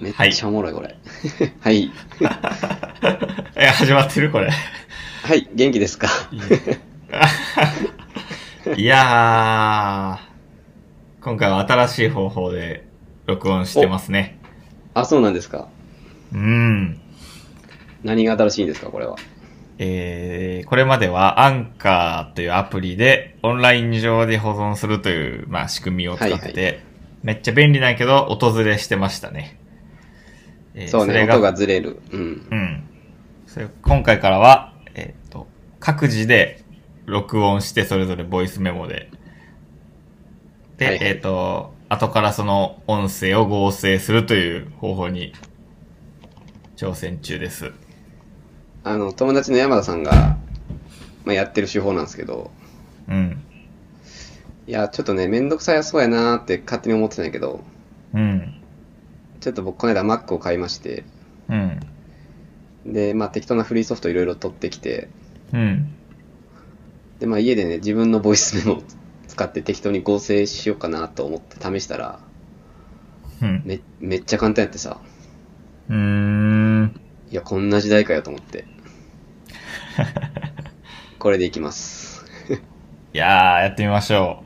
めっちゃおもろい、これ。 はい。 え、始まってるこれ。はい、元気ですか いやー、今回は新しい方法で録音してますね。あ、そうなんですか。うん。何が新しいんですか、これは。えー、これまではアンカーというアプリでオンライン上で保存するという、まあ、仕組みを使ってて、はいめっちゃ便利なんやけど、訪れしてましたね。えーそうね、れ音がずれる。うん。うん。それ今回からは、えっ、と、各自で録音して、それぞれボイスメモで。で、はいはいえっ、と、後からその音声を合成するという方法に挑戦中です。あの、友達の山田さんが、まあ、やってる手法なんですけど、うん。いや、ちょっとね、めんどくさいそうやなーって勝手に思ってたんやけど、うん。ちょっと僕、この間 Mac を買いまして、うん。で、まあ、適当なフリーソフトいろいろ取ってきて、うん。で、まあ、家でね、自分のボイスメモを 使って適当に合成しようかなと思って試したら、うん。め、めっちゃ簡単やってさ、うーん。いや、こんな時代かよと思って。これでいきます。いやー、やってみましょ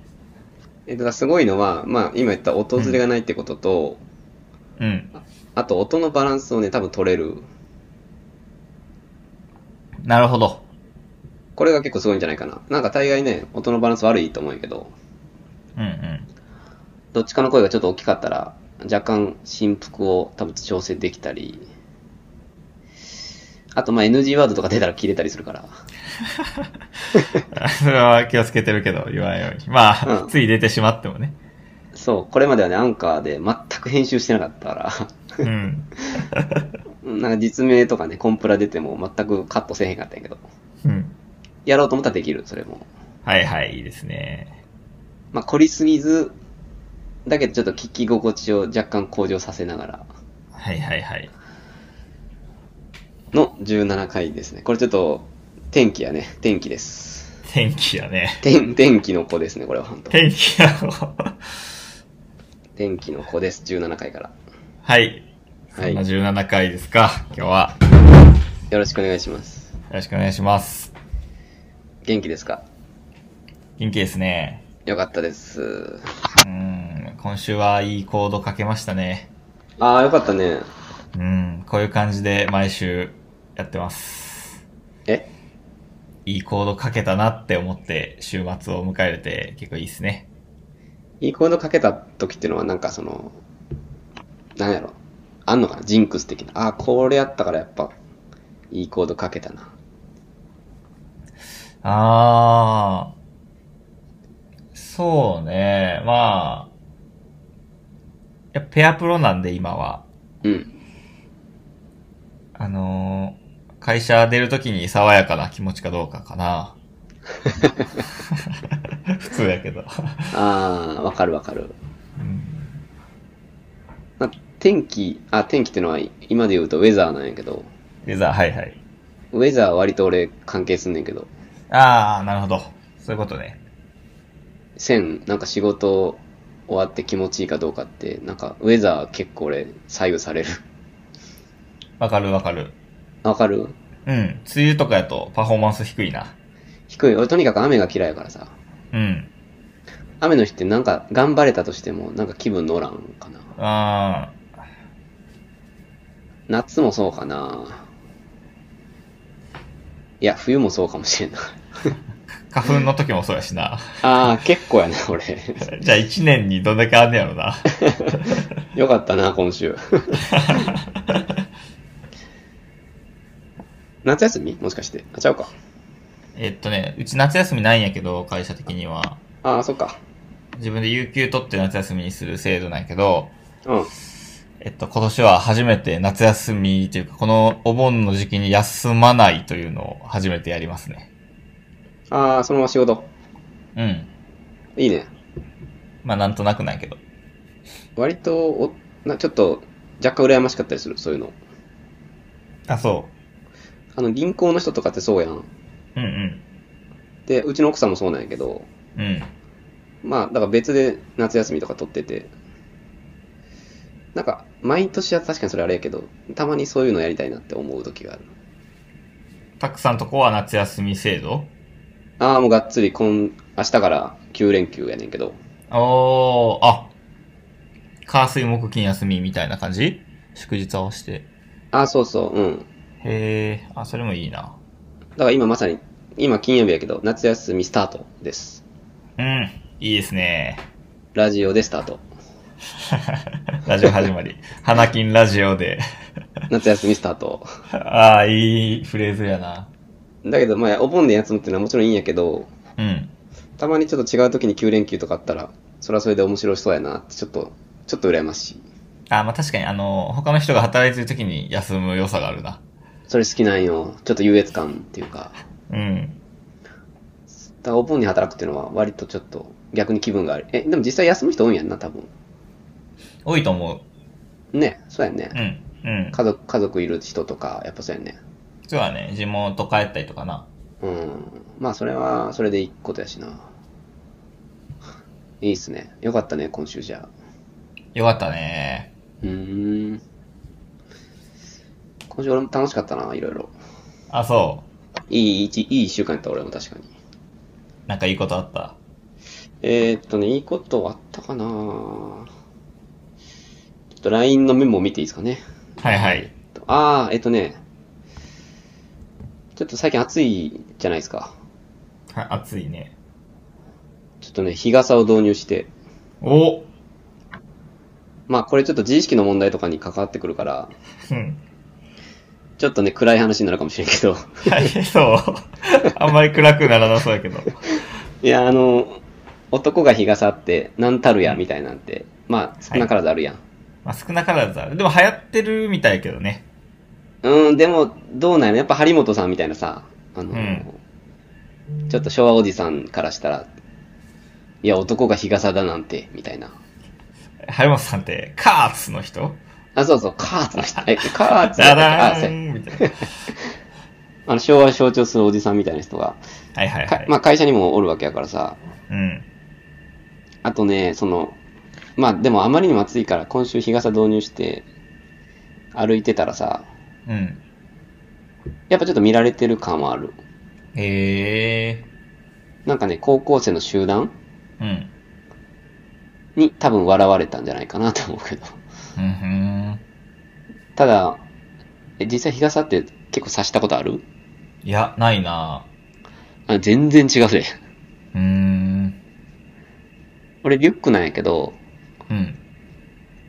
え、ただすごいのは、まあ、今言った音ずれがないってことと、う。うん。あと音のバランスをね、多分取れる。なるほど。これが結構すごいんじゃないかな。なんか大概ね、音のバランス悪いと思うんやけど、うんうん。 どっちかの声がちょっと大きかったら、若干振幅を多分調整できたり、あとまあ NG ワードとか出たら切れたりするから。それは気をつけてるけど、言わないように。まあ、うんつい出てしまってもね。そう、これまではね、アンカーで全く編集してなかったから。うん。なんか実名とかね、コンプラ出ても全くカットせえへんかったんやけど。うん。やろうと思ったらできる、それも。はいはい、いいですね。まあ、凝りすぎず、だけどちょっと聞き心地を若干向上させながらはいはいはい。の17回ですね。これちょっと、天気やね。天気です。天気やね。天、天気の子ですね、これは本当。天気やろ。天気の子です、17回から。はい。はいそんな17回ですか。今日は。よろしくお願いします。よろしくお願いします。元気ですか元気ですね。よかったです。うーん。今週はいいコード書けましたね。ああ、よかったね。うん。こういう感じで毎週やってます。えいいコード書けたなって思って週末を迎えれて結構いいですね。いいコードかけた時っていうのはなんかその、なんやろ、あんのかなジンクス的な。ああ、これやったからやっぱ、いいコードかけたな。ああ。そうね。まあ。いやペアプロなんで今は。うん。あのー会社出るときに爽やかな気持ちかどうかかな。 普通やけど。ああ、わかるわかる。うんまあ天気、あ、天気っていうのは今で言うとウェザーなんやけど、レザー、はいはい。ウェザーは割と俺関係すんねんけど、ああ、なるほど。そういうことね。線、なんか仕事終わって気持ちいいかどうかって、なんかウェザー結構俺左右される。わかるわかる。わかるうん。梅雨とかやとパフォーマンス低いな。低い。俺とにかく雨が嫌いやからさ。うん。雨の日ってなんか頑張れたとしてもなんか気分乗らんかな。あ夏もそうかな。いや、冬もそうかもしれんない。 ー花粉の時もそうやしな。 ああ、結構やね、俺。 じゃあ一年にどんだけあんねやろな。よかったな、今週。 夏休みもしかして。あ、ちゃうか。えっとね、うち夏休みないんやけど、会社的には。ああ、そっか。自分で有給取って夏休みにする制度なんやけど、うん。えっと、今年は初めて夏休みというか、このお盆の時期に休まないというのを初めてやりますね。ああ、そのまま仕事。うん。いいね。まあ、なんとなくないけど。割と、お、な、ちょっと、若干羨ましかったりする、そういうの。あ、そあの、銀行の人とかってそうやん。う。うんで、うちの奥さんもそうなんやけど、うん。うん。まあ、だから別で夏休みとか取ってて、なんか、毎年は確かにそれあれやけど、たまにそういうのやりたいなって思う時がある。たくさんとこは夏休み制度ああ、もうがっつり今、明日から9連休やねんけど、おー、あ、火水木金休みみたいな感じ祝日合わせて。ああ、そうそう、うん。へー、あ、それもいいな。だから今まさに、今金曜日やけど、夏休みスタートです。うん、いいですね。ラジオでスタート。 ラジオ始まり。花金ラジオで。 夏休みスタート。ああ、いいフレーズやな。だけど、まあ、お盆で休むっていうのはもちろんいいんやけど、うん。たまにちょっと違う時に9連休とかあったら、それはそれで面白そうやなって、ちょっと、ちょっと羨ましい。あーまあ確かに、あの、他の人が働いてる時に休む良さがあるな。それ好きなんよ。ちょっと優越感っていうか。うん。だからお盆に働くっていうのは割とちょっと逆に気分がある。え、でも実際休む人多いんやんな、多分。多いと思う。ね、そうやんねう。ん。うん。家族、家族いる人とか、やっぱそうやんね。実はね、地元帰ったりとかな。うん。まあそれは、それでいいことやしな。いいっすね。よかったね、今週じゃあ。よかったね。うーん。今週俺も楽しかったな、いろいろ。あ、そいい、いいいい一週間やった、俺も確かに。う。なんかいいことあった。えー、っとね、いいことあったかなちょっと LINE のメモを見ていいですかね。はいはい。ああ、えっとね、ちょっと最近暑いじゃないですか。は暑いね。ちょっとね、日傘を導入して、おまあこれちょっと自意識の問題とかに関わってくるから、うん。ちょっとね、暗い話になるかもしれんけど、 はい、そう。 あんまり暗くならなそうやけど。いや、あの、男が日傘って何たるや、みたいなんて、まあ少なからずあるやん。まあ少なからずある。でも流行ってるみたいやけどね。うーん、でも、どうなんやろやっぱ張本さんみたいなさ、あの、ちょっと昭和おじさんからしたら、いや、男が日傘だなんて、みたいな。張本さんって、カーツの人あ、そうそう、カーツの人。え、カーツのダ人。あ、ダそうやーンみたいな。あの昭和を象徴するおじさんみたいな人が、はいはいはかい。まあ、会社にもおるわけやからさ、うん。あとね、その、まあでもあまりにも暑いから今週日傘導入して歩いてたらさ、うん。やっぱちょっと見られてる感はある。へえ。なんかね、高校生の集団うん。に多分笑われたんじゃないかなと思うけど。うんふん。ただ、え実際日傘って結構差したことあるいや、ないなあ全然違うで。うーん。俺リュックなんやけど、うん。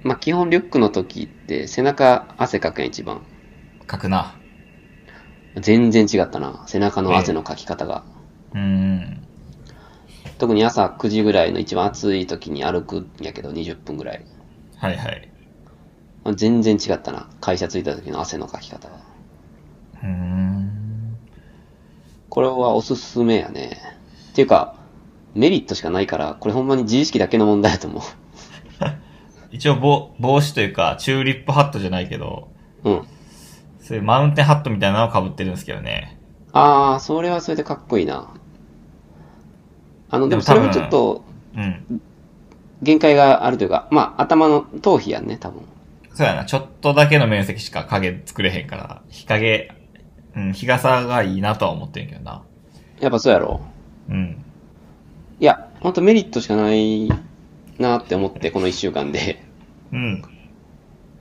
まあ基本リュックの時って背中汗かくやん一番。書くな。全然違ったな。背中の汗のかき方が。うーん。特に朝9時ぐらいの一番暑い時に歩くんやけど、20分ぐらい。はいはい。全然違ったな。会社着いた時の汗のかき方が。うーん。これはおすすめやね。っていうか、メリットしかないから、これほんまに自意識だけの問題だと思一応帽、帽子というか、チューリップハットじゃないけど、う。 うん。そういうマウンテンハットみたいなのを被ってるんですけどね。あー、それはそれでかっこいいな。あの、でもでそも多れも分ちょっとうん。限界があるというか、まあ頭の頭皮やんね、多分。そうやな、ちょっとだけの面積しか影作れへんから、日陰、うん、日傘がいいなとは思ってんけどな。やっぱそうやろ。うん。いや、ほんとメリットしかないなって思って、この1週間で。うん。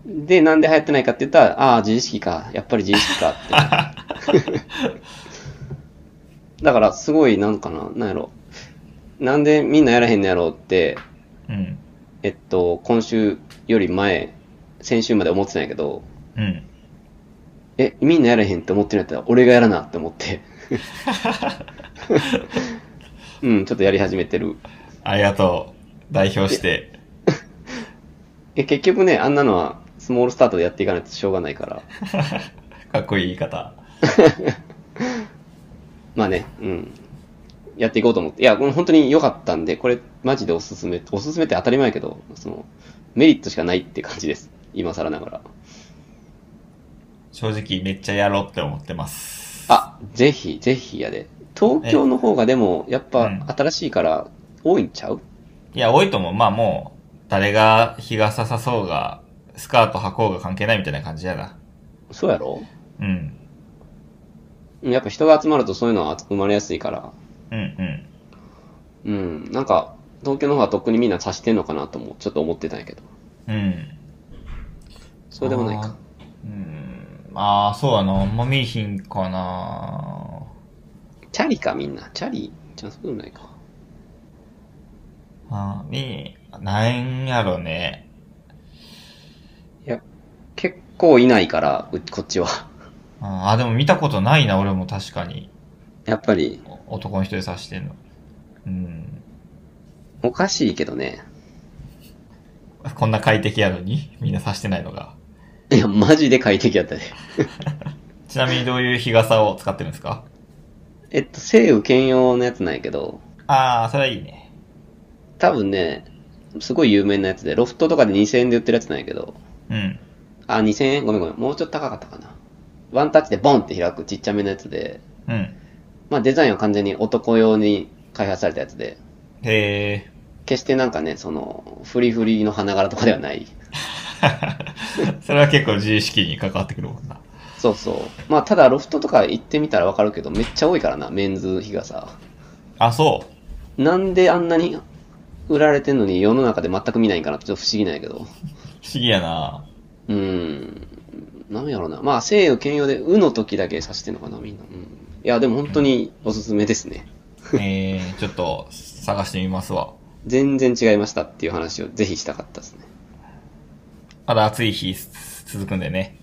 で、なんで流行ってないかって言ったら、ああー、自意識か。やっぱり自意識かって。だから、すごい、なんかな、なんやろ。なんでみんなやらへんのやろうって、うん。えっと、今週より前、先週まで思ってたんやけど、うん。え、みんなやらへんって思ってるんやったら、俺がやらなって思って。うん、ちょっとやり始めてる。ありがとう。代表して。え、結局ね、あんなのは、スモールスタートでやっていかないとしょうがないから。かっこいい言い方。まあね、うん。やっていこうと思って。いや、これ本当に良かったんで、これマジでおすすめ。おすすめって当たり前やけど、その、メリットしかないって感じです。今更ながら。正直めっちゃやろうって思ってます。あ、ぜひ、ぜひやで。東京の方がでも、やっうぱん新しいから多いんちゃういや、多いと思う。まあもう、誰が日傘さそうが、スカート履こうが関係ないみたいな感じやな。そうやろうん。うんやっぱ人が集まるとそういうのは生まれやすいから。うんうん。うん。なんか、東京の方はとっくにみんな察してんのかなとも、ちょっと思ってたんやけど。うん。そうでもないか。あー。うん。ああ、そうやな。あんま見えひんかな。チャリか、みんな。チャリじゃあそうでもないか。あー見え、なんやろね。いや、結構いないから、うこっちは。あーあ、でも見たことないな、俺も確かに。やっぱり、お男の人で刺してんの。うん。おかしいけどね。こんな快適やのに、みんな刺してないのが。いや、マジで快適やったで。ちなみにどういう日傘を使ってるんですかえっと、西武兼用のやつなんやけど、ああ、それはいいね。多分ね、すごい有名なやつで、ロフトとかで2000円で売ってるやつなんやけど、うん。あ、2000円ごめんごめん。もうちょっと高かったかな。ワンタッチでボンって開くちっちゃめのやつで、うん。まあデザインは完全に男用に開発されたやつで、へえ。決してなんかね、その、フリフリの花柄とかではない。それは結構自意識に関わってくるもんな。そうそう。まあただロフトとか行ってみたらわかるけど、めっちゃ多いからな、メンズ日傘。あ、そなんであんなに売られてんのに世の中で全く見ないんかなってちょっと不思議なんやけど。う。不思議やな。うーん。なんやろな。まあ、西洋兼用で、うの時だけ指してんのかな、みんな。うん。いや、でも本当におすすめですね。えー、ちょっと探してみますわ。全然違いましたっていう話をぜひしたかったですね。まだ暑い日す続くんでね。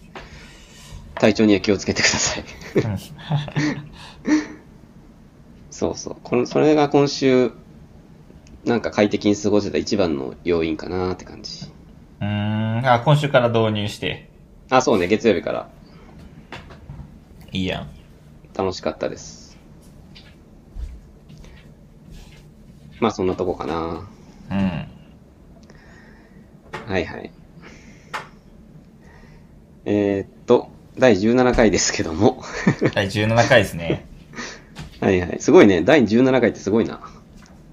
体調には気をつけてください。 うんそうそう。この、それが今週、なんか快適に過ごせた一番の要因かなって感じ。うーん、あ、今週から導入して。あ、そうね、月曜日からいいやん。楽しかったです。まあ、そんなとこかな。うん。はいはい。えーっと、第17回ですけども。 第17回ですね。はいはい。すごいね。第17回ってすごいな。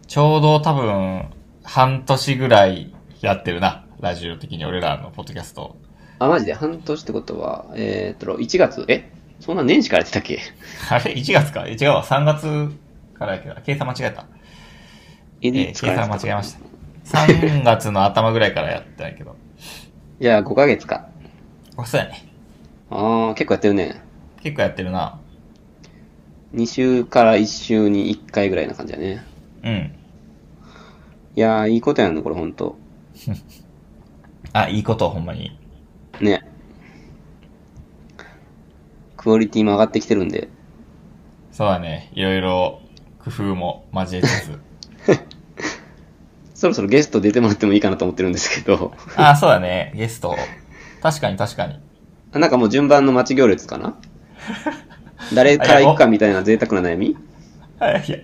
ちょうど多分、半年ぐらいやってるな。ラジオ的に俺らのポッドキャスト。あ、マジで半年ってことは、えーっと、1月、えそんな年始からやってたっけ あれ ?1 月かえ違うわ。3月からやけど、計算間違えた。ええー計算間違えました。。3月の頭ぐらいからやってないけど。じゃあ5ヶ月か。 あそうやね。ああ、結構やってるね。結構やってるな。 2週から1週に1回ぐらいな感じだね。うん。いやー、いいことやんの、これほんと。あ、いいこと、ほんまに。ね。クオリティも上がってきてるんで。そうだね。いろいろ、工夫も交えつ つ。そろそろゲスト出てもらってもいいかなと思ってるんですけど。 あ、そうだね。ゲスト。確かに確かに。 あなんかもう順番の待ち行列かな誰から行くかみたいな贅沢な悩みはい、いや、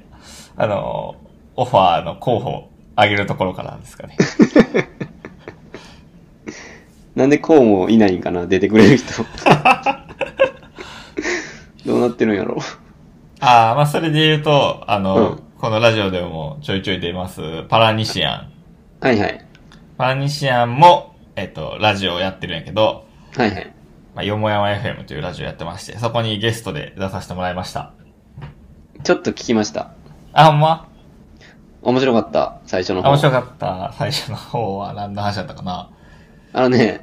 あの、オファーの候補、上げるところからですか ね。なんでこうもいないんかな出てくれる 人。どうなってるんやろああ、まあ、それで言うと、あの、うんこのラジオでもちょいちょい出ます、パラニシアン。はいはい。パラニシアンも、えっと、ラジオをやってるんやけど、はいはい。まあ、よもやま FM というラジオやってまして、そこにゲストで出させてもらいました。ちょっと聞きました。あ、ほんま面白かった、最初のあ方。面白かった。最初の方は何の話だったかな。あのね、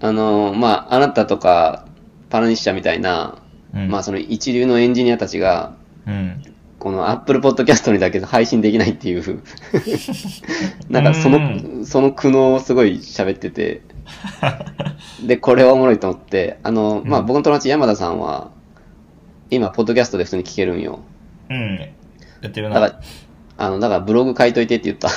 あのーまあ、あなたとか、パラニシチャみたいな、うん。まあ、その一流のエンジニアたちが、うん。この Apple Podcast にだけ配信できないって いう、なんかその、その苦悩をすごい喋ってて、で、これはおもろいと思って、あの、まあ、うん僕の友達山田さんは、今、ポッドキャストで普通に聞けるんよ。うん。やってるだな。から、あの、だからブログ書いといてって言った。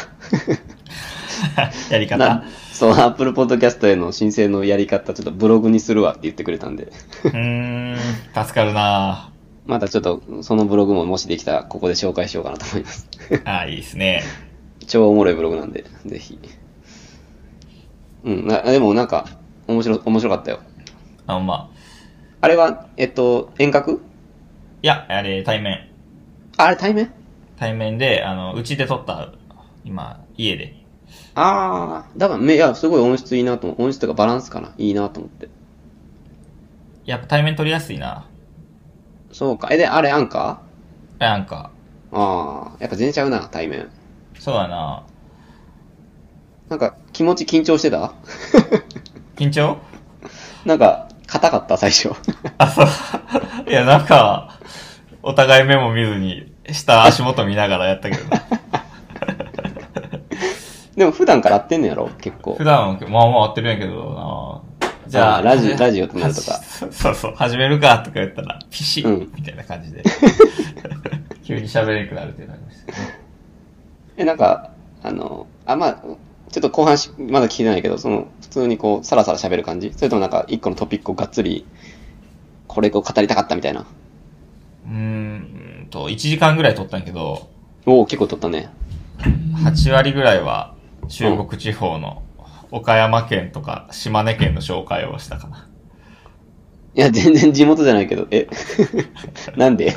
やり方な。そう、Apple Podcast への申請のやり方、ちょっとブログにするわって言ってくれたんで、うーん。助かるなまたちょっと、そのブログももしできたら、ここで紹介しようかなと思います。ああ、いいですね。超おもろいブログなんで、ぜひ。うん、なでもなんか、面白、面白かったよ。あ、ほんま。あれは、えっと、遠隔いや、あれ、対面。ああれ対面対面で、あの、うちで撮った、今、家で。ああ、だからめ、いや、すごい音質いいなと思う。音質とかバランスかな。いいなと思って。やっぱ対面取りやすいな。そうか。え、で、あれ、アンカなんか、ーああ、やっぱ全然ちゃうな、対面。そうだな。なんか、気持ち緊張してた 緊張なんか、硬かった、最初。 あ、そう。いや、なんか、お互い目も見ずに、下足元見ながらやったけどな。でも、普段から会ってんのやろ結構普。段は、まあまあ合ってるんやけどな。じゃああ、ーラジはじラジオとなるとかはじそうそう、始めるかとか言ったら、ピシッ、うんみたいな感じで。 急に喋れなくなるっていうのがありましたね。え、なんか、あの、あ、まあ、ちょっと後半しまだ聞いてないけど、その、普通にこう、さらさら喋る感じそれともなんか、一個のトピックをがっつり、これを語りたかったみたいな。うーんと、1時間ぐらい撮ったんやけど、おお、結構撮ったね。 8割ぐらいは中国地方の岡山県とか島根県の紹介をしたかな。いや、全然地元じゃないけど、え、 なん で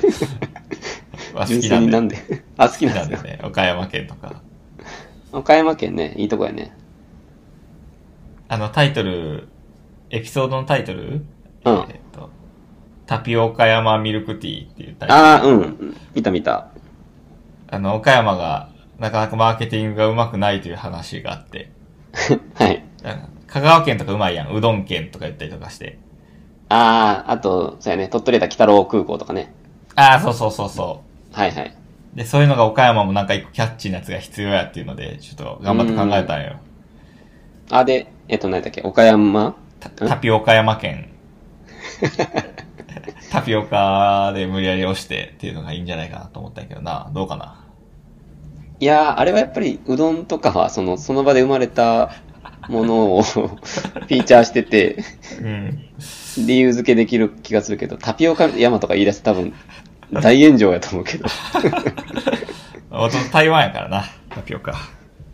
は好純きな粋んになで。んで あ、好き好なきなんんでですよ。ね。岡山県とか。岡山県ね、いいとこやね。あの、タイトル、エピソードのタイトル、うんえっと、タピオカ山ミルクティーっていうタイトル。ああ、うん。見た見た。 あの、岡山がなかなかマーケティングがうまくないという話があって、はい。なんか香川県とかうまいやん。うどん県とか言ったりとかして。ああ、あと、そうやね、鳥取やったら北郎空港とかね。ああ、そうそうそうそう。はいはい。で、そういうのが岡山もなんか一個キャッチーなやつが必要やっていうので、ちょっと頑張って考えたんよ。あ、で、えっと、何だっけ、岡山たうんタピオカ山 県。タピオカで無理やり押してっていうのがいいんじゃないかなと思ったんやけどな。どうかな。いやー、あれはやっぱり、うどんとかは、その、その場で生まれたものをフィーチャーしてて、うん。理由付けできる気がするけど、タピオカ山とか言い出すと多分、大炎上やと思うけど。元々台湾やからな、タピオカ。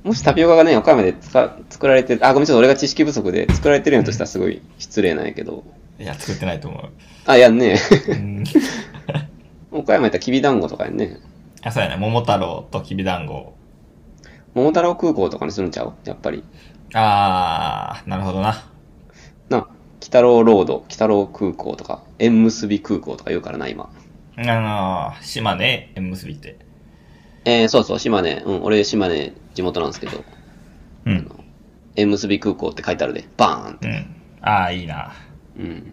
もしタピオカがね、岡山で使作られて、あ、ごめん、ちょっと俺が知識不足で作られてるんやとしたらすごい失礼なんやけど。いや、作ってないと思う。あ、いやね、 うん。岡山やったらきびだんごとかやね。 あ、そうやね。桃太郎ときびだんご。桃太郎空港とかにするんちゃうやっぱり。あー、なるほどな。な、北郎ロード、北郎空港とか、縁結び空港とか言うからな、今。あのー、島根、縁結びって。えー、そうそう、島根、うん、俺島根地元なんですけど、うん。縁結び空港って書いてあるで、バーンって。うん。あー、いいな。 うん。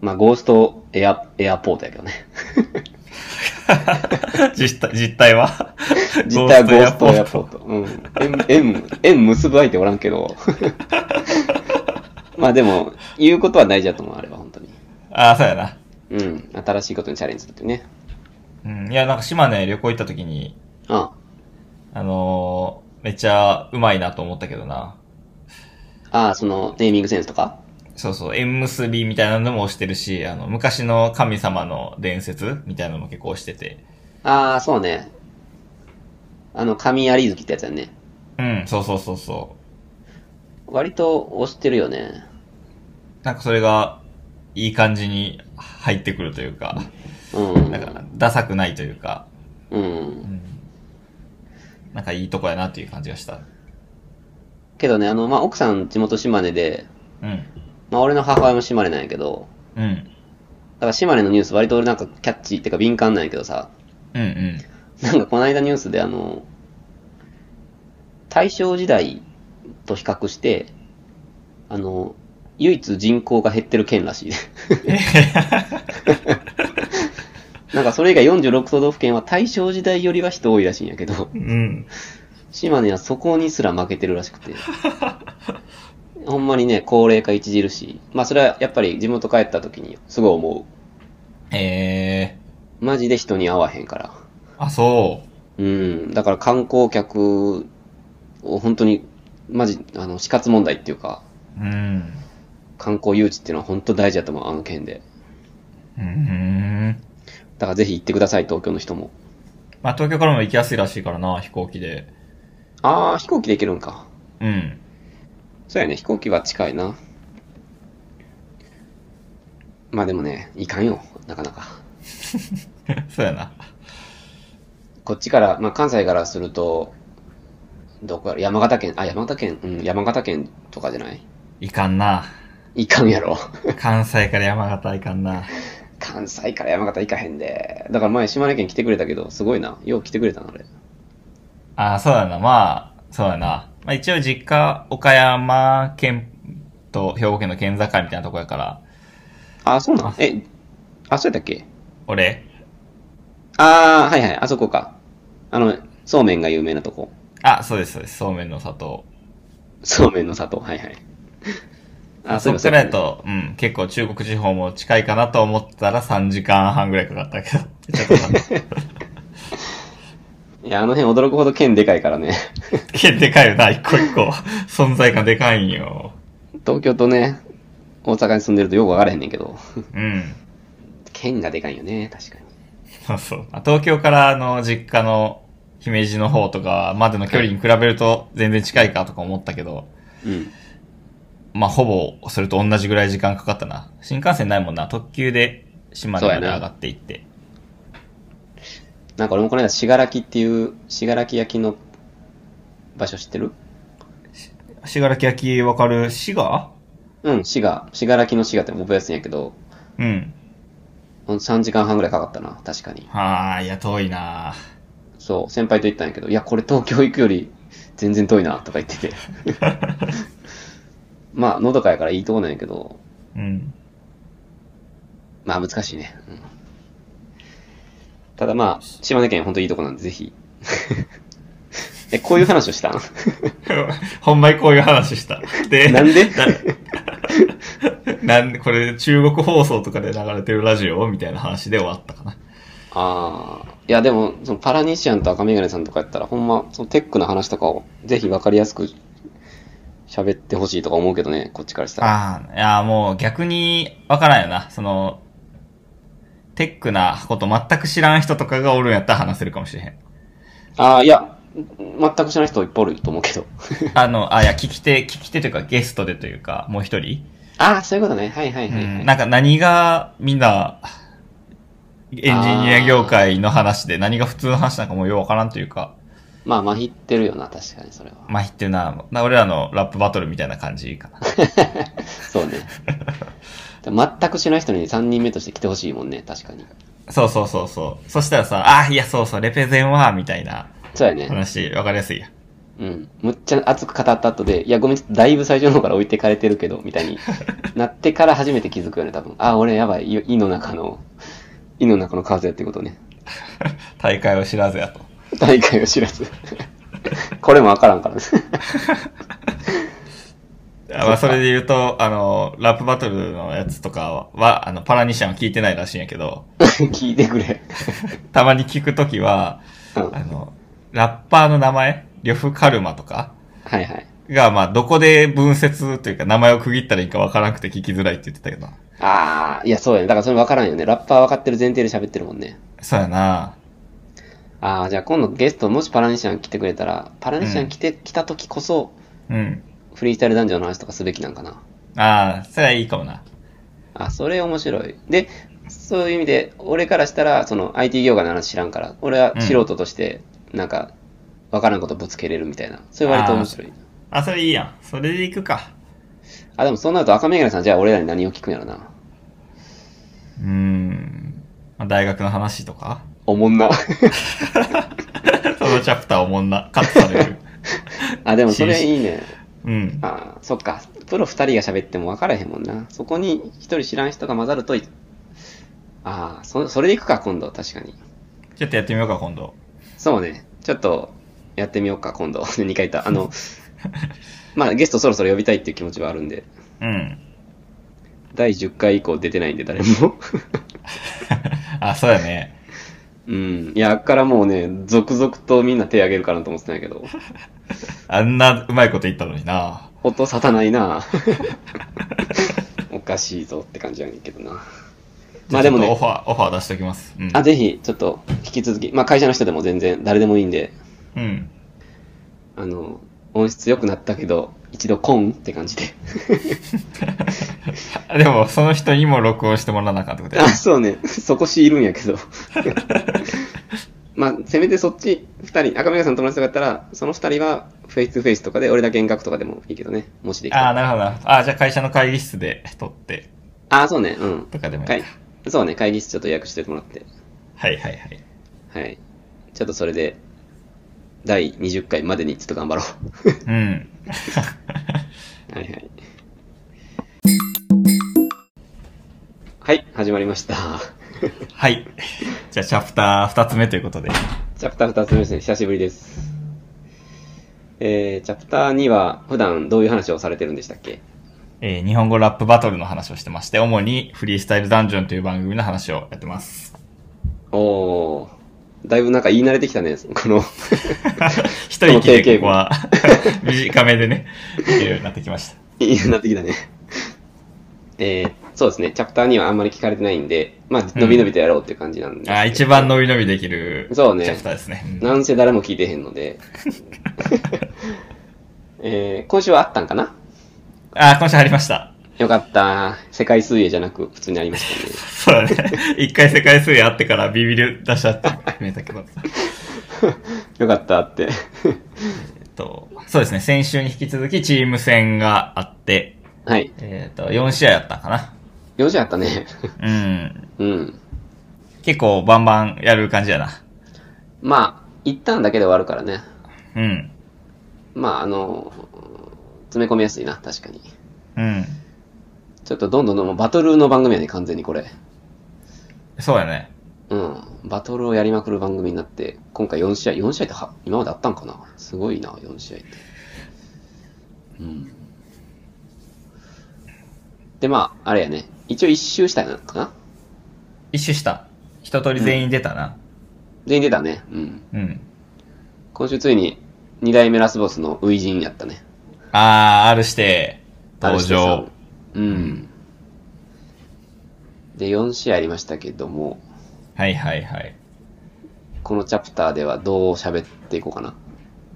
まあ、ゴーストエア、エアポートやけど ね。実体、実態は 実態はゴーストエやアポート。うん。縁、縁、縁結ぶ相手おらんけど。 まあでも、言うことは大事だと思う、あれは、本当に。ああ、そうやな。うん。新しいことにチャレンジするっていうね。うん。いや、なんか島根旅行行った時に、ああのーめっちゃうまいなと思ったけどな。あ、ああその、ネーミングセンスとか。そうそう、縁結びみたいなのも押してるし、あの、昔の神様の伝説みたいなのも結構押してて。ああ、そうね。あの、神有月ってやつやね。うん、そうそうそうそう。割と押してるよね。なんかそれが、いい感じに入ってくるというか、うん。なんか、ダサくないというか、うんう。ん。なんかいいとこやなという感じがした。けどね、あの、まあ、奥さん地元島根で、うん。まあ、俺の母親も島根なんやけど、うん。だから島根のニュース割と俺なんかキャッチーっていうか敏感なんやけどさ、うんうん。なんかこの間ニュースであの、大正時代と比較して、あの、唯一人口が減ってる県らしいね。 なんかそれ以外46都道府県は大正時代よりは人多いらしいんやけど、うん。島根はそこにすら負けてるらしくて。ほんまにね、高齢化著しい。まあそれはやっぱり地元帰った時にすごい思えう。マジで人に会わへんから。ー、あ、そう。うん。だから観光客を本当に、マジ、あの、死活問題っていうか、うん。観光誘致っていうのは本当大事だと思う、あの県で。うーん。だからぜひ行ってください、東京の人も。まあ、東京からも行きやすいらしいからな、飛行機で。あー、飛行機で行けるんか。うん。 そうやね、飛行機は近いな。まあでもね、いかんよ、なかなか。そうやな。こっちから、まあ関西からすると、どこやろ山形県、あ、山形県、うん、山形県とかじゃないいかんな。いかんやろ。 関西から山形はいかんな。関西から山形行かへんで。だから前島根県来てくれたけど、すごいな。よう来てくれたな、あれ。ああ、そうだな。まあ、そうだな。まあ一応実家、岡山県と兵庫県の県境みたいなとこやから、あ、そうなんあえ、あ、そうやったっけ俺、あー、はいはい、あそこか。あの、そうめんが有名なとこ。あ、そうです、そうです。そうめんの里。そうめんの里、はいはい。あ、そっそかういらえやばそうと、うん、結構中国地方も近いかなと思ったら3時間半ぐらいかか ったけど。ちょっと待っていや、あの辺驚くほど県でかいからね。県でかいよな、一個一個。存在感でかいんよ。東京とね、大阪に住んでるとよくわからへんねんけど。うん。県がでかいよね、確かに。そうそう。まあ東京からあの実家の姫路の方とかまでの距離に比べると全然近いかとか思ったけど、うん。まあほぼそれと同じぐらい時間かかったな。新幹線ないもんな。特急で島根まで上がっていって。なんか俺もこの間、信楽っていう、信楽焼きの場所知ってるしがらき焼きわかる滋賀うん、滋賀。信楽の滋賀って覚えやすいんやけど、うん。ほんと3時間半ぐらいかかったな、確かに。はあ、いや遠いなそう、先輩と行ったんやけど、いや、これ東京行くより全然遠いな、とか言ってて。 まあ、のどかやからいいとこなんやけど、うん。 まあ難しいね。うんただまあ、島根県ほんといいとこなんで、ぜひ。 え、こういう話をしたんほんまにこういう話した。で、なんで なんで、これ中国放送とかで流れてるラジオみたいな話で終わったかな。ああ。いや、でも、そのパラニシアンと赤メガネさんとかやったら、ほんま、そのテックの話とかを、ぜひわかりやすく喋ってほしいとか思うけどね、こっちからしたら。ああ、いや、もう逆にわからんよな。その、テックなこと全く知らん人とかがおるんやったら話せるかもしれへん。ああ、いや、全く知らない人いっぱいおると思うけど。あの、あ、いや、聞き手、聞き手というかゲストでというか、もう一人、ああ、そういうことね。はいはいはい、うはん。い。なんか何がみんな、エンジニア業界の話で何が普通の話なんかもうようわからんというか、まあ、まひってるよな、確かにそれは。 まあ、言ってるな、な俺らのラップバトルみたいな感じかな。そうね。 全く知らない人に3人目として来てほしいもんね、確かに。そうそうそうそう。そしたらさ、あ、いや、そうそう、レペゼンは、みたいなそうやね。話、わかりやすいやん。うん。むっちゃ熱く語った後で、いや、ごめん、ちょっとだいぶ最初の方から置いてかれてるけど、みたいになってから初めて気づくよね、多分。あ、俺やばい、い胃の中の、胃の中の風ってことね。大会を知らずやと。大会を知らず。 これもわからんからね。 あまあ、それで言うと、あの、ラップバトルのやつとかは、あの、パラニシアンは聞いてないらしいんやけど、聞いてくれ。たまに聞くときは、うん。あはいの、ラッパーの名前、呂布カルマとかはい。が、まあ、どこで分節というか、名前を区切ったらいいかわからなくて聞きづらいって言ってたけど。ああ、いや、そうやね。だからそれわからんよね。ラッパーわかってる前提で喋ってるもんね。そうやなああ、じゃあ今度ゲスト、もしパラニシアン来てくれたら、パラニシアン来て、来た時こそ、うん。フリースタイルダンジョンの話とかすべきなんかな。ああ、それはいいかもな。あ、それ面白い。で、そういう意味で、俺からしたら、その IT 業界の話知らんから、俺は素人として、なんか、わからんことぶつけれるみたいな。それ割と面白い。あ、それいいやん。それで行くか。あ、でもそうなると赤目柄さん、じゃあ俺らに何を聞くんやろな。うーん。まあ大学の話とか おもんな。そのチャプターおもんな。カットされる。 あ、 でもそれいいね。うん。あそっか。プロ二人が喋っても分からへんもんな。そこに一人知らん人が混ざるとい、ああ、そ、それでいくか、今度、確かに。ちょっとやってみようか、今度。そうね。ちょっと、やってみようか、今度。2回言 った。あの、まあ、ゲストそろそろ呼びたいっていう気持ちはあるんで、うん。第10回以降出てないんで、誰も。 あ、そうやね。うん。いや、あっからもうね、続々とみんな手挙げるかなと思ってたんやけど、あんなうまいこと言ったのにな。音沙汰ないな おかしいぞって感じやねんけどな。まあでもちょねっとオファー、オファー出しときます。うん。あ、ぜひ、ちょっと、引き続き、まあ、会社の人でも全然、誰でもいいんで、うん。あの、音質良くなったけど、一度コンって感じで。あでも、その人にも録音してもらわなあかんってことや あ、。そうね。そこしいるんやけど。まあ、せめてそっち二人、赤嶺さんの友達とかやったら、その二人はフェイス2フェイスとかで、俺だけ遠隔とかでもいいけどね、もしできたあら。あ、なるほどな。ああ、じゃあ会社の会議室で撮って、ああ、そうね、うん。とかでもいいか会そうね、会議室ちょっと予約してもらって。はいはいはい。はい。ちょっとそれで、第20回までにちょっと頑張ろうん。う。 はいはい。はい、始まりました。はい。じゃあ、チャプター2つ目ということで。チャプター2つ目ですね、久しぶりです。えー、チャプター2は普段どういう話をされてるんでしたっけえー日本語ラップバトルの話をしてまして、主にフリースタイルダンジョンという番組の話をやっ てます。おー、だいぶなんか言い慣れてきたね、この。 一息でここは短めでね、できるようになってきました。いいなってきたね。えー、そうですね、チャプターにはあんまり聞かれてないんで、まあ、伸び伸びとやろうっていう感じなんですけど、あー一番伸び伸びできるチそうねャプターですね。うんなんせ誰も聞いてへんので。 えー、今週はあったんかなあー、今週入りました。よかった。世界水泳じゃなく、普通にありましたね。そうだね。一回世界水泳あってからビビり出しちゃって見えたけど。よかったって。えっと、そうですね。先週に引き続きチーム戦があって、はい。えっと、4試合やったかな。 4時あったね。うん。うん。結構バンバンやる感じやな。まあ、一旦だけで終わるからね。うん。まあ、あの、詰め込みやすいな、確かに。うん。ちょっとどんどんどんどんバトルの番組やね、完全にこれ。そうやね。うん。バトルをやりまくる番組になって、今回4試合、4試合っては今まであったんかなすごいな、4試合って。うん。で、まあ、あれやね。一応一周したのかな一周した。一通り全員出たな。全員出たね。うん。うん。今週ついに、2代目ラスボスの初陣やったね。あー、あるして、ダ登ルシ場テ。さん。うん。で、4試合ありましたけども、はいはいはい。このチャプターではどう喋っていこうかな。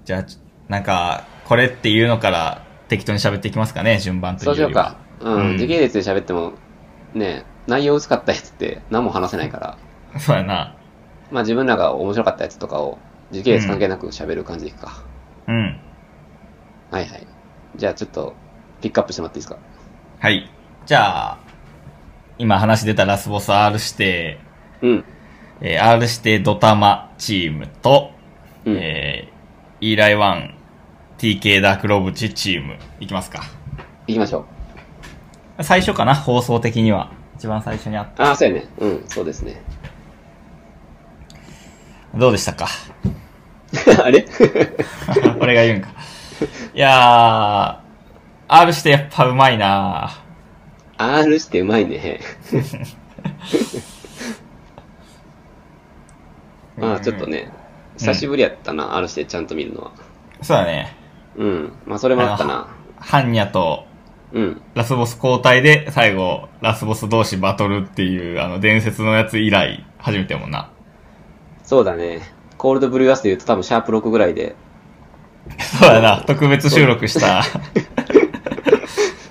じゃあ、ちなんか、これっていうのから適当に喋っていきますかね、順番というそうしよよりうはか。。ううんん。時系列で喋っても、ね、内容薄かったやつって何も話せないから、そうやな。まあ自分らが面白かったやつとかを時系列関係なく喋る感じでいくか。うん。はいはい。じゃあちょっと、ピックアップしてもらっていいですか。はい。じゃあ、今話出たラスボス R して、うん。えー、R してドタマチームと、うん。えー、イーライワン、TK ダークロブチチーム、いきますか。行きましょう。最初かな、放送的には。一番最初にあっああ、そうやね。うん、そうです ね。た。どうでしたか あれ俺が言うんか。いやー、R してやっぱうまいな ?R してうまいね。まあちょっと。ね、久しぶりやったな、R してちゃんと見るのは。そうだね。うん。まあそれもあったな。ハンニャとうん。ラスボス交代で最後、ラスボス同士バトルっていう、あの、伝説のやつ以来、初めてやもんな。 そうだね。コールドブリューアスで言うと多分シャープ6ぐらいで、そうやな、特別収録した。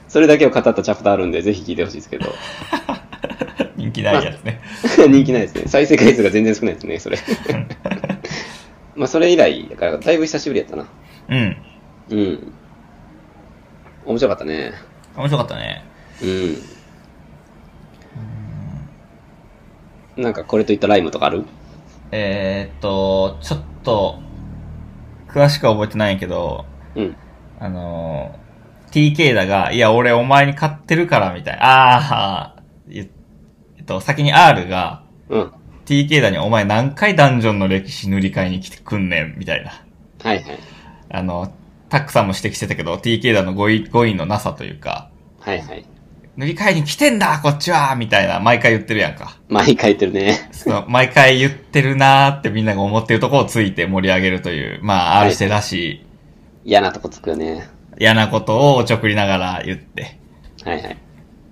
それだけを語ったチャプターあるんで、ぜひ聞いてほしいですけど。 人気ないやつね。人気ないですね。再生回数が全然少ないですね、そ れ。まあ、それ以来、だから、だいぶ久しぶりやったな。うん。うん。面白かったね。面白かったね。うん。なんか、これといったライムとかあるえー、っと、ちょっと、詳しくは覚えてないけど、うん。あのー、TK だが、いや、俺お前に買ってるから、みたいな。あー、言っえっと、先に R が、うん。は TK だにお前何回ダンジョンの歴史塗り替えに来てくんねん、みたいな。いはい。あの、タックさんも指摘してたけど、TK だの語彙、語彙のなさというか、はいはい。塗り替えに来てんだ、こっちはみたいな、毎回言ってるやんか。毎回言ってるね。その、毎回言ってるなーってみんなが思ってるとこをついて盛り上げるという、まあ、はい R してらしい、嫌なとこつくよね。嫌なことをおちょくりながら言って。はいはい。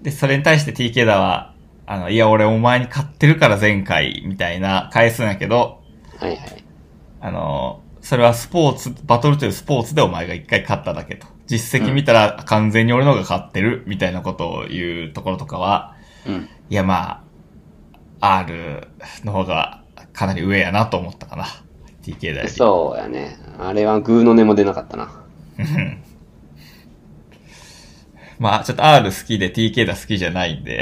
で、それに対して TK だは、あの、いや、俺お前に買ってるから前回、みたいな返すんやけど、はいはい。あの、それはスポーツ、バトルというスポーツでお前が一回勝っただけと。実績見たら完全に俺の方が勝ってる、みたいなことを言うところとかは、うん。いやまあ、R の方がかなり上やなと思ったかな。TK 大臣。そうやね。あれはグーの音も出なかったな。うんまあ、ちょっと R 好きで TK だ好きじゃないんで、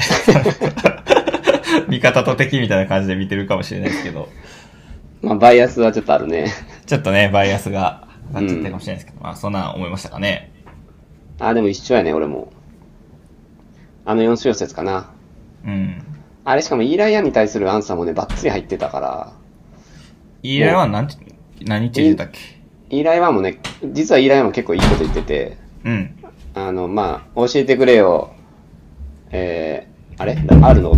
味方と敵みたいな感じで見てるかもしれないですけど、まあ、バイアスはちょっとあるね。ちょっとね、バイアスがなっちゃってるかもしれないですけど、まあ、そんなん思いましたかね。あ、でも一緒やね、俺も。あの4小節かな。うん。あれしかもイーライアンに対するアンサーもね、ばっつり入ってたから、イーライはなんて、何って言ってたっけイーライワンもね、実はイーライワンも結構いいこと言ってて、うん。あの、まあ、教えてくれよ。えー、あれ ?R の、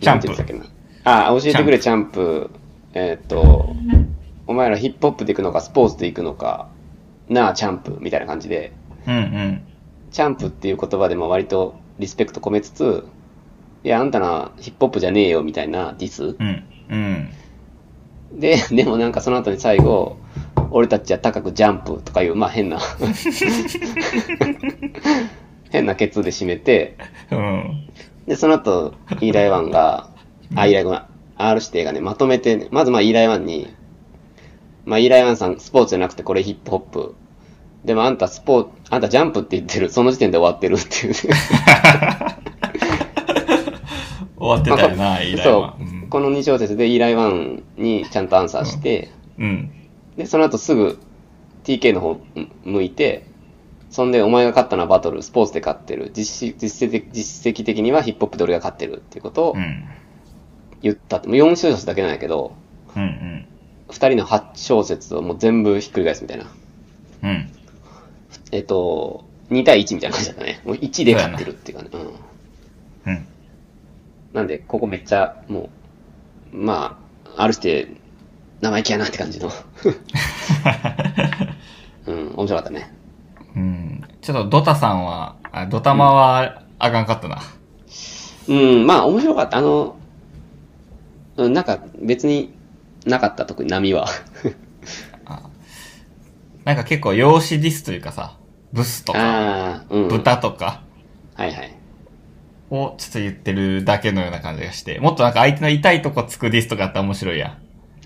チャンなんてプ言ってたっけな。あ、教えてくれ、チャンプ。えーっと、お前らヒップホップで行くのか、スポーツで行くのか、なあ、チャンプ、みたいな感じで、うんうん。チャンプっていう言葉でも割とリスペクト込めつつ、いや、あんたな、ヒップホップじゃねえよ、みたいなディス。うん。うん。で、でもなんかその後に最後、俺たちは高くジャンプとかいう、まあ変な、変なケツで締めて、うん。で、その後、イーライワンが、あ、イーライワン、R 指定がね、まとめてね、まずまあイーライワンに、まあイーライワンさん、スポーツじゃなくてこれヒップホップ。でもあんたスポーツ、あんたジャンプって言ってる、その時点で終わってるっていう。終わっ てたよな、イーライは。そうう。ん。この2小節でイーライワンにちゃんとアンサーして、うん。で、その後すぐ TK の方うん向いて、そんでお前が勝ったのはバトル、スポーツで勝ってる、実施実績的実績的にはヒップホップで俺が勝ってるっていうことをうん。言ったって、もう4小節だけなんやけど、うんうん。 2人の8小節をもう全部ひっくり返すみたいな。うん。えっと、2対1みたいな感じだった ね。もう1で勝ってるっていうかね。うん。うん。なんで、ここめっちゃ、もう、まあ、あるして、生意気やなって感じ の。うん、面白かったね。うん。ちょっとドタさんは、あドタマはあかんかったな。うん、まあ面白かった。あの、うん、なんか別になかった、特に波は。なんか結構容姿ディスというかさ、ブスと か、ああ、うん。豚とかはいはい。をちょっと言ってるだけのような感じがして、もっとなんか相手の痛いとこつくディスとかあったら面白いや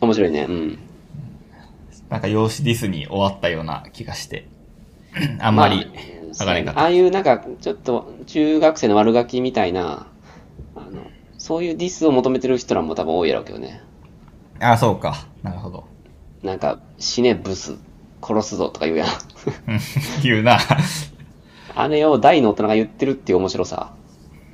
ん。面白いね、うん。なんか容姿ディスに終わったような気がして、あんまり上がれんかっああいうなんか、ちょっと中学生の悪ガキみたいな、あの、そういうディスを求めてる人らも多分多いやろうけどね。た。あ、そうか。なるほど。 なんか、死ねブス、殺すぞとか言うやん。 うん言うな。あれを大の大人が言ってるっていう面白さ。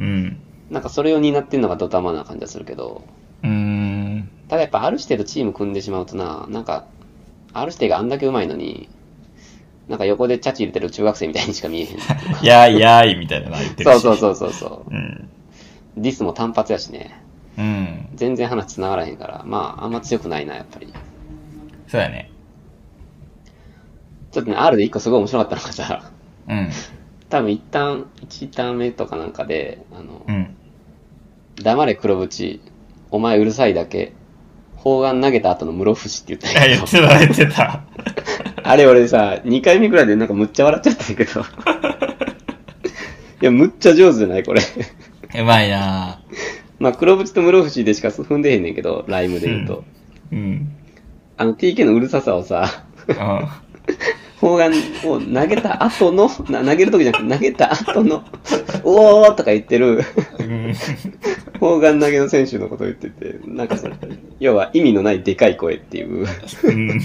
うん。なんかそれを担ってんのがドタマな感じがするけど。うーん。ただやっぱある程度チーム組んでしまうとな、なんか、ある程度があんだけ上手いのに、なんか横でチャチ入れてる中学生みたいにしか 見えへん。やーいやーいみたいなの言ってるそうし。そうう。そうそうそう。うん。ディスも単発やしね。うん。全然話繋がらへんから、まああんま強くないな、やっぱり。そうだね。ちょっとね、R で一個すごい面白かったのがさ、 うん。多分一旦、一ターン目とかなんかで、あのう、ん。黙れ黒縁、お前うるさいだけ、砲丸投げた後の室伏って言ったんいや、や言っけてた、言ってた。ど、あれ俺さ、2回目くらいでなんかむっちゃ笑っちゃったんやけど、い や、むっちゃ上手じゃないこれ。 うまいなまあ、黒縁と室伏でしか踏んでへんねんけど、ライムで言うと。ーうん。あの TK のうるささをさ、うん。砲丸を投げた後の、な投げる時じゃなくて投げた後の、 おーとか言ってる、 うん砲丸投げの選手のことを言ってて、なんかそれ、要は意味のないでかい声っていう、 うん。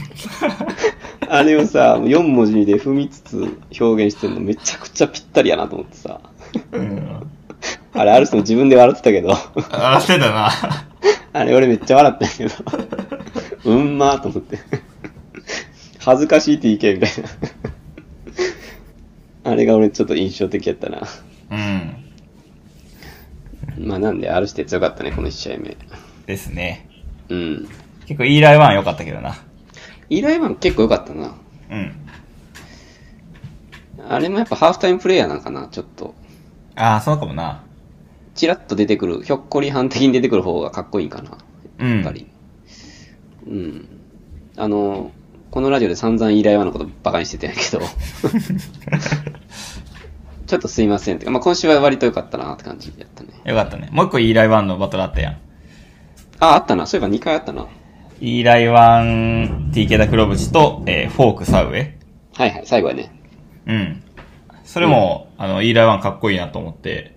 あれをさ、4文字で踏みつつ表現してるのめちゃくちゃぴったりやなと思ってさ、 うん。あれ、ある人も自分で笑ってたけど、 笑ってたな。あれ俺めっちゃ笑ったんやけど、 うんまーと思って。恥ずかしい TK みたいな。あれが俺ちょっと印象的やったな。うん。まあなんで、あるして強かったね、この1試合目。ですね。うん。結構イーライワン良かったけどな。イライマン結構良かったな。うん。あれもやっぱハーフタイムプレイヤーなんかな、ちょっと。ああ、そうかもな。チラッと出てくる、ひょっこりはん的に出てくる方がかっこいいんかな、うん。やっぱり。うん。あの、このラジオで散々イライマンのことバカにしてたんや けど。ちょっとすいませんってか、まあ、今週は割と良かったなって感じやったね。よかったね。もう一個イーライワンのバトルあったやん。あ、あったな。そういえば2回あったな。イーライワン、TK ダクロブチと、えーフォークサウエ。はいはい、最後やね。うん。それも、あの、イーライワンかっこいいなと思って、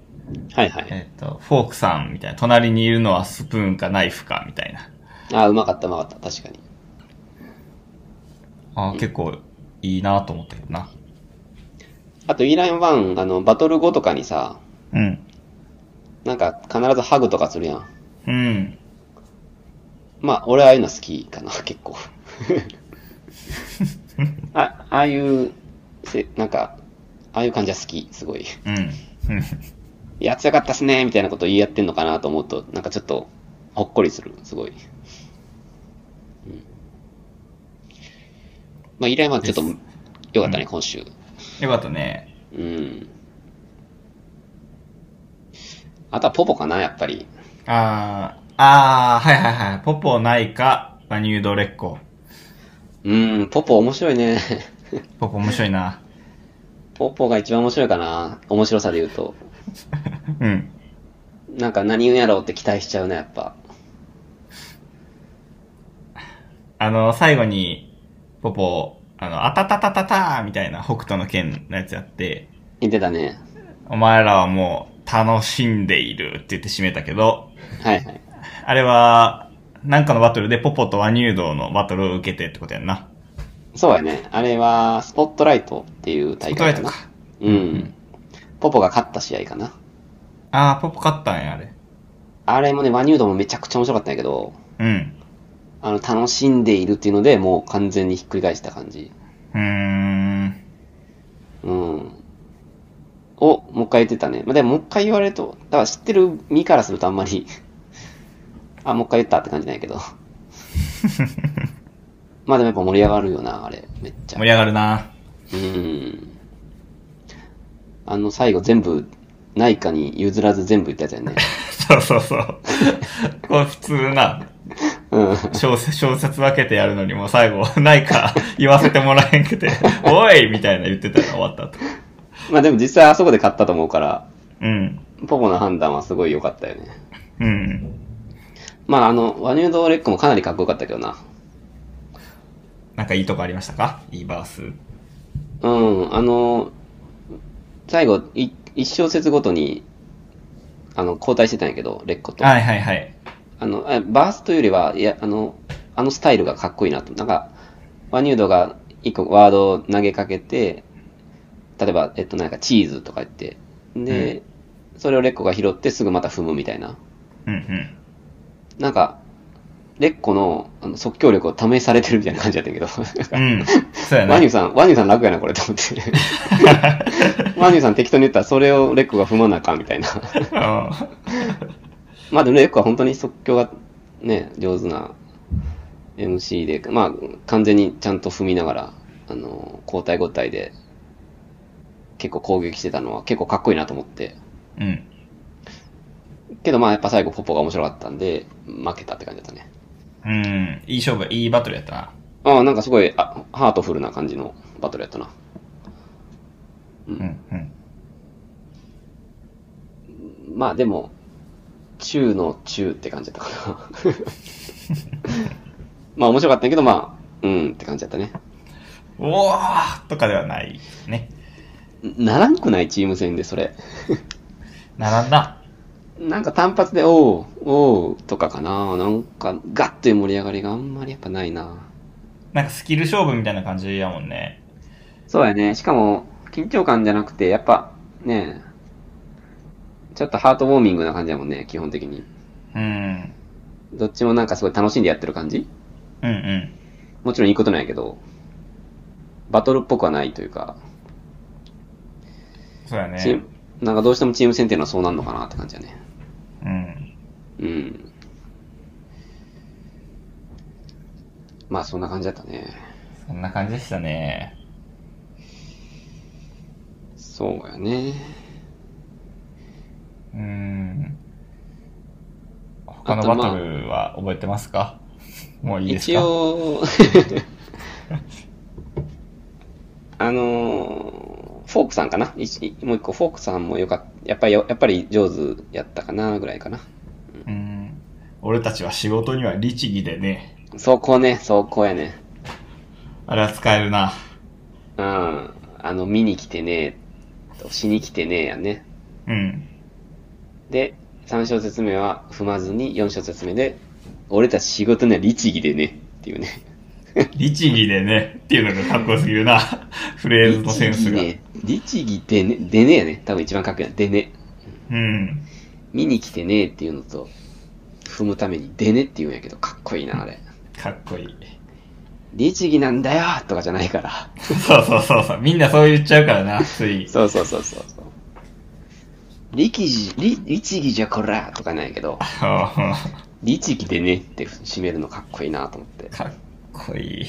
はいはい。えっ、と、フォークさんみたいな、隣にいるのはスプーンかナイフかみたいな。ああ、うまかったうまかった。確かに。あー結構いいなと思ったけどな。あと、イーライワン、あの、バトル後とかにさ、うん。なんか必ずハグとかするやん。うん。まあ、俺はああいうの好きかな、 結 構。あ、ああいう、せ、なんか、ああいう感じは好き、すごい。うん。うんいや、強かったっすね、みたいなこと言い合ってんのかなと思うと、なんかちょっと、ほっこりする、すごい。うん。まあ、依頼はちょっとです、よかったね、今週。よかったね。うん。あとはポポかな、やっぱり。あー、あー、はいはいはい。ポポないか、バニュードレッコ。うん、ポポ面白いね。 ポポ面白い な。ポポが一番面白いかな、面白さで言うと。うん。なんか何言うんやろうって期待しちゃうな、やっぱ。あの、最後に、ポポ、あの、あたたたたたーみたいな北斗の剣のやつやって、言ってたね。お前らはもう楽しんでいるって言って締めたけど、はいはい。あれは、なんかのバトルでポポとワニュードのバトルを受けてってことやんな。そうやね。あれは、スポットライトっていう大会かな。スポットライうん。ポポが勝った試合かな。あー、ポポ勝ったんや、あれ。あれもね、ワニュードもめちゃくちゃ面白かったんやけど、うん。あの、楽しんでいるっていうので、もう完全にひっくり返した感じ。うーん。うん。を、もう一回言ってたね。まあ、でももう一回言われると、だから知ってる身からするとあんまり、 あ、もう一回言ったって感じなんやけど。まあでもやっぱ盛り上がるよな、あれ。めっちゃ盛。り上がるな。うん。あの、最後全部、内科に譲らず全部言ったやつやね。そうそうそう。これ普通な、うん。小説、小説分けてやるのにもう最後、ないか言わせてもらえんくて、おいみたいな言ってたら終わったと。まあでも実際あそこで勝ったと思うから、うん。ポポの判断はすごい良かったよね。うん。まああの、ワニュード・レックもかなりかっこよかったけどな。なんかいいとこありましたかいいバース。うん、あの、最後、い一小節ごとに、あの、交代してたんやけど、レッコと。はいはいはい。あの、あバースというよりは、いや、あの、あのスタイルがかっこいいなと。なんか、ワニュードが一個ワードを投げかけて、例えば、えっと、なんかチーズとか言って、で、それをレッコが拾ってすぐまた踏むみたいな。うんうん。なんか、レッコのあの即興力を試されてるみたいな感じだったけど、うん。そうやな。ワニューさん、ワニューさん楽やな、これ、と思って。ワニューさん適当に言ったら、それをレッコが踏まなあかんみたいな。まあでもレッコは本当に即興がね、上手な MC で、まあ完全にちゃんと踏みながら、あの、交代交代で、結構攻撃してたのは結構かっこいいなと思って。うん。うん。けどまあやっぱ最後ポポが面白かったんで、負けたって感じだったね。うん。いい勝負、いいバトルやったな。ああ、なんかすごいあハートフルな感じのバトルやったな。うんうん。まあでも、中の中って感じだったかな。 まあ面白かったんやけど、まあ、うんって感じだったね。おーとかではない。ね。ならんくないチーム戦でそれ。並んだ。なんか単発で、おう、おうとかかな。なんかガッという盛り上がりがあんまりやっぱないな。なんかスキル勝負みたいな感じやもんね。そうやね。しかも、緊張感じゃなくて、やっぱ、ねえ、ちょっとハートウォーミングな感じだもんね、基本的に。うん。どっちもなんかすごい楽しんでやってる感じうんうん。もちろんいいことなんやけど、バトルっぽくはないというか、そうやチーねム。なんかどうしてもチーム戦っていうのはそうなんのかなって感じだね。うん。うん。まあそんな感じだったね。そんな感じでしたね。そうやね。うん。他のバトルは覚えてますか もういいですか一 応、あのーフォークさんかな一もう一個フォークさんもよかった。やっぱりよ、やっぱり上手やったかなぐらいかな。うん。俺たちは仕事には律儀でね。そこね、そこやね。あれは使えるな。うん。あの、見に来てねえ、しに来てねえやね。うん。で、3小節目は踏まずに、4小節目で、俺たち仕事には律儀でね、っていうね。律儀でね、っていうのがかっこよすぎるな。 フレーズのセンスが。律儀でね、律儀でね、でねやね。多分一番かっこいいな。でね。うん。見に来てねえっていうのと、踏むためにでねって言うんやけど、かっこいいな、あれ。かっこいい。律儀なんだよとかじゃないから。そうそうそうそう。みんなそう言っちゃうからな、つ い。そうそうそうそうそう。力士、り律儀じゃこらとかないけど、か律儀でねって締めるのかっこいいなと思って。っこいい。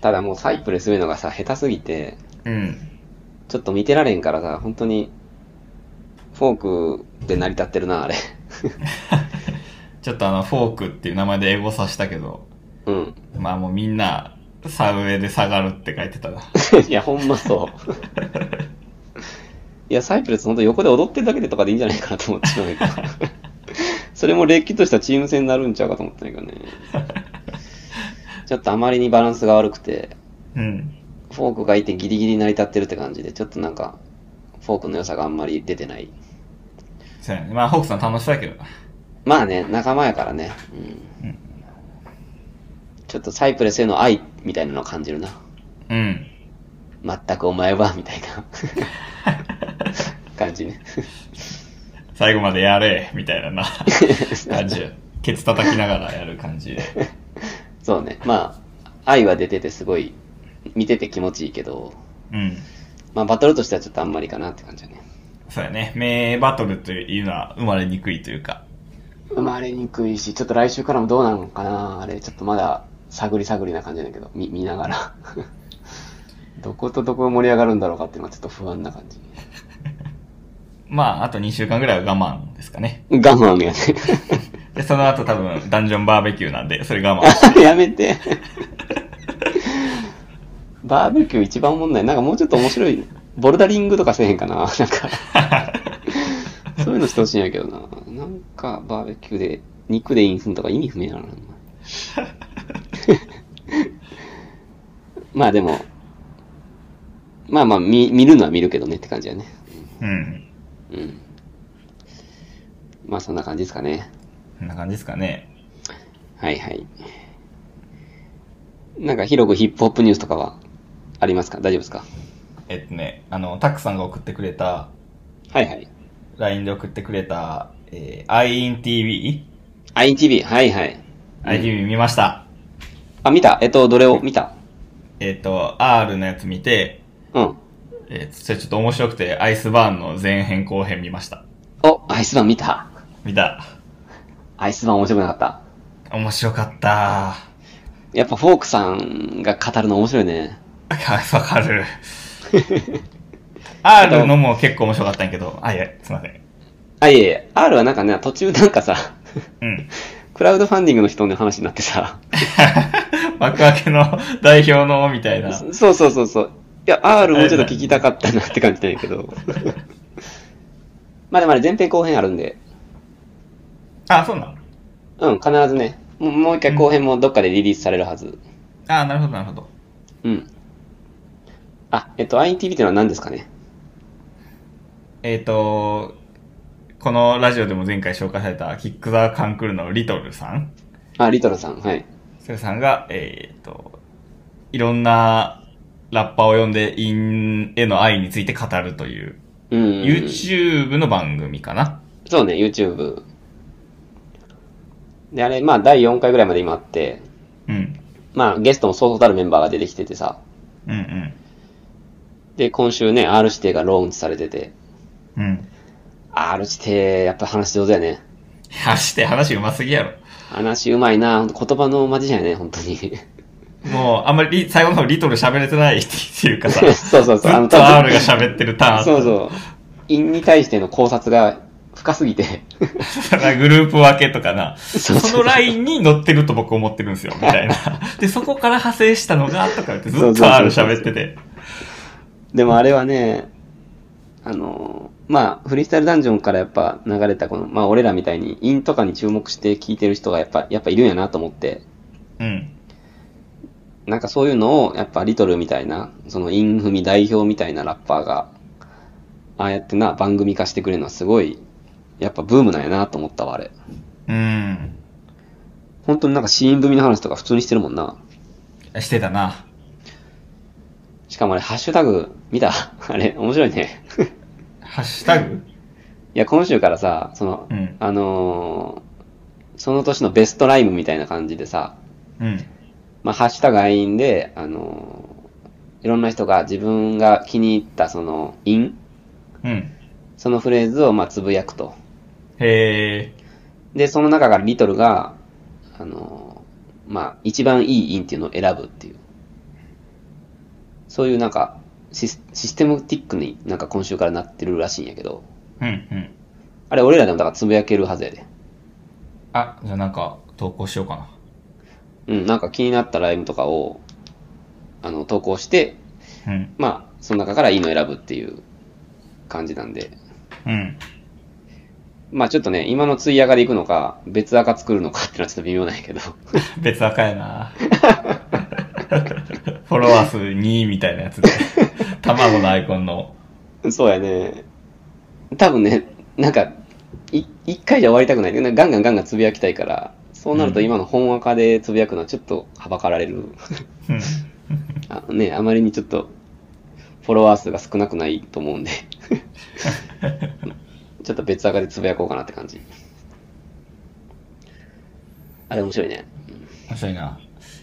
ただもうサイプレス上のがさ、下手すぎて、うん。ちょっと見てられんからさ、本当に、フォークで成り立ってるな、あれ。 ちょっとあの、フォークっていう名前で英語さしたけど、うん。まあもうみんな、サウェイで下がるって書いてたな。いや、ほんまそう。いや、サイプレス本当横で踊ってるだけでとかでいいんじゃないかなと思ってしまうけど。それもれっきとしたチーム戦になるんちゃうかと思ったんだけどね。ちょっとあまりにバランスが悪くて、うん。フォークがいてギリギリ成り立ってるって感じで、ちょっとなんか、フォークの良さがあんまり出てない。そうやね。まあ、ホークさん楽しそうやけどな。まあね、仲間やからね。うん。ちょっとサイプレスへの愛みたいなのを感じるな。うん。全くお前は、みたい な感じね。最後までやれ、みたいな な感じ。ケツ叩きながらやる感じで。そうね。まあ、愛は出ててすごい、見てて気持ちいいけど、うん。まあバトルとしてはちょっとあんまりかなって感じだね。そうやね。名バトルというのは生まれにくいというか。生まれにくいし、ちょっと来週からもどうなるのかなあれ、ちょっとまだ探り探りな感じだけど、見見なが ら。どことどこが盛り上がるんだろうかっていうのはちょっと不安な感じ。まあ、あと2週間ぐらいは我慢ですかね。我慢やで、その後多分、ダンジョンバーベキューなんで、それ我慢。ね。 やめて。バーベキュー一番おもんない。なんかもうちょっと面白い、ボルダリングとかせえへんかななんか。そういうのしてほしいんやけどな。なんかバーベキューで肉でインフンとか意味不明なのな。 まあでも、まあまあ見見るのは見るけどねって感じだね。うん。うん。まあそんな感じですかね。こんな感じですかね。はいはい。なんか広くヒップホップニュースとかはありますか大丈夫ですかえっとね、あの、タックさんが送ってくれた、はいはい。 LINE で送ってくれた、えー、INTV?INTV INTV、はいはい。見ました。あ、見たえっと、どれを見たえっと、R のやつ見て、うん。えー、それちょっと面白くて、アイスバーンの前編後編見ました。お、アイスバーン見た見た。アイスバーン面白くなかった。面白かった。やっぱフォークさんが語るの面白いね。わ かる。R のも結構面白かったんやけど、あ、いや、すいません。あ、いえいえ、R はなんかね、途中なんかさ、 うん。クラウドファンディングの人の話になってさ、幕開けの代表の、みたいな。そそうそうそうそう。いや、R もうちょっと聞きたかったなって感じなんやけど。まあでもあれ前編後編あるんで、あ、そうなうのん、必ずね、もうもう一回後編もどっかでリリースされるはず。あ、なるほど、なるほど。うん。あ、えっと、INTV っていうのは何ですかねえっ、と、このラジオでも前回紹介された、キックザーカンクルのリトルさん。あ、リトルさん、はい。それさんが、えっ、と、いろんなラッパーを呼んで、インへの愛について語るという、うんうんうん。 YouTube の番組かな。そうね、YouTube。で、あれ、まあ、第4回ぐらいまで今あって、うん。まあ、ゲストもそうそうたるメンバーが出てきててさ、うんうん。で、今週ね、R 指定がローンチされてて、うん。 R 指定、やっぱ話上手やね。話して話うますぎやろ。話うまいな、ほんと言葉のマジシャンやね、本当 に。もう、あんまりリ最後の方リトル喋れてないっていうかさ、ずそうそうそう、っと R が喋ってるターンあった。そう そう。因に対しての考察が深すぎて、グループ分けとかな。 そそうそうのラインに乗ってると僕思ってるんですよ、みたいな。で、そこから派生したのが、とか言ってずそっうそうそうと R 喋ってて。でもあれはね、あのーまあ、フリースタイルダンジョンからやっぱ流れたこの、まあ俺らみたいに、インとかに注目して聞いてる人がやっぱ、やっぱいるんやなと思って、うん。なんかそういうのを、やっぱリトルみたいな、そのインフミ代表みたいなラッパーが、ああやってな、番組化してくれるのはすごい、やっぱブームなんやなと思ったわ、あれ。うん。本当になんかシーン組の話とか普通にしてるもんな。してたな。しかもあれ、ハッシュタグ、見た あれ、面白いね。ハッシュタグいや、今週からさ、その、うんあのーその年のベストライムみたいな感じでさ、うん。まあ、ハッシュタグアインで、あのーいろんな人が自分が気に入ったその、インうん。そのフレーズをまあつぶやくと。へえ。で、その中からリトルが、あのーまあ、一番いいインっていうのを選ぶっていう。そういうなんか、シスシステムティックになんか今週からなってるらしいんやけど、うんうん。あれ俺らでもだからつぶやけるはずやで。あ、じゃあなんか投稿しようかうん、なんか気になったライブとかを、あの、投稿して、な。うん。まあ、その中からいいの選ぶっていう感じなんで。うん。まあちょっとね、今のツイヤがでいくのか、別赤作るのかっていうのはちょっと微妙なんやけど。別赤や な。フォロワー数2みたいなやつで。卵のアイコンの。そうやね。多分ね、なんか、い一回じゃ終わりたくない。なんかガンガンガンガンつぶやきたいから、そうなるとうん今の本赤でつぶやくのはちょっとはばかられる。うん。 あのね、あまりにちょっと、フォロワー数が少なくないと思 うんで。ちょっと別赤でつぶやこうかなって感じ。あれ面白いね。面白いな。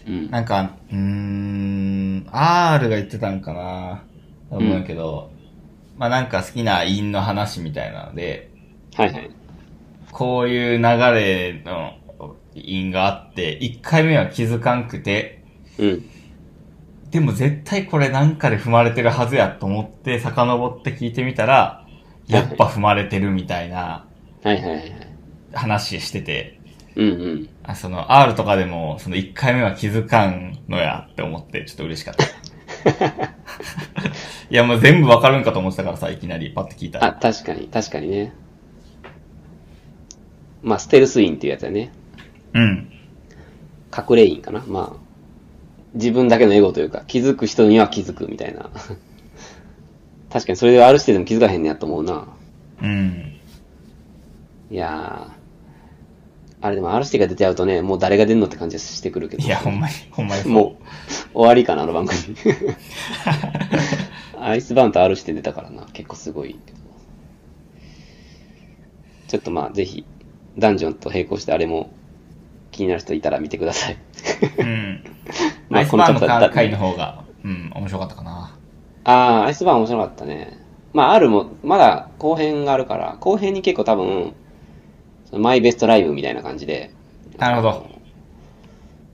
うん。なんか、うーん、R が言ってたんかな。と思うけど、まあなんか好きな韻の話みたいなので、はいはい。こういう流れの因があって、1回目は気づかんくて、うん。でも絶対これなんかで踏まれてるはずやと思って遡って聞いてみたら、やっぱ踏まれてるみたいなはいはいはい。話してて、うんうん。あその R とかでもその1回目は気づかんのやって思ってちょっと嬉しかった。い やもう全部わかるんかと思ってたからさ、いきなりパッて聞いたあ、ら。確かに、確かにね。まあ、ステルスインっていうやつだね。うん。隠れインかな。まあ、自分だけのエゴというか、気づく人には気づくみたいな。 確かに、それで R してでも気づかへんねやと思うな。うん。いやー、あれでも R してが出ちゃうとね、もう誰が出んのって感じがしてくるけど。いや、ほんまに、ほんまにそう。もう、終わりかな、あの番 組。アイスバーンと R して出たからな、結構すごいけど。ちょっとまあ、ぜひ、ダンジョンと並行してあれも気になる人いたら見てください。 うん。まアあイスバーンこのの方回の方が、うん、面白かったかな。ああ、アイスバーン面白かったね。まあ、R も、まだ後編があるから、後編に結構多分、そのマイベストライブみたいな感じで、なるほど。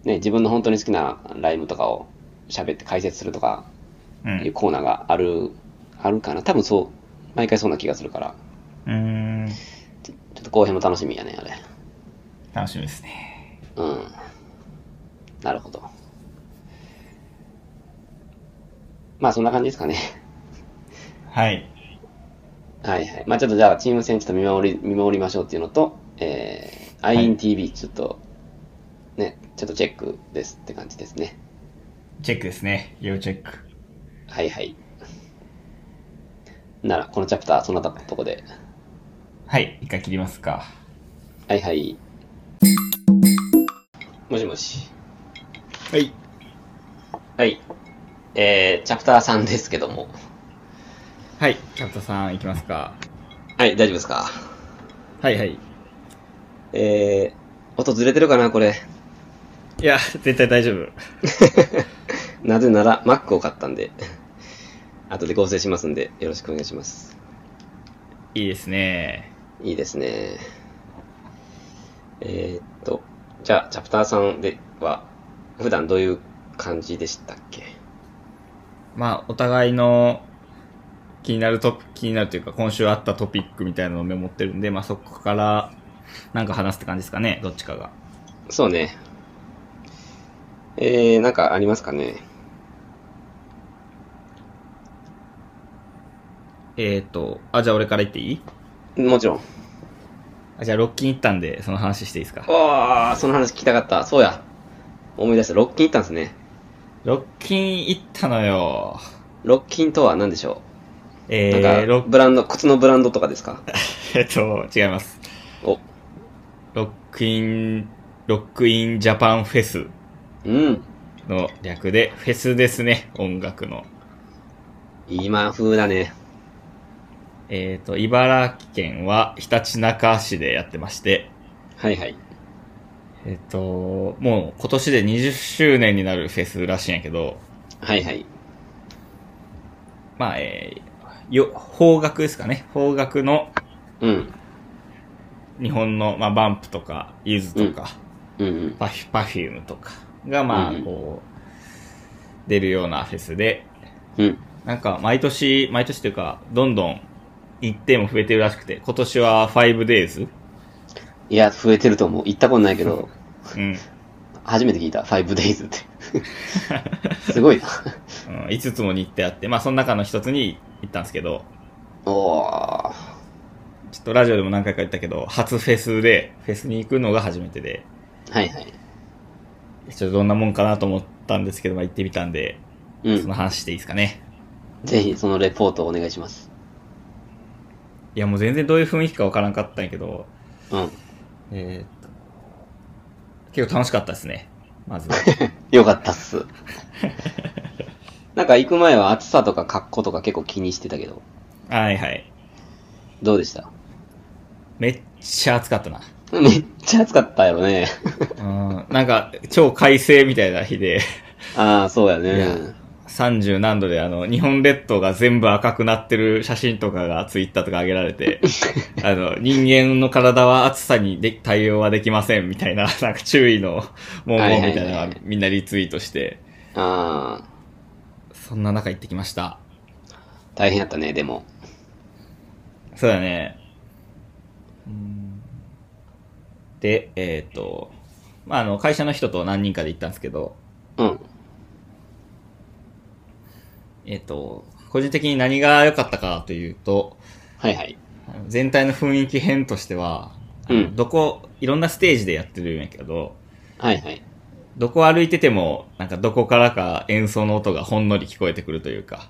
ね、自分の本当に好きなライブとかを喋って解説するとか、ういううコーナーがある、あるかな。多分そう、毎回そうな気がするから。ーん。ちょっと後編も楽しみやね、あれ。楽しみですね。うん。なるほど。まあそんな感じですかね。 はい。はいはい。まあちょっとじゃあチーム戦ちょっと見守り、見守りましょうっていうのと、えー、い INTV ちょっと、ね、ちょっとチェックですって感じですね。チェックですね。要チェック。はいはい。なら、このチャプター、そのなたとこで。はい。一回切りますか。はいはい。もしもし。はい。はい。えー、チャプター3ですけども。はい。キャットさん、いきますか。はい、大丈夫ですか。はいはい。えー、音ずれてるかな、これ。いや、絶対大丈夫。なぜなら、Mac を買ったんで。後で合成しますんで、よろしくお願いします。いいですね。いいですね。えー、っと、じゃあ、チャプター3では、普段どういう感じでしたっけまあ、お互いの気になるトピ気になるというか、今週あったトピックみたいなのをメモってるんで、まあそこから、なんか話すって感じですかね。どっちかが。そうね。えー、なんかありますかね。えーと、あ、じゃあ俺から言っていいもちろん。あじゃあ、ロッキン行ったんで、その話していいですか。わあ、その話聞きたかった。そうや。思い出した。ロッキン行ったんですね。ロッキン行ったのよ。ロッキンとは何でしょうえなんー、ロか、ッ、ブランド、靴のブランドとかですか えっと、違います。お、ロックイン、ロックインジャパンフェスうん。の略で、フェスですね、音楽の。今風だね。えっ、と、茨城県はひたちなか市でやってまして、はいはい。えっ、と、もう今年で20周年になるフェスらしいんやけど、はいはい。まあ、えーよ、邦楽ですかね。邦楽のうん。日本の、まあ、バンプとか、ゆずとか、うんうん。パフィ、パフュームとかが、まあう、んこう、出るようなフェスで、うん。なんか、毎年、毎年というか、どんどん一点も増えてるらしくて、今年は 5days? いや、増えてると思う。行ったことないけ ど、うん。初めて聞いた。5days って。すごいな。うん、5つも日程あって、まあその中の一つに行ったんですけど、おー。ちょっとラジオでも何回か言ったけど、初フェスで、フェスに行くのが初めてで、はいはい。ちょっとどんなもんかなと思ったんですけど、まあ行ってみたんで、うそのん。話していいですかね。ぜひ、そのレポートをお願いします。いやもう全然どういう雰囲気かわからんかったんやけど、うん。えーっと、結構楽しかったですね。まず。よかったっ す。なんか行く前は暑さとか格好とか結構気にしてたけど、はいはい。どうでしためっちゃ暑かったな。めっちゃ暑かったやろね。うん、なんか、超快晴みたいな日で、ああ、そうやいやね。 30何度であの、日本列島が全部赤くなってる写真とかがツイッターとか上げら れて、あの、人間の体は暑さにで対応はできませんみたいな、 なんか注意の文言みたはいはいいなはいのはがいみんなリツイートして、ああ、そんな中行ってきました。大変やったね、でも。そうだね。うんで、えっ、と、まあ、あの、会社の人と何人かで行ったんですけど、うん。えっ、と、個人的に何が良かったかというと、はいはい。あの全体の雰囲気編としては、あのうんどこ、いろんなステージでやってるんやけど、はいはい。どこ歩いてても、なんかどこからか演奏の音がほんのり聞こえてくるというか、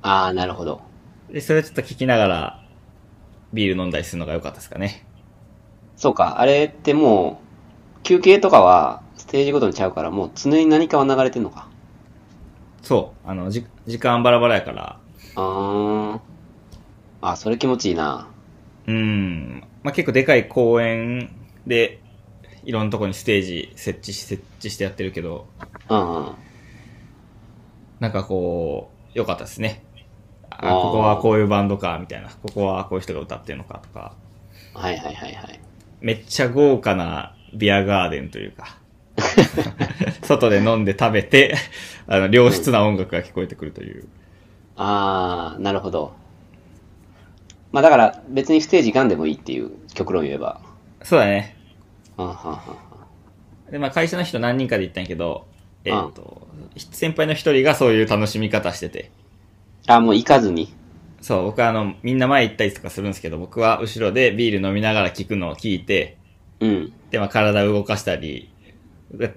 ああ、なるほど。で、それをちょっと聞きながら、ビール飲んだりするのが良かったですかね。そうか、あれってもう、休憩とかはステージごとにちゃうから、もう常に何かは流れてんのか。そう、あの、じ時間バラバラやから、あー。あ、それ気持ちいいな。うん、まあ、結構でかい公園で、いろんなとこにステージ設置し、設置してやってるけど、うんうん。なんかこう、良かったですね。あ、あーここはこういうバンドか、みたいな。ここはこういう人が歌ってるのかとか。はいはいはいはい。めっちゃ豪華なビアガーデンというか。外で飲んで食べて、あの、良質な音楽が聞こえてくるという。ああ、なるほど。まあだから別にステージガンでもいいっていう極論言えば。そうだね。あはんはんはで、まあ会社の人何人かで行ったんやけど、えっ、と、先輩の一人がそういう楽しみ方してて。んあもう行かずに。そう、僕はあの、みんな前行ったりとかするんですけど、僕は後ろでビール飲みながら聞くのを聞いて、うん。で、まあ、体を動かしたり、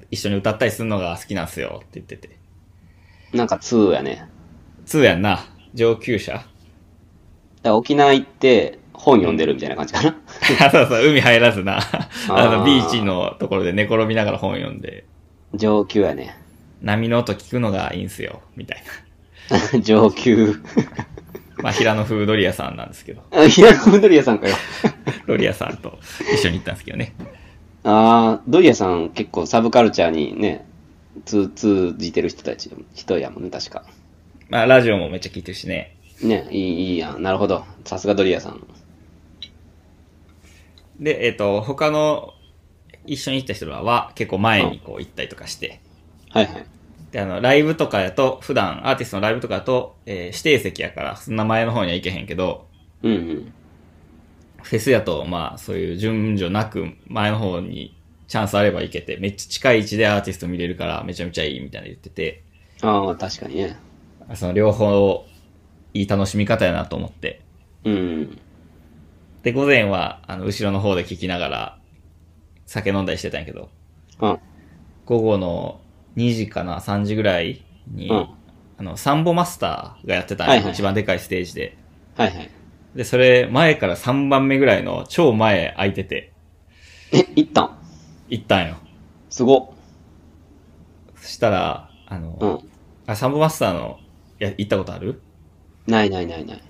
一緒に歌ったりするのが好きなんすよって言ってて。なんか2やね。通やんな。上級者だから沖縄行って本読んでるみたいな感じ かな。そうそう、海入らずな。ああの、ービーチのところで寝転びながら本読んで、上級や ね。波の音聞くのがいいんすよ、みたい上 級。な。まあ、平野風ドリアさんなんですけど、あ平野ドリアさんかよ。ドリアさんと一緒に行ったんですけどね。ああ、ドリアさん結構サブカルチャーにね、通、通じてる人たち、人やもんね、確か。まあ、ラジオもめっちゃ聞いてるしね。ね、いい、いいやん。なるほど。さすがドリアさん。で、えっ、と、他の一緒に行った人らは結構前にこう行ったりとかして、はいはい。で、あの、ライブとかやと、普段、アーティストのライブとかだと、えー指定席やから、そんな前の方には行けへんけど、うんうん。フェスやと、まあ、そういう順序なく、前の方にチャンスあれば行けて、めっちゃ近い位置でアーティスト見れるから、めちゃめちゃいいみたいな言ってて、ああ、確かにね。その両方、いい楽しみ方やなと思って。うん。で、午前は、あの、後ろの方で聞きながら、酒飲んだりしてたんやけど、うん。午後の2時かな、3時ぐらいに、うんあの、サンボマスターがやってた、はいはい一番でかいステージで。はいはい。で、それ、前から3番目ぐらいの超前空いてて、え、行ったん行ったんよ。すごそしたら、あうの、ん。あサンボマスターの、いや、行ったことあるないないないない。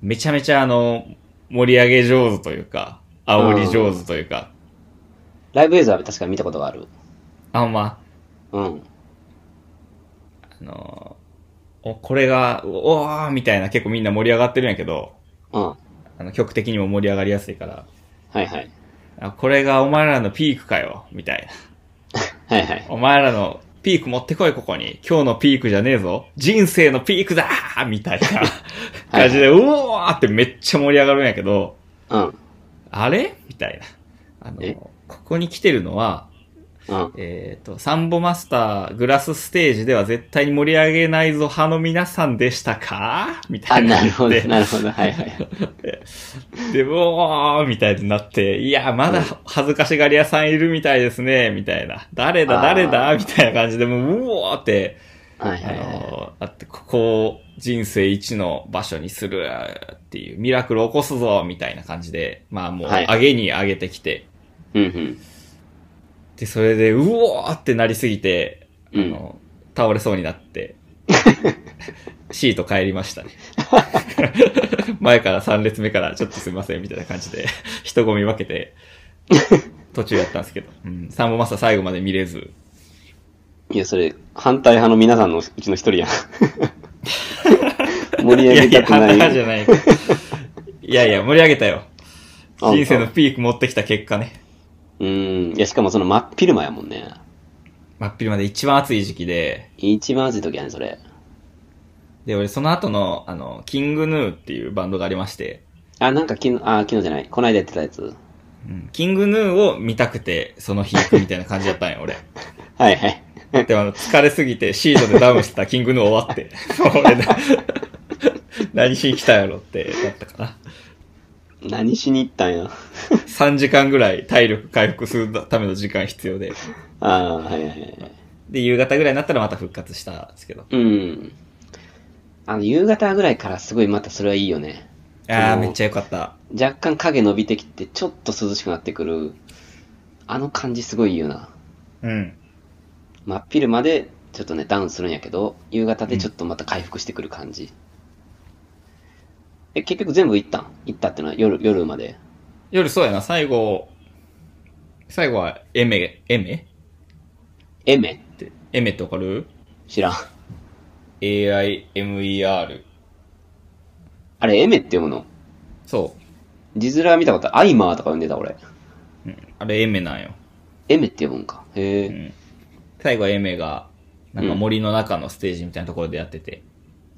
めちゃめちゃあの、盛り上げ上手というか、煽り上手というか、ライブ映像は確かに見たことがある。あんま、うん。あのーおこれが、おーみたいな結構みんな盛り上がってるんやけど、うん。はあの、曲的にも盛り上がりやすいから、いはい。あこれがお前らのピークかよ、みたいはいはいな。。お前らのピーク持ってこい、ここに。今日のピークじゃねえぞ。人生のピークだーみたいな感じで、うおーってめっちゃ盛り上がるんやけど、うん。あれみたいな。あのえー、ここに来てるのは、うん。えっ、と、サンボマスターグラスステージでは絶対に盛り上げないぞ派の皆さんでしたかみたあ、いな。なるほでど、なるほど。はいはい。で、うおーみたいになって、いや、まだ恥ずかしがり屋さんいるみたいですね、みたいな。誰だ、あー誰だみたいな感じで、もう、うおーって、はいあはいはい。のーあって、ここを人生一の場所にするっていう、ミラクル起こすぞ、みたいな感じで、まあもう、はい上げに上げてきて、うんで、それで、うおーってなりすぎて、うん。うあん。の、倒れそうに なって、シート帰りましたね。前から3列目からちょっとすいませんみたいな感じで、人混み分け て、途中やったんですけど、うん、サンボマスター最後まで見れず、いや、それ、反対派の皆さんのうちの一人や ん。盛り上げたくない。いやいや、反対派じゃない。いやいや、盛り上げたよ。あ人生のピーク持ってきた結果ね。うん。いや、しかもその真っ昼間やもんね。真っ昼まで一番暑い時期で、一番暑い時やね、それ。で、俺その後の、あの、キングヌーっていうバンドがありまして、あ、なんか昨日、あ、昨日じゃない。こないだやってたやつ。うんキングヌーを見たくて、その日行くみたいな感じだったん よ、俺。はいはい。でもあの、疲れすぎてシートでダウンしてたキングヌー終わって、 俺な、何しに来たんやろってなったかな。何しに行ったんや。 3時間ぐらい体力回復するための時間必要で。あーはいはいはい。で、夕方ぐらいになったらまた復活したんですけど。うん。あの、夕方ぐらいからすごいまたそれはいいよね。ああ、うんめっちゃよかった。若干影伸びてきて、ちょっと涼しくなってくる。あの感じすごいいいよな。うん。真っ昼までちょっとね、ダウンするんやけど、夕方でちょっとまた回復してくる感じ。え、結局全部行ったん行ったってのは夜、夜まで。夜そうやな、最後、最後はエメ、エメえめって、エメってわかる知らん。 ?AIMER。あれ、えめって読むのそ字面は見たことあるアイマーとか読んでた俺。う。うん、あれエメなんよ。えめって読むんか。へうえ。ん。最後はエメが、なんか森の中のステージみたいなところでやってて。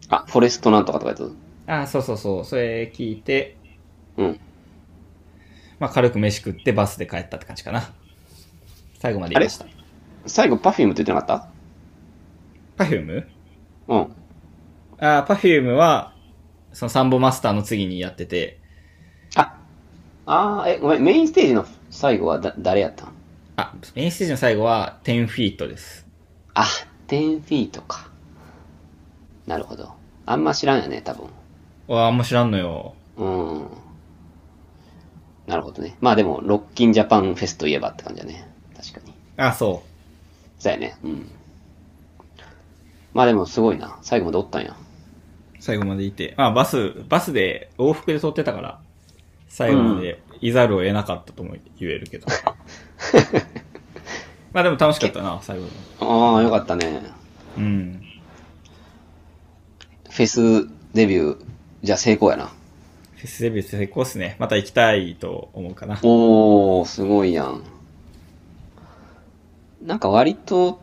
あ、フォレストなんとかとかやつ。あ、そうそうそう。それ聞いて、うん。まあ、軽く飯食ってバスで帰ったって感じかな。最後まで行いました。最後、パフュームって言ってなかっパフュームたうん。あ、パフュームは、そのサンボマスターの次にやってて、あ、あーえ、ごめん、メインステージの最後はだ、誰やったんあ、メインステージの最後は10フィートです。あ、10フィートか。なるほど。あんま知らんよね、多分。うわあ、あんま知らんのよ。うん。なるほどね。まあでも、ロッキンジャパンフェスといえばって感じだね。確かに。あ、そそうやね。うん。まあでも、すごいな。最後までおったんや。う。最後までいて。まあ、バス、バスで往復で通ってたから、最後までいざるを得なかったとも言えるけ ど。まあでも楽しかったな、最後まで。ああ、よかったね。うん。フェスデビュー、じゃあ成功やな。フェスデビュー成功っすね。また行きたいと思うかな。おー、すごいやん。なんか割と、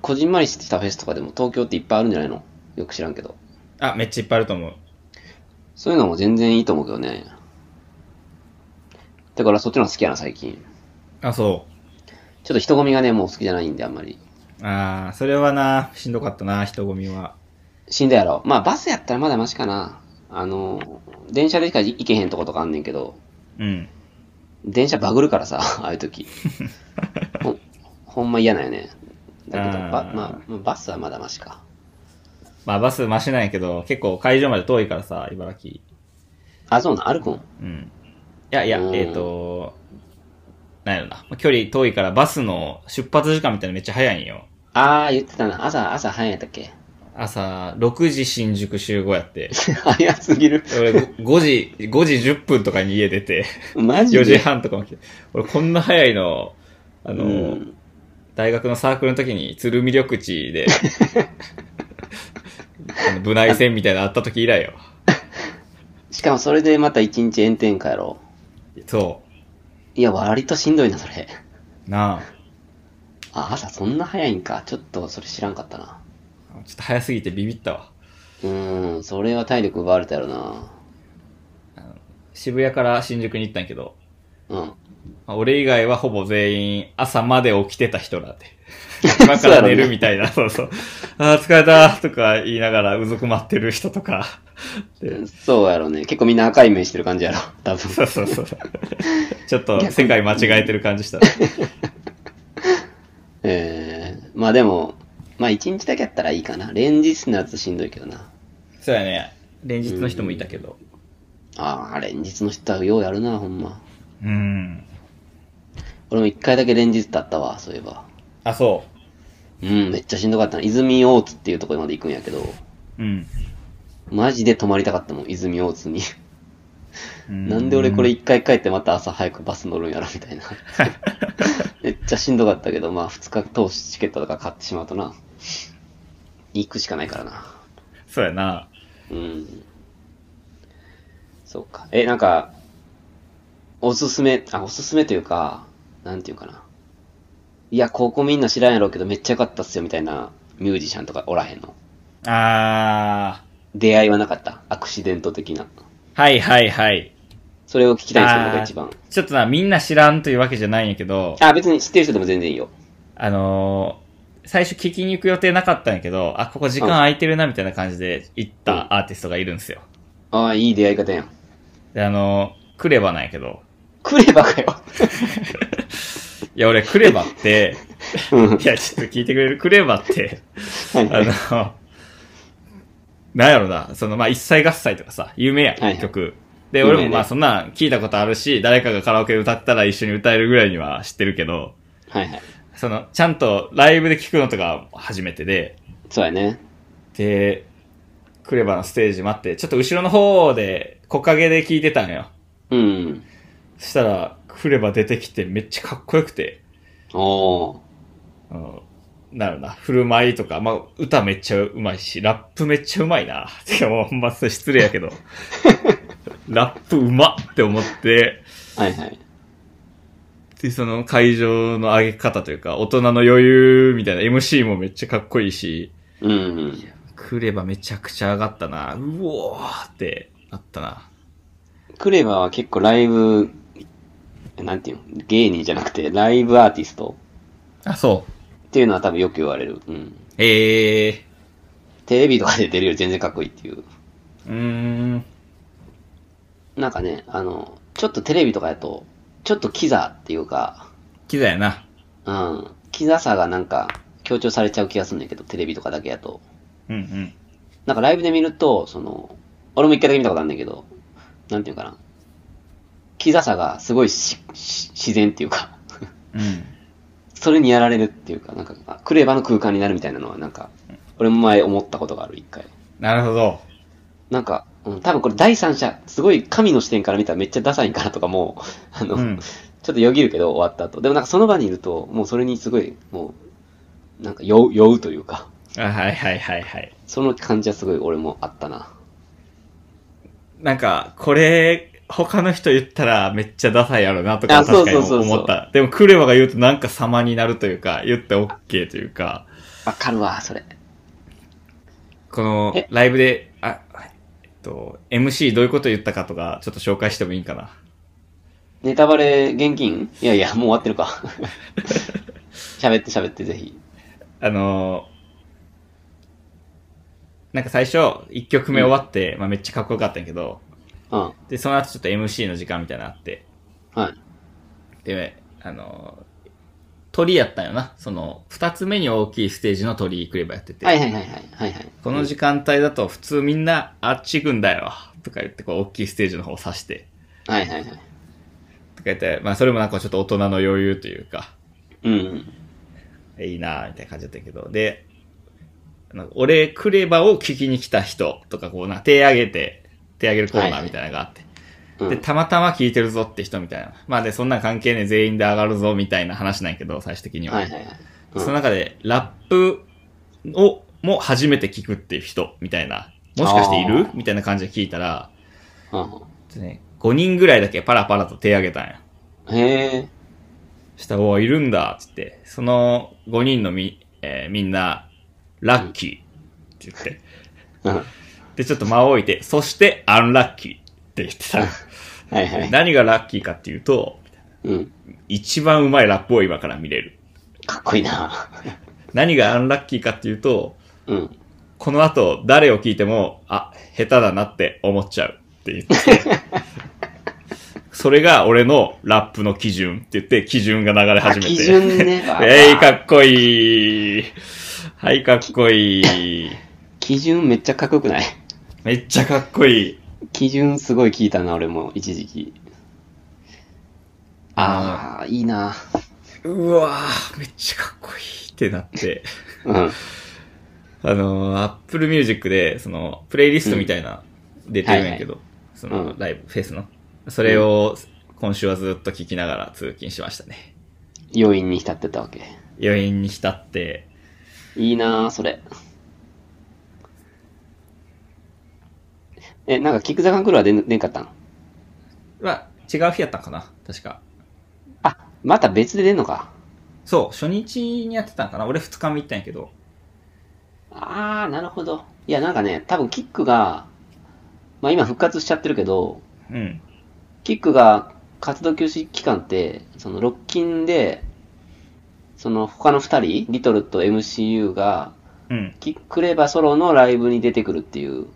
こじんまりしたフェスとかでも東京っていっぱいあるんじゃないのよく知らんけど。あ、めっちゃいっぱいあると思う。そういうのも全然いいと思うけどね。だからそっちの方が好きやな、最近。あ、そちょっと人混みがね、もう好きじゃないんで、あんまり。う。ああ、それはな、しんどかったな、人混みは。死んだやろ。まあ、バスやったらまだマシかな。あの、電車でしか行けへんとことかあんねんけど、うん。 電車バグるからさ、ああいう時。ほんほんま嫌なんよね。だけど、あーばまあ、まあバスはまだマシか。まあバスマシなんやけど、結構会場まで遠いからさ、茨城。あ、そうなん、歩くんうん。いやいや、うんえっ、と、なんやろな。距離遠いからバスの出発時間みたいなのめっちゃ早いんよ。ああ、言ってたな。朝、朝早いんやったっけ 朝6時新宿集合やって。早すぎる。俺5時、5時10分とかに家出て、マジ4時で。半とかも来て。俺こんな早いの、あの、うん大学のサークルの時に鶴見緑地 で、あの部内戦みたいなのあった時以来よ。しかもそれでまた一日炎天下やろ。そいや、割としんどいな、それ。う。なあ。あ、朝そんな早いんか。ちょっとそれ知らんかったな。ちょっと早すぎてビビったわ。うーん、それは体力奪われたやろな。渋谷から新宿に行ったんやけど、うん。まあ俺以外はほぼ全員朝まで 起きてた人だって。今から寝るみたいな、そうそう。ああ、疲れたとか言いながらうずくまってる人とか。 でそうやろね。結構みんな赤い目してる感じやろ。 多分。そうそうそう。ちょっと世界間違えてる感じした。ええまあでも、まあ一日だけやったらいいかな。連日のやつしんどいけどな。 そうやね。連日の人もいたけど。ああ、連日の人はようやるな、ほんま。うん。俺も一回だけ連日だったわ、そういえば。あ、そうん、めっちゃしんどかったな。泉大津っていうところまで行くんやけど、う。うん。マジで泊まりたかったもん、泉大津に。なんで俺これ一回帰ってまた朝早くバス乗るんやろ、みたい な。めっちゃしんどかったけど、まあ二日通しチケットとか買ってしまうとな。行くしかないからな。そうやな。うん。そうか。え、なんか、おすすめ、あ、おすすめというか、なんていうかな。いや、ここみんな知らんやろうけど、めっちゃ良かったっすよ、みたいなミュージシャンとかおらへんの。あ出会いはなかった。アクシデント的な。ー。はいはいはい。それを聞きたいんですよ、僕あがー一番。ちょっとな、みんな知らんというわけじゃないんやけど、あ、別に知ってる人でも全然いいよ。あのー最初聞きに行く予定なかったんやけど、あ、ここ時間空いてるなみたいな感じで行ったアーティストがいるんですよ。ああ、いい出会い方やん。で、あのークレバなんやけど、来ればかよ。いや、俺、クレバ って、うんいや、ちょっと聞いてくれるクレバって、はいあの、なんやろな、その、まあ、一切合切とかさ、有名やはいはん、い曲。で、有名ね俺もまあ、そんなん聞いたことあるし、誰かがカラオケで歌ったら一緒に歌えるぐらいには知ってるけど、はいはい。その、ちゃんとライブで聞くのとか初めてで、そうやね。で、クレバのステージ待って、ちょっと後ろの方で、木陰で聞いてたのよ。うん。そしたら、クレバ出てきてめっちゃかっこよくて、おー。あのなるな。振る舞いとか、まあ、歌めっちゃうまいし、ラップめっちゃうまいな。てかもう、ほんま、それ失礼やけ ど。ラップうまって思って、はいはい。で、その会場の上げ方というか、大人の余裕みたいな、MC もめっちゃかっこいいし、うん。来ればめちゃくちゃ上がったな。うおーってなったな。クレバは結構ライブ、なんていうの芸人じゃなくて、ライブアーティストあ、そう。っていうのは多分よく言われる。うん。ええテレビとかで出るより全然かっこいいっていう。ー。うーん。なんかね、あの、ちょっとテレビとかやと、ちょっとキザっていうか、キザやな。うん。キザさがなんか強調されちゃう気がするんだけど、テレビとかだけやと。うんうん。なんかライブで見ると、その、俺も一回だけ見たことあるんだけど、なんていうかな。キザさがすごいしし自然っていうか。 うん。それにやられるっていうか、なんか、あクレバの空間になるみたいなのは、なんか、俺も前思ったことがある、一回。なるほど。なんか、うん、多分これ第三者、すごい神の視点から見たらめっちゃダサいんかなとかも、あの、うんちょっとよぎるけど終わった後。でもなんかその場にいると、もうそれにすごい、もう、なんか酔う、酔うというか、あ、はいはいはいはい。その感じはすごい俺もあったな。なんか、これ、他の人言ったらめっちゃダサいやろなとかあそ確うかそにうそうそう思った。でも、クレバが言うとなんか様になるというか、言って OK というか、わかるわ、それ。このえライブで、あ、えっと、MC どういうこと言ったかとか、ちょっと紹介してもいいんかな。ネタバレ現金いやいや、もう終わってるか。 喋って喋って、ぜひ。あのーなんか最初、1曲目終わって、まあめっちゃかっこよかったんやけど、うん。はい。で、その後ちょっと MC の時間みたいなのあって、はいで、あの、鳥やったよな。その、二つ目に大きいステージの鳥居クレバやってて。はいはいはいはい。はいはい。この時間帯だと普通みんなあっち行くんだよ。とか言って、こう大きいステージの方を指して。はいはいはい。とか言って、まあそれもなんかちょっと大人の余裕というか、うん。いいなぁみたいな感じだったけど。で、なんか俺クレバを聞きに来た人とかこうな、手挙げて、手挙げるコーナーみたいなのがあって。うん、で、たまたま聞いてるぞって人みたいな。まあで、そんなん関係ねえ全員で上がるぞみたいな話なんやけど、最終的には。はいはいはい。うんその中で、ラップを、も初めて聞くっていう人、みたいな。もしかしているあーみたいな感じで聞いたら、うね、5人ぐらいだけパラパラと手挙げたんや。んへえ。したら、おーいるんだ、つって。その5人のみ、えーみんな、ラッキーって言って。うん。はいで、ちょっと間を置いて、そして、アンラッキーって言 ってた。はい。何がラッキーかっていうと、うん。一番うまいラップを今から見れる。かっこいいな。何がアンラッキーかっていうと、うん。この後誰を聞いても、あ、下手だなって思っちゃう って言って。それが俺のラップの基準って言って、基準が流れ始めて。あ基準 ねえい、かっこいい。はい、かっこいい。基準めっちゃかっこよくないめっちゃかっこいい。基準すごい聞いたな、俺も、一時期。ああ、いいな。うわぁ、めっちゃかっこいいってなって。うん。あのー、Apple Music で、その、プレイリストみたいな、出てるんやけど、その、うんライブ、フェスの。それを、今週はずっと聞きながら通勤しましたね。余韻に浸ってたわけ。余韻に浸って、いいなそれ。え、なんか、キックザカンクルーは出ん出んかったのまあ、違う日やったんかな確か。あ、また別で出んのか。そう、初日にやってたんかな俺2日目行ったんやけど。ああ、なるほど。いや、なんかね、多分キックが、まあ今復活しちゃってるけど、うん。キックが活動休止期間って、そのロッキンで、その他の二人、リトルと MCU が、うん。キックレバソロのライブに出てくるっていう。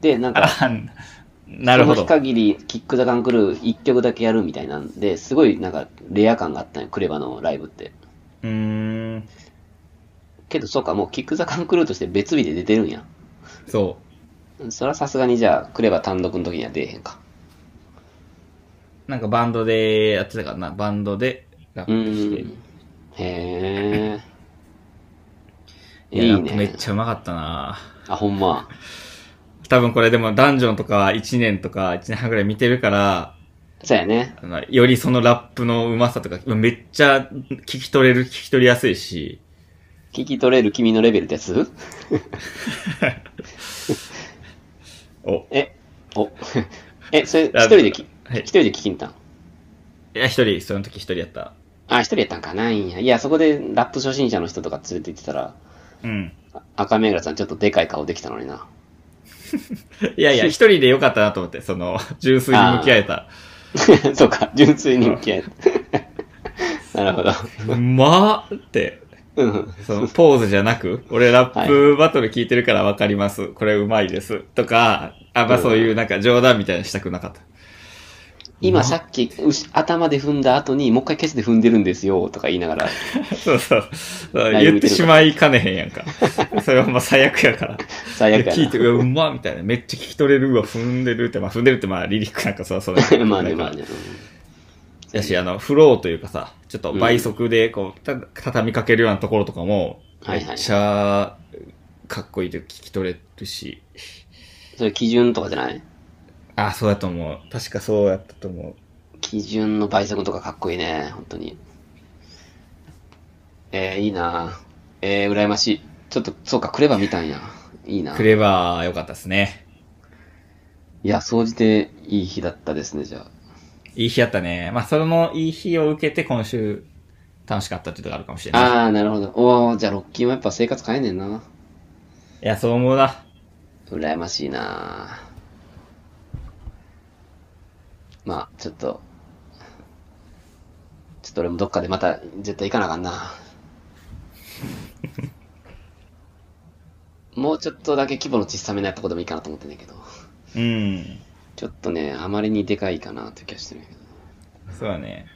で、なんあか、なるそほどの日。限り、キック・ザ・カン・クルー一曲だけやるみたいなんで、すごいなんかレア感があったんよ、クレバのライブって。うーん。けどそうか、もうキック・ザ・カン・クルーとして別日で出てるんや。そそれはさすがにじゃあ、クレバ単独の時には出えへんか。う。なんかバンドでやってたからな。バンドでラッうプして。ん。へえ。やいいラップめっね。ちゃうまかったなあ、ほんま。多分これでもダンジョンとか1年とか1年半ぐらい見てるから、そうやね。あのよりそのラップのうまさとか、めっちゃ聞き取れる、聞き取りやすいし、聞き取れる君のレベルってやつお、え、お、え、それ、あ一人でき、はい一人で聞きに行ったんいや、一人、その時一人やった。あ、一人やったんかないんや。いや、そこでラップ初心者の人とか連れて行ってたら、うん。赤目倉さんちょっとでかい顔できたのにな。 いやいや、一人でよかったなと思って、その、 純粋に向き合えた。 そうか、純粋に向き合え た。なるほど。うまーって、うん。その、ポーズじゃなく、俺ラップバトル聞いてるからわかります。これうまいです。とか、あ、まあうんそういうなんか冗談みたいにしたくなかった。 今さっき、うし頭で踏んだ後に、もう一回消して踏んでるんですよ、とか言いながら。そうそうそう。何言見るっててかしまいかねへんやんか。それはまあ最悪やから。最悪やな。聞いて、うわ、うまっみたいな。めっちゃ聞き取れるわ、踏んでるって。まあ踏んでるってまあリリックなんかさ、それ まあね、まあね。やし、あの、フローというかさ、ちょっと倍速で、こう、た畳みかけるようなところとかも、はいはめいっちゃ、かっこいいというか聞き取れるし。それ基準とかじゃないあ、そうだと思う。確かそうやったと思う。基準の倍速とかかっこいいね、本当に。えー、いいなえー、羨ましい。ちょっと、そうか、クレバ見たんや。いいなクレバー、良かったですね。いや、総じていい日だったですね、じゃあ。いい日やったね。まあ、そのいい日を受けて、今週、楽しかったっていうとこあるかもしれない。あー、なるほど。おー、じゃあ、ロッキーもやっぱ生活変えねんな。いや、そう思うな。羨ましいなまあ、ちょっと、ちょっと俺もどっかでまた絶対行かなあかん な。もうちょっとだけ規模の小さめなとこでもいいかなと思ってんだけど、うん。ちょっとね、あまりにでかいかなという気がしてるんやけど。そうだね。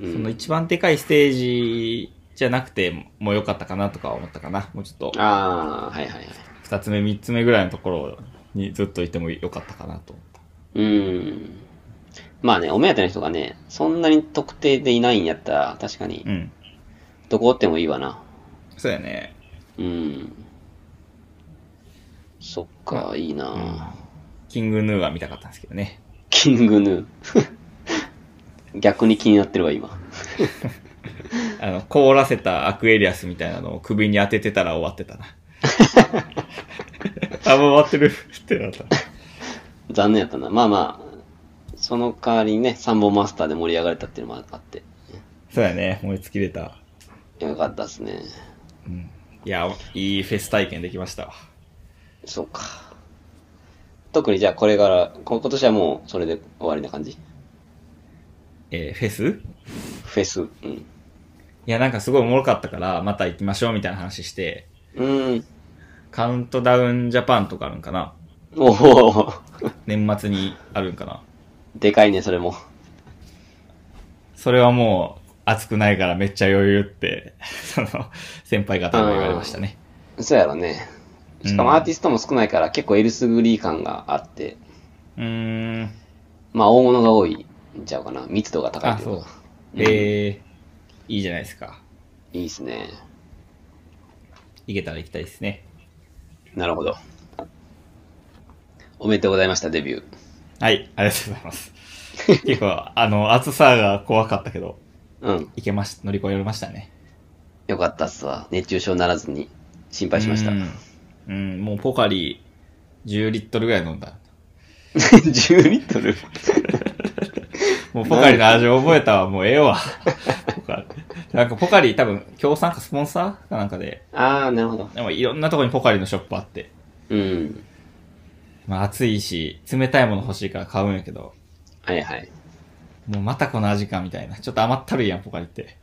うんその一番でかいステージじゃなくても良かったかなとかは思ったかな。もうちょっと、ああ、はいはいはい。二つ目、三つ目ぐらいのところにずっといても良かったかなと思った。うん。まあね、お目当ての人がね、そんなに特定でいないんやったら、確かにう、ん。どこおってもいいわな。そうやね。うん。そっか、いいなキングヌーは見たかったんですけどね。キングヌー。 逆に気になってるわ、今。あの、凍らせたアクエリアスみたいなのを首に当ててたら終わっ てたな。あ、もう終わってるってなった。残念やったな。まあまあ、その代わりにね、三本マスターで盛り上がれたっていうのもあって、そうやね。燃え尽きれた。よかったですね。うん。いや、いいフェス体験できましたわ。そうか。特にじゃあこれから、こ今年はもうそれで終わりな感じえーフェスフェス。うん。いや、なんかすごいおもろかったから、また行きましょうみたいな話して、うん。カウントダウンジャパンとかあるんかなおお年末にあるんかなでかいね、それも。それはもう、暑くないからめっちゃ余裕って、 その、先輩方が言われましたね。そうやろね。しかもアーティストも少ないから結構エルスグリー感があって、うーん。まあ大物が多いんちゃうかな。密度が高いあ、といそううか。。ええいいじゃないですか。いいっすね。行けたら行きたいですね。なるほど。おめでとうございました、デビュー。はい、ありがとうござ います。結構、あの、暑さが怖かったけど、うん。行けまし乗り越えられましたね。よかったっすわ。熱中症ならずに心配しました。 うん。うん、もうポカリ10リットルぐらい飲んだ。 10リットル もうポカリの味覚えたわ、もうええわ。ポカリなんかポカリ多分、協賛かスポンサーかなんかで、ああ、なるほど。でもいろんなとこにポカリのショップあって、うん。まあ暑いし、冷たいもの欲しいから買うんやけど、はいはい。もうまたこの味かみたいな。ちょっと甘ったるいやん、ポカリって。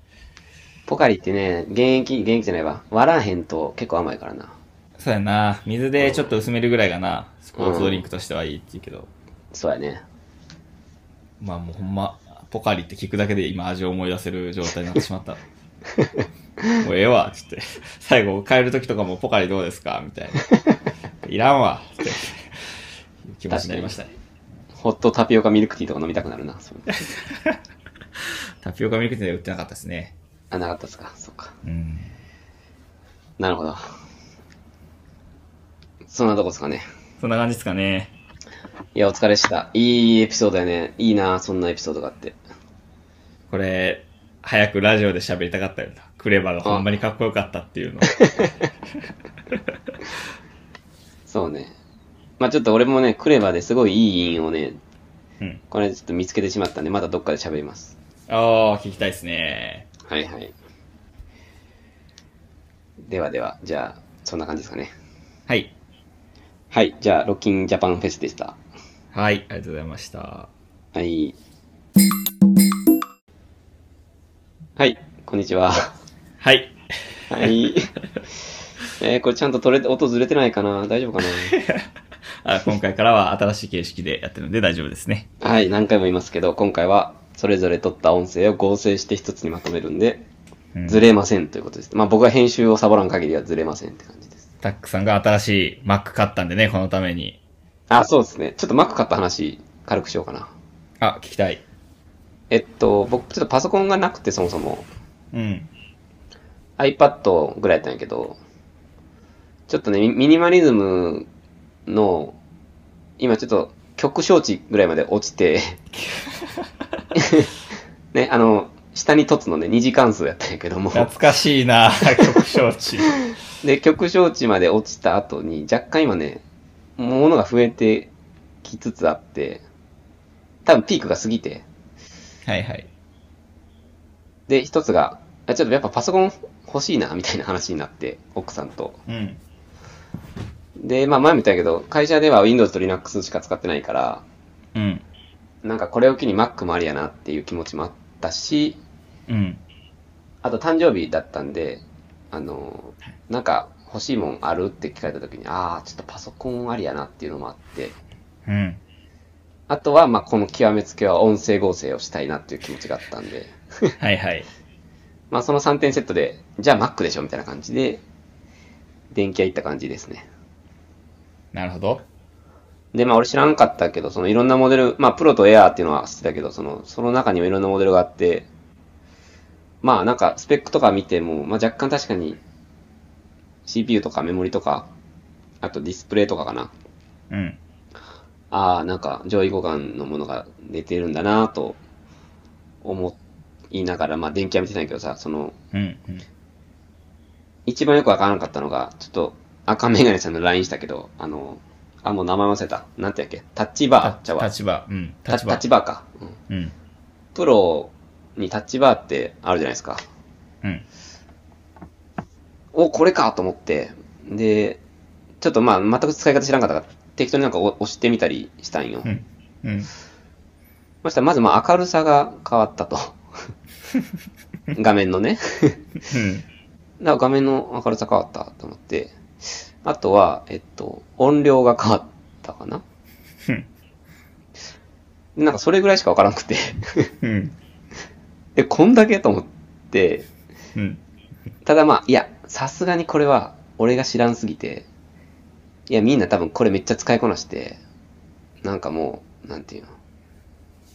ポカリってね、現役、現役じゃないわ。割らへんと結構甘いからな。そうやな。水でちょっと薄めるぐらいがな、スポーツドリンクとしてはいいって言うけど、そうやね。まあもうほんま、ポカリって聞くだけで今味を思い出せる状態になってしまった。 もうええわ、つって。最後、帰る時とかもポカリどうですかみたいな。いらんわ、って。気持ちになりましたね。ホットタピオカミルクティーとか飲みたくなるな。そうタピオカミルクティーで売ってなかったですね。あ、なかったっすか。そうか。うん。なるほど。そんなとこですかね。そんな感じですかね。いや、お疲れでした。いいエピソードやね。いいな、そんなエピソードがあって。これ、早くラジオで喋りたかったよな。クレバがほんまにかっこよかったって いうの。そうね。まあちょっと俺もね、クレバですごいいい韻をね、うん。これちょっと見つけてしまったんで、またどっかで喋ります。ああ、聞きたいですね。はいはい。ではでは、じゃあ、そんな感じですかね。はい。はい、じゃあ、ロッキンジャパンフェスでした。はい、ありがとうございました。はい。はい、こんにち は。はい。はい。えー、これちゃんと取れて、音ずれてないかな大丈夫かあ今回からは新しい形式でやってるので大丈夫ですね。なはい、何回も言いますけど、今回は、それぞれ取った音声を合成して一つにまとめるんで、うんずれませんということです。まあ僕が編集をサボらん限りはずれませんって感じです。タックさんが新しい Mac 買ったんでね、このために。あ、そうですね。ちょっと Mac 買った話、軽くしようかな。あ、聞きたい。えっと、僕ちょっとパソコンがなくてそもそもうん。 iPad ぐらいやったんやけど、ちょっとね、ミミニマリズムの、今ちょっと曲招致ぐらいまで落ち て、ね、あの、下に凸のね、二次関数やったんやけども、懐かしい な曲承知。で、曲招致まで落ちた後に、若干今ね、物が増えてきつつあって、多分ピークが過ぎて、はいはい。で、一つが、あちょっとやっぱパソコン欲しいな、みたいな話になって、奥さんと。うん。で、まあ前も言ったんやけど、会社では Windows と Linux しか使ってないから、うん。なんかこれを機に Mac もありやなっていう気持ちもあったし、うん。あと誕生日だったんで、あの、なんか欲しいもんあるって聞かれた時に、ああ、ちょっとパソコンありやなっていうのもあって、うん。ああとは、まあ、この極めつけは音声合成をしたいなっていう気持ちがあったんで、はいはい。まあ、その3点セットで、じゃあ Mac でしょみたいな感じで、電気屋行った感じですね。なるほど。で、まあ、俺知らんかったけど、そのいろんなモデル、まあ、プロとエアーっていうのは知ってたけど、その、その中にもいろんなモデルがあって、まあ、なんか、スペックとか見ても、まあ、若干確かに、CPU とかメモリとか、あとディスプレイとかかな。うん。ああ、なんか、上位互換のものが出てるんだなぁと、思いながら、まあ、電気は見てないけどさ、その、うん。うん一番よくわからなかったのが、ちょっと、赤メガネさんの LINE したけど、あの、あ、もう名前忘れた。なんてやっけタッチバーちゃうわ。立場。うん。タタッチバーか。うんうん。プロにタッチバーってあるじゃないですか。うん。お、これかと思って。で、ちょっとまあ、全く使い方知らんかったから、適当になんか押押してみたりしたんよ。うん。うん。そしたらまずまあ明るさが変わったと。画面のね。うだん。から画面の明るさ変わったと思って。あとは、えっと、音量が変わったかな。うんなんかそれぐらいしかわからなくて。 うん。え、こんだけと思って。うん。ただまあ、いや、さすがにこれは俺が知らんすぎて。いや、みんな多分これめっちゃ使いこなして。なんかもう、なんていうの。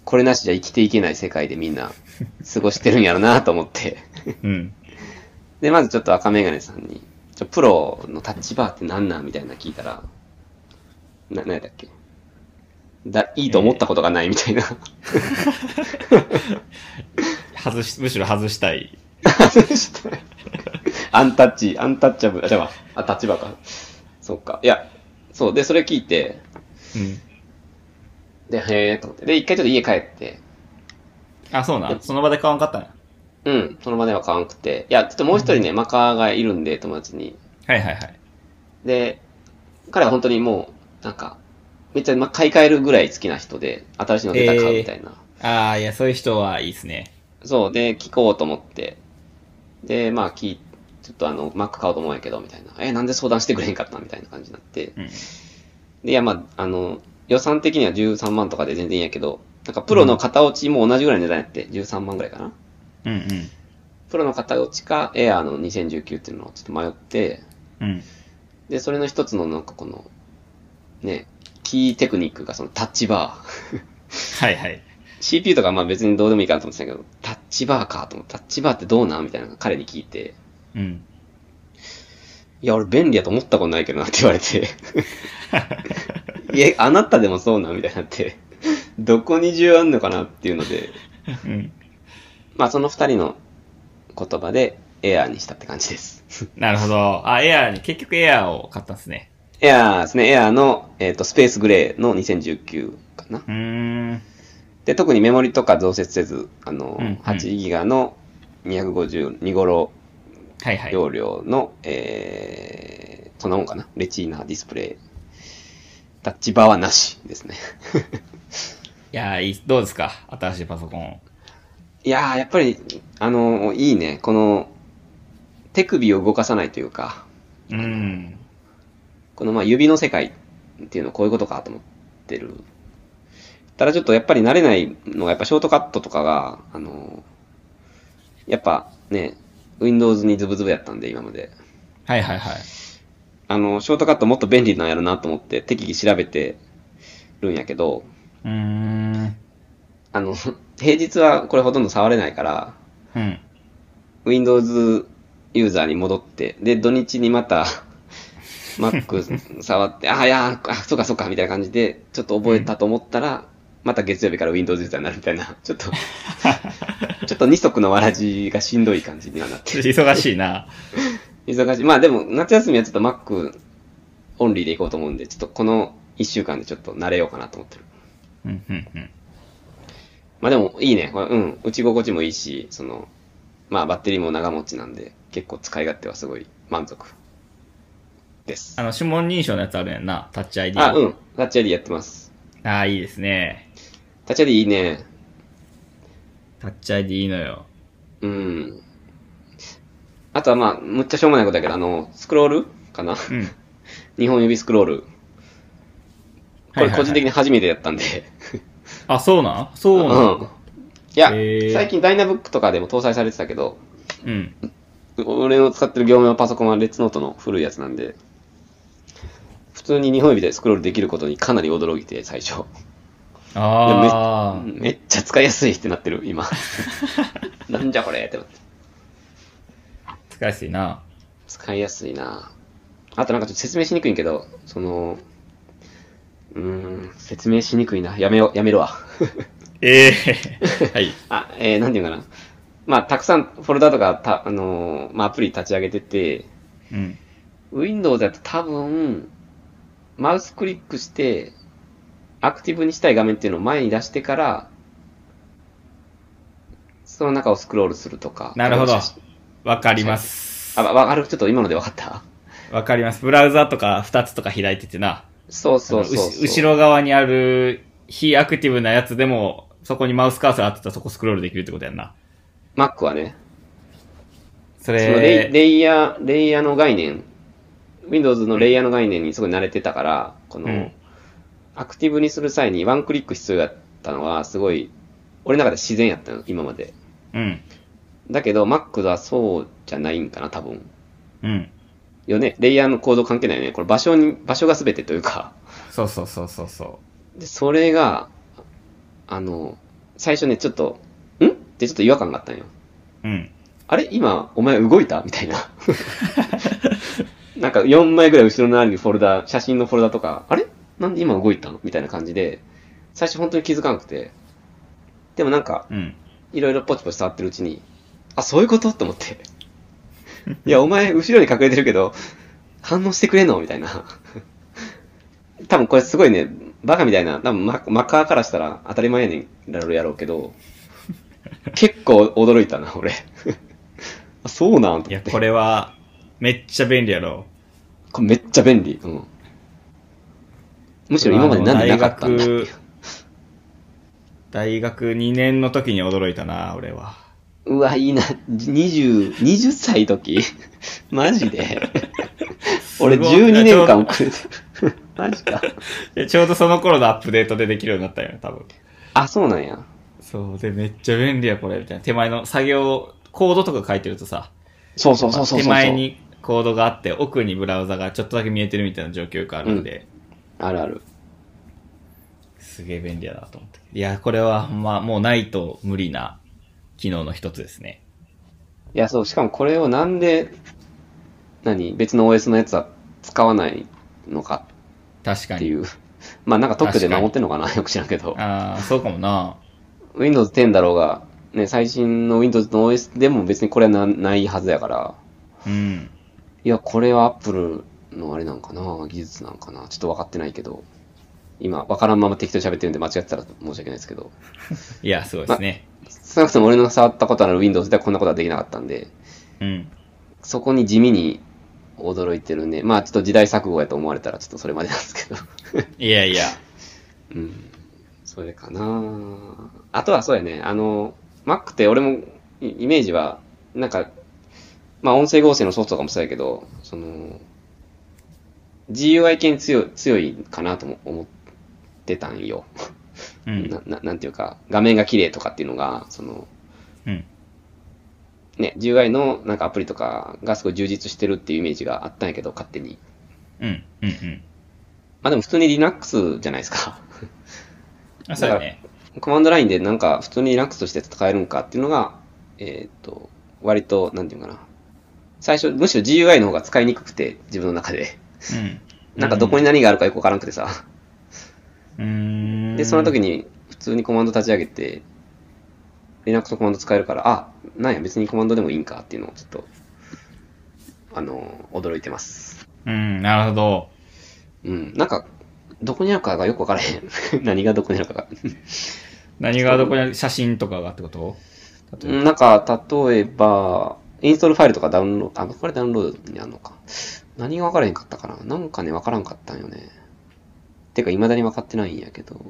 これなしじゃ生きていけない世界でみんな過ごしてるんやろなと思って。 うん。で、まずちょっと赤メガネさんに、ちょプロのタッチバーって何なんみたいなの聞いたら、な、何やったっけだ、いいと思ったことがないみたいな。外し、むしろ外したい。 アンタッチ、アンタッチャブル、あ、じゃあ、あタッチバーか。そっか。いや、そう。で、それ聞いて、うん。で、へえと思って。で、一回ちょっと家帰って、あ、そうなん。その場で買わんかったんや。うん、その場では買わんくて、いや、ちょっともう一人ね、マカーがいるんで、友達に。はいはいはい。で、彼は本当にもう、なんか、めっちゃ、ま、買い替えるぐらい好きな人で、新しいの出た買うみたいな。ああ、いや、そういう人はいいっすね。そう、で、聞こうと思って。で、まあ、聞い、ちょっとあの、Mac 買おうと思うんやけど、みたいな。え、なんで相談してくれへんかったみたいな感じになって。うん。で、いや、まあ、あの、予算的には13万とかで全然いいんやけど、なんかプロの型落ちも同じぐらいの値段やって、13万ぐらいかな。うんプロの型落ちか、エアーの2019っていうのをちょっと迷って、うん。うん。で、それの一つのなんかこの、ね、キーテクニックがそのタッチバー。 はいはい。 CPU とかまあ別にどうでもいいかなと思ってたけど、タッチバーかと思って、タッチバーってどうなんみたいな彼に聞いて、うん。いや、俺便利やと思ったことないけどなって言われて。いや、あなたでもそうなんみたいになって。どこに需要あんのかなっていうので、うん。まあその二人の言葉でエアーにしたって感じです。 なるほど。あ、エアーに、結局エアーを買ったんですね。エアーですね、エアーの、えっ、と、スペースグレーの2019かな。うーん。で、特にメモリとか増設せず、あの、うんうん8ギガの252頃はいはい。容量の、えー、そんなもんかな。レチーナディスプレイ。タッチバーはなしですね。 いやーいい、どうですか新しいパソコン。いやー、やっぱり、あの、いいね。この、手首を動かさないというか、うん。このまあ指の世界っていうのはこういうことかと思ってる。ただちょっとやっぱり慣れないのが、やっぱショートカットとかが、あの、やっぱね、Windows にズブズブやったんで、今まで。はいはいはい。あの、ショートカットもっと便利なんやろなと思って適宜調べてるんやけど、うーん。あの、 平日はこれほとんど触れないから、うん。 Windows ユーザーに戻って、で、土日にまた Mac 触って、あ、いや、あ、そうかそうか、みたいな感じで、ちょっと覚えたと思ったら、また月曜日から Windows ユーザーになるみたいな、ちょっと、 ちょっと二足のわらじがしんどい感じにはなってる。忙しいな。忙しい。まあでも、夏休みはちょっと Mac オンリーで行こうと思うんで、ちょっとこの一週間でちょっと慣れようかなと思ってる。うん、うん、うん。まあでも、いいね。これうん。打ち心地もいいし、その、まあバッテリーも長持ちなんで、結構使い勝手はすごい満足です。あの、指紋認証のやつあるやんな。タッチ ID。あ、うん。タッチ ID やってます。ああ、いいですね。タッチ ID いいね。タッチ ID いいのよ。うん。あとはまあ、むっちゃしょうもないことだけど、あの、スクロールかなうん。日本指スクロール。こはいはいれは個い人的に初めてやったんで、あ、そうなんそうなんうん。いや、へー最近ダイナブックとかでも搭載されてたけど、うん。俺の使ってる業務用パソコンはレッツノートの古いやつなんで、普通に日本指でスクロールできることにかなり驚いて、最初。ああ。めっちゃ使いやすいってなってる、今。なんじゃこれってなって。使いやすいな。使いやすいなあとなんかちょっと説明しにくいんけど、その、うーん、説明しにくいな。やめよう、やめるわ。ええはい。あ、えー、なんていうかな。まあ、たくさんフォルダとか、た、あのーまあ、アプリ立ち上げてて、うん。 Windows だと多分、マウスクリックして、アクティブにしたい画面っていうのを前に出してから、その中をスクロールするとか。なるほどあ写真。わかりますあ、。わあれ、ちょっと今ので分かったわかります。ブラウザとか2つとか開いててな。そうそうそうそあのう。うし後ろ側にある非アクティブなやつでも、そこにマウスカーソルあってたらそこスクロールできるってことやんな。 Mac はね、そそのレイれ、レイヤー、レイヤーの概念、Windows のレイヤーの概念にすごい慣れてたから、この、うんアクティブにする際にワンクリック必要だったのは、すごい、俺の中で自然やったの、今まで。うん。だけど、Mac はそうじゃないんかな、多分。うん。よね。レイヤーの構造関係ないよね。これ場所に、場所が全てというか。そうそうそうそうそで、それが、あの、最初ね、ちょっと、んってちょっと違和感があったんよ。う。うん。あれ今、お前動いたみたいな。 なんか4枚ぐらい後ろのあるフォルダ、写真のフォルダとか、あれなんで今動いたのみたいな感じで、最初本当に気づかなくて。でもなんか、うん。いろいろポチポチ触ってるうちに、あ、そういうことと思って。いや、お前、後ろに隠れてるけど、反応してくれんのみたいな。多分これすごいね、バカみたいな、多分ママッカーからしたら当たり前やねんだろうやろうけど、結構驚いたな、俺。あ、そうなんと思いや、って。これは、めっちゃ便利やろ。これめっちゃ便利。うん。むしろ今までなんでなかったんだってい大う学。、大学2年の時に驚いたな、俺は。うわ、いいな。20、20歳時 マジで。俺すごい12年間遅れてる。 マジか。いやちょうどその頃のアップデートでできるようになったよね、多分。あ、そうなんや。そう、で、めっちゃ便利や、これ、みたいな。手前の作業、コードとか書いてるとさ、そうそうそうそうそうそう。手前にコードがあって、奥にブラウザがちょっとだけ見えてるみたいな状況があるんで、あるある。すげえ便利やなと思って。いや、これは、まあ、もうないと無理な機能の一つですね。いや、そう、しかもこれをなんで、何別の OS のやつは使わないのか確かってに。いう。まあなんか特許で確かに守ってんのかなよく知らんけど。ああ、そうかもな。 Windows 10だろうが、ね、最新の Windows の OS でも別にこれはなないはずやから。うん。いや、これは Apple のあれなんかな、技術なんかな、ちょっと分かってないけど、今、分からんまま適当に喋ってるんで間違ってたら申し訳ないですけど、いや、すごいですね。少なくとも俺の触ったことある Windows ではこんなことはできなかったんで、うん。そこに地味に驚いてるね。まあ、ちょっと時代錯誤やと思われたら、ちょっとそれまでなんですけど、いやいや。うん。それかなあとはそうやね、あの、Mac って俺もイイメージは、なんか、まあ音声合成のソフトとかもそうやけど、その、GUI 系に強い、強いかなとも思ってたんよ。う。なんななんていうか、画面が綺麗とかっていうのが、その、うん。ね、GUI のなんかアプリとかがすごい充実してるっていうイメージがあったんやけど、勝手に。うん。うん。うん。まあでも普通に Linux じゃないですか。あ、そうやね。コマンドラインでなんか普通に Linux として使えるんかっていうのが、えーっと、割と、なんていうのかな。最初、むしろ GUI の方が使いにくくて、自分の中で。うん。なんかどこに何があるかよくわからなくてさ。うん。で、その時に普通にコマンド立ち上げて、Linux のコマンド使えるから、あ、なんや、別にコマンドでもいいんかっていうのをちょっと、あの、驚いてます。うん、なるほど。うん。なんか、どこにあるかがよくわからへん。 何がどこにあるかが。何がどこにある写真とかがってこと例えばなんか、例えば、インストールファイルとかダウンロード、あ、これダウンロードにあるのか。何が分からへんかったかななんかね、分からんかったんよね。てか、未だに分かってないんやけど。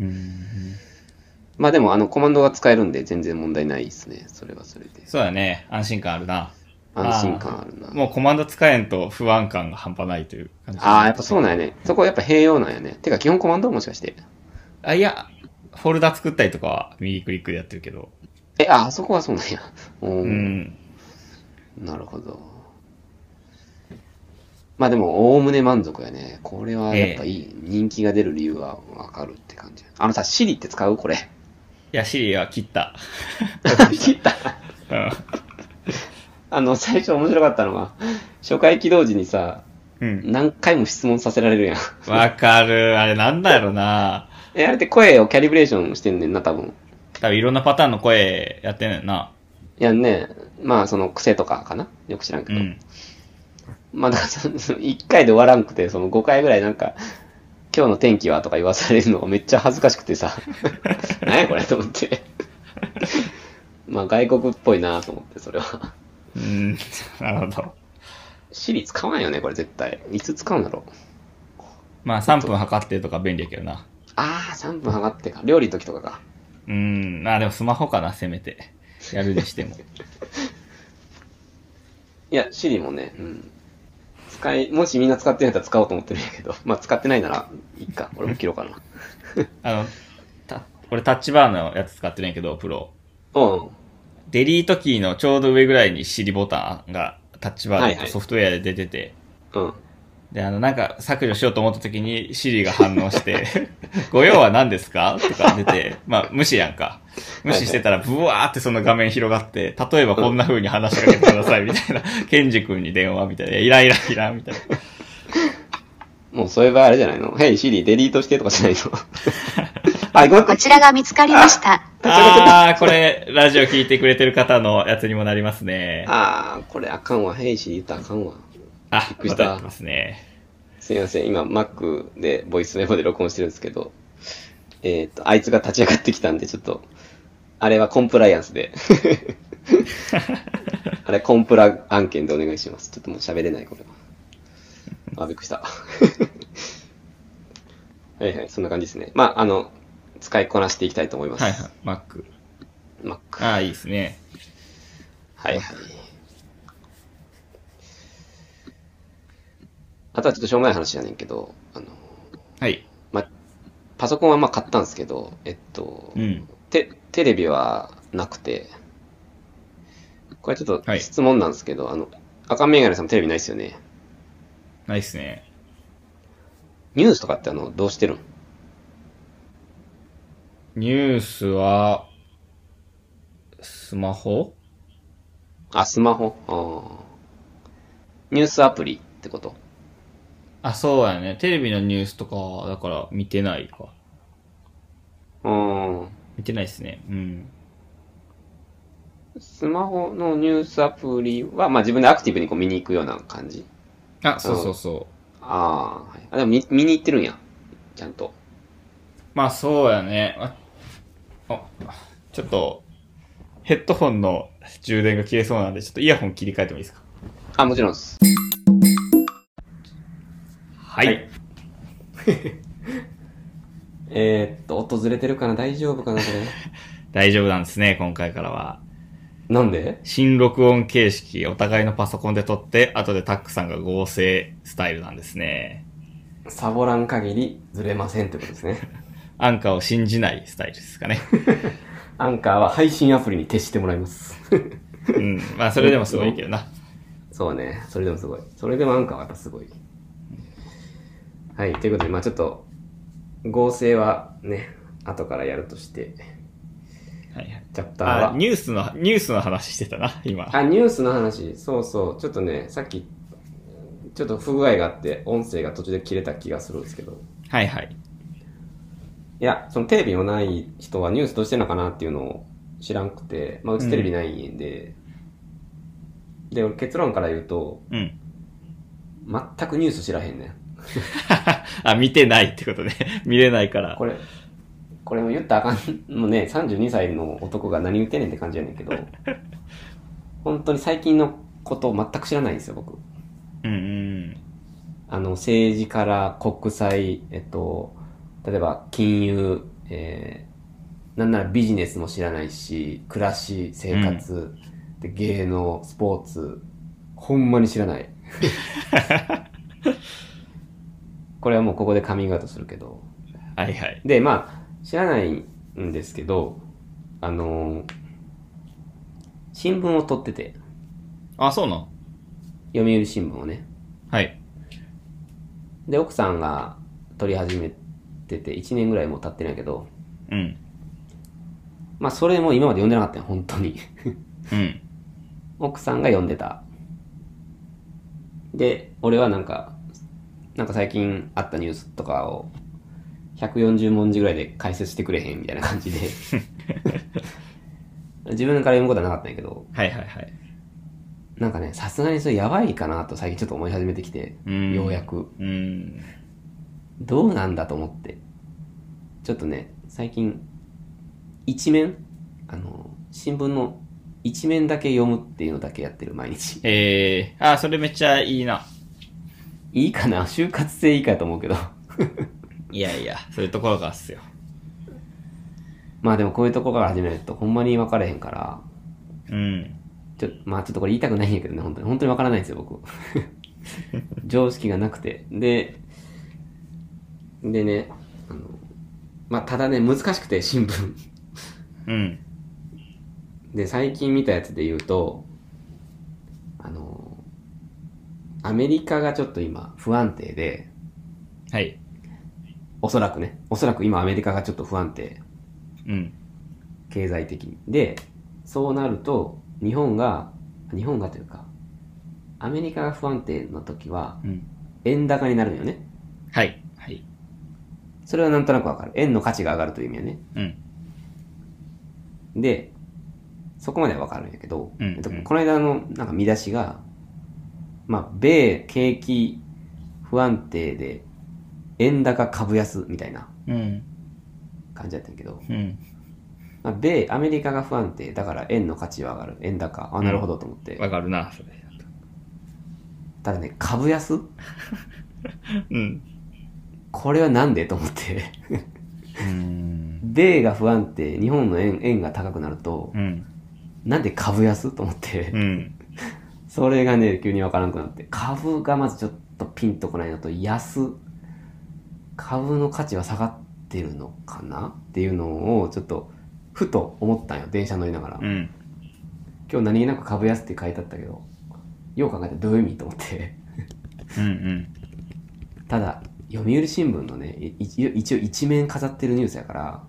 うん。まあでも、あの、コマンドが使えるんで、全然問題ないですね。それはそれで。そうだね。安心感あるな。安心感あるな。もうコマンド使えんと不安感が半端ないという感じ。ああ、やっぱそうなんやね。そこやっぱ併用なんやね。てか、基本コマンドもしかして。あ、いや、フォルダ作ったりとかは右クリックでやってるけど。え、あ、あそこはそうなんや。う。うんん。なるほど。まあでも、おおむね満足やね。これはやっぱいい。人気が出る理由はわかるって感じ。あのさ、シリって使うこれ。ヤシリは切った。切った。うん あの、最初面白かったのは、初回起動時にさ、うん。何回も質問させられるやん。 わかる。あれなんだろうな。え、あれって声をキャリブレーションしてんねんな、多分。多分いろんなパターンの声やってんねんな。いやね、まあその癖とかかなよく知らんけうど。ん。まあだからその、1回で終わらんくて、その5回ぐらいなんか、今日の天気はとか言わされるのがめっちゃ恥ずかしくてさ、何やこれと思って。まあ外国っぽいなと思って、それは。うん。 なるほど。シリ使わんよね、これ絶対。いつ使うんだろう。まあ3分測ってとか便利やけどな。あー、3分上がってか。料理の時とかか。うん。あ、でもスマホかな、せめて。やるにしても。いや、シリもね、うん。使い、もしみんな使ってないんだったら使おうと思ってるんやけど、まあ使ってないなら、いいか。俺も切ろうかな。あの、た、俺タッチバーのやつ使ってるんやけど、プロ。うん。デリートキーのちょうど上ぐらいに尻ボタンがタッチバはいーはでいソフトウェアで出てて、うん。で、あの、なんか削除しようと思った時にシリが反応して、 ご用は何ですかとか出て、まあ無視やんか。無視してたらブワーってその画面広がって、例えばこんな風に話しかけてください みたいな、ケンジ君に電話みたいな、いやいらんいらんいらんみたいな。もうそういう場合あれじゃないの ?Hey Siri デリートしてとかじゃないの あ、ごめんこちらが見つかりました。あー、これ、ラジオ聞いてくれてる方のやつにもなりますね。 あー、これあかんわ。Hey Siri 言ったらあかんわ。あ、びっくりましたたやってますね。すいません。今 Mac でボイスメモで録音してるんですけど、えっ、と、あいつが立ち上がってきたんで、ちょっと、あれはコンプライアンス で。あれコンプラ案件でお願いします。ちょっともう喋れない、これは。あ、びっくりした。 はいはい、そんな感じですね。まあ、あの、使いこなしていきたいと思います。はいはい、Mac。 Mac。あー、いいですね。はいはい。あとはちょっとしょうもない話やねんけど、あの、はい。ま、パソコンはまあ買ったんですけど、えっと、うん。て、テレビはなくて、これちょっはとい質問なんですけど、あの、赤メガネさんもテレビないですよね。ないっすね。ニュースとかってあの、どうしてるんニュースは、スマホあ、スマホあーニュースアプリってことあ、そうやね。テレビのニュースとかは、だから見てないか。うーん。見てないっすね。うん。スマホのニュースアプリは、まあ自分でアクティブにこう見に行くような感じあ、そうそうそう。ああ、はい。あ、でも見見に行ってるんや。ちゃんと。まあ、そうやね。あ、あちょっと、ヘッドホンの充電が切れそうなんで、ちょっとイヤホン切り替えてもいいですかあ、もちろんです。はい。はいえー、っと、音ずれてるかな大丈夫かなこ大丈夫なんですね、今回からは。れ。 なんで新録音形式、お互いのパソコンで撮って、後でタックさんが合成スタイルなんですね。サボらん限りずれませんってことですね。アンカーを信じないスタイルです かね。アンカーは配信アプリに徹してもらいます。 うん。まあ、それでもすごいけどな。そうね。それでもすごい。それでもアンカーはやっぱすごい。はい。ということで、まあちょっと、合成はね、後からやるとして、はいはい。チャプターは。あ、ニュースの、ニュースの話してたな、今。あ、ニュースの話、そうそう、ちょっとね、さっき、ちょっと不具合があって、音声が途中で切れた気がするんですけど、はいはい。いや、そのテレビもない人はニュースどうしてんのかなっていうのを知らんくて、まあ、うちテレビないんで、で、俺結論から言うと、うん。 全くニュース知らへんねん。あ、見てないってことね。 見れないからこ。れ、これも言ったらあかん、もうね、32歳の男が何言ってんねんって感じやねんけど、本当に最近のことを全く知らないんですよ、僕。うんうん。あの、政治から国際、えっと、例えば金融、えー、なんならビジネスも知らないし、暮らし、生活、で芸能、スポーツ、ほんまに知らない。これはもうここでカミングアウトするけど。はいはい。で、まあ、知らないんですけど、あのー新聞を取ってて、あ、そうなん。読売新聞をね。はい。で、奥さんが取り始めてて、1年ぐらいもう経ってないけど、うん。まあ、それも今まで読んでなかったよ、本当に。 うん。奥さんが読んでた。で、俺はなんか、なんか最近あったニュースとかを、140文字ぐらいで解説してくれへんみたいな感じ で。自分から読むことはなかったんやけど、はいはいはい。なんかね、さすがにそれやばいかなと最近ちょっと思い始めてきて、うんようやく。うん。どうなんだと思って。ちょっとね、最近、一面あの、新聞の一面だけ読むっていうのだけやってる毎日。 えー、あ、それめっちゃいいな。いいかな就活生いいかと思うけど。 いやいや、そういうところがっすよ。まあでもこういうとこから始めるとほんまに分かれへんから、うん。ちょ、まあちょっとこれ言いたくないんやけどね、本当に。本当に分からないんですよ、僕。 常識がなくて。で、でね、あの、まあただね、難しくて、新聞。うん。で、最近見たやつで言うと、あの、アメリカがちょっと今不安定で、はい。おそらくね、おそらく今アメリカがちょっと不安定。うん。経済的に。で、そうなると、日本が、日本がというか、アメリカが不安定の時は、うん。円高になるのよね。はい。はい。それはなんとなくわかる。円の価値が上がるという意味よね。うん。で、そこまではわかるんやけど、うんうんえっとこの間のなんか見出しが、まあ、米景気不安定で、円高株安みたいなうん。感じだったんやけど、うん。まあ、米、アメリカが不安定、だから円の価値は上がる。円高。あ、なるほどと思って。わかるな、それ。ただね、株安うん。これはなんでと思って。うん。米が不安定、日本の円円が高くなると、うん。なんで株安と思って、うん。それがね、急にわからなくなって、株がまずちょっとピンとこないのと、安、株の価値は下がってるのかなっていうのを、ちょっと、ふと思ったんよ、電車乗りながら。うん。今日何気なく株安って書いてあったけど、よう考えたらどういう意味と思って。 うん。ただ、読売新聞のね、い一応一応一面飾ってるニュースやから、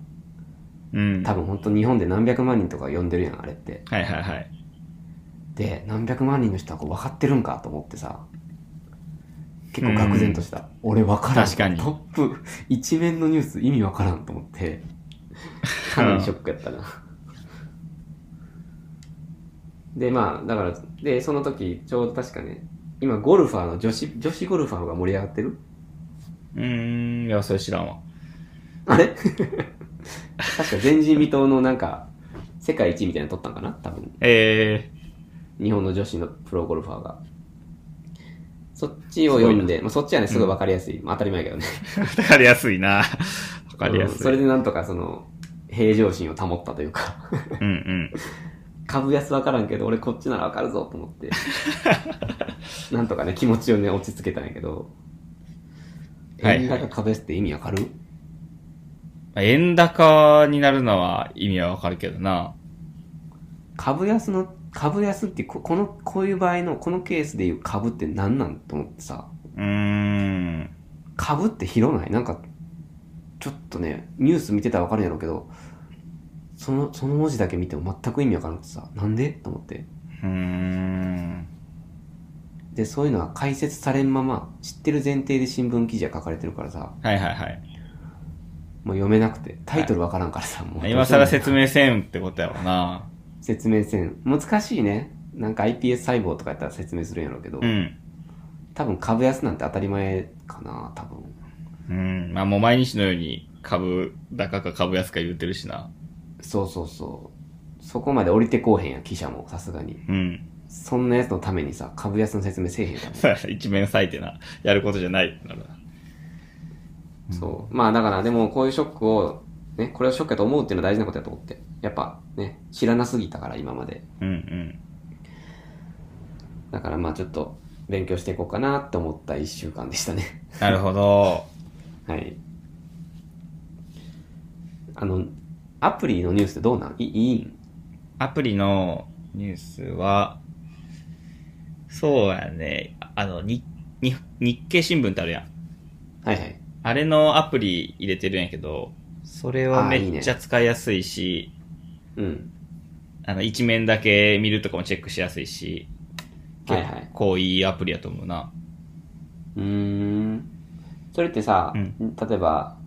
うん。多分本当日本で何百万人とか呼んでるやんあれってはいはいはい。で何百万人の人はこう分かってるんかと思ってさ結構愕然とした俺分からん確かにトップ一面のニュース意味分からんと思 ってかなりショックやったなでまあだからでその時ちょうど確かね今ゴルファーの女子女子ゴルファーが盛り上がってるうーん、いや、それ知らんわ。あれ 確か前人未到のなんか世界一みたいなの取ったんかな多分え日本の女子のプロゴルファーが。そっちを読んで、まあ、そっちはね、すごいわかりやすい。まあ当たり前やけどね。ー、 わかりやすいな。わかりやうんすそれい。でなんとかその、平常心を保ったというか、うんうん。株安わからんけど、俺こっちならわかるぞと思 って。なんとかね、気持ちをね、落ち着けたんやけど。はい円高株安って意味わかる、円高になるのは意味はわかるけどな。株安の、株安ってこ、この、こういう場合の、このケースでいう株って何なんと思ってさ。うーん。株って広ないなんか、ちょっとね、ニュース見てたらわかるんやろうけど、その、その文字だけ見ても全く意味わからなくてさ、なんでと思って。うーん。で、そういうのは解説されんまま、知ってる前提で新聞記事が書かれてるからさ、はいはいはい。もう読めなくて、タイトルわからんからさ、もう。今更説明せんってことやろな。説明せん。難しいね。なんか iPS 細胞とかやったら説明するんやろうけど、うん。多分株安なんて当たり前かな、多分。うん。まあもう毎日のように株高か株安か言ってるしな。そうそうそう。そこまで降りてこうへんや、記者も、さすがに。うん。 そんなやつのためにさ、株安の説明せえへんから。そうやな一面裂いてな。やることじゃないってなるな。そう。まあだから、でもこういうショックを、ね、これをショックやと思うっていうのは大事なことやと思って。やっぱね、知らなすぎたから今まで。うんうん。だからまあちょっと勉強していこうかなって思った一週間でしたね。 なるほど。はい。あの、アプリのニュースってどうなんいいいん アプリのニュースは、そうやね。あの、に、に、日経新聞ってあるやん。はいはい。あれのアプリ入れてるんやけど、それはあーいいめねっちゃ使いやすいし、うん。あの、一面だけ見るとかもチェックしやすいし、はいはい。こういいアプリやと思うな。うーん。それってさ、うん例えば、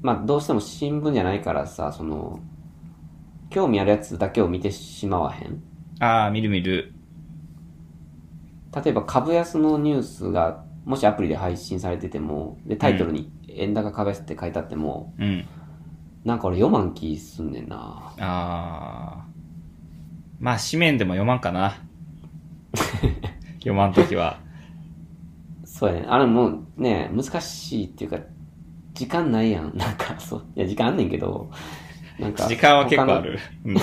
まあどうしても新聞じゃないからさ、その、興味あるやつだけを見てしまわへんああ、見る見る。例えば株安のニュースがもしアプリで配信されててもでタイトルに「円高株安」って書いてあっても、うん。なんか俺読まん気すんねんなああ。まあ、紙面でも読まん かな。読まんときは。そうやねあれもうね難しいっていうか時間ないやんなんかそういや時間あんねんけどなんか時間は結構あ他のる。うん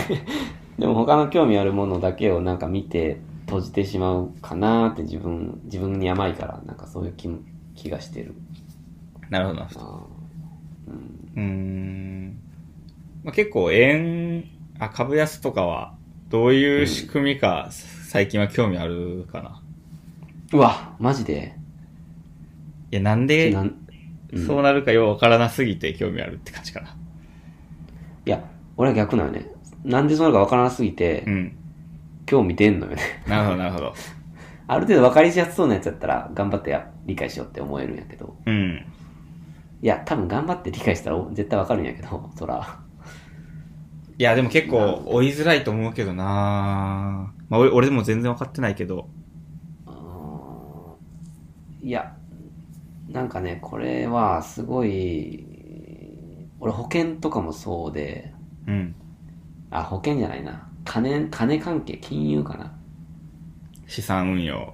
でも他の興味あるものだけをなんか見て閉じてしまうかなーって自分自分に甘いからなんかそういう気も気がしてるなるほどな。なうーん。まあ、結構円、あ、株安とかは、どういう仕組みか、最近は興味あるかな。うわマジでいや、なんで、なんうんそうなるかようわからなすぎて興味あるって感じかな。いや、俺は逆なのね。なんでそうなるかわからなすぎて、うん。興味出んのよね。 なるほど、なるほど。ある程度分かりやすそうなやつだったら、頑張ってや理解しようって思えるんやけど。うん。いや、多分頑張って理解したらお絶対わかるんやけど、そら。いや、でも結構追いづらいと思うけどなまあ、俺俺でも全然分かってないけど。うーんいや、なんかね、これはすごい、俺保険とかもそうで、うん。あ、保険じゃないな。金、金関係、金融かな。資産運用。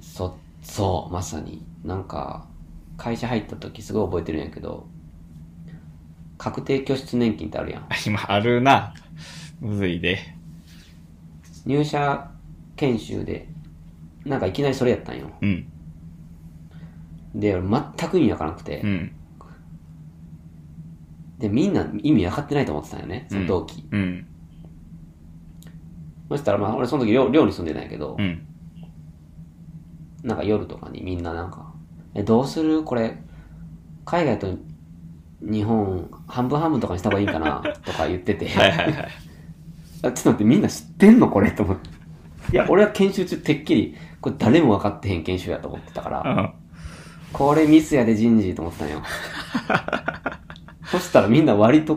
そ、そう、まさに。なんか、会社入った時すごい覚えてるんやけど、確定拠出年金ってあるやん。あ今、あるな。むずいで。入社研修で、なんかいきなりそれやったんよ。うん。で、俺全く意味わからなくて、うん。で、みんな意味わかってないと思ってたんよね、その同期。うん。そしたら、まあ俺その時寮寮に住んでたんやけどう、ん。なんか夜とかにみんななんか、え、どうするこれ、海外と日本半分半分とかにした方がいいかな とか言ってて。はいはいはい。あちょっと待って、みんな知ってんのこれと思って。いや、俺は研修中てっきり、これ誰も分かってへん研修やと思ってたかうら、ん。これミスやで人事と思ってたん よ。そしたらみんな割と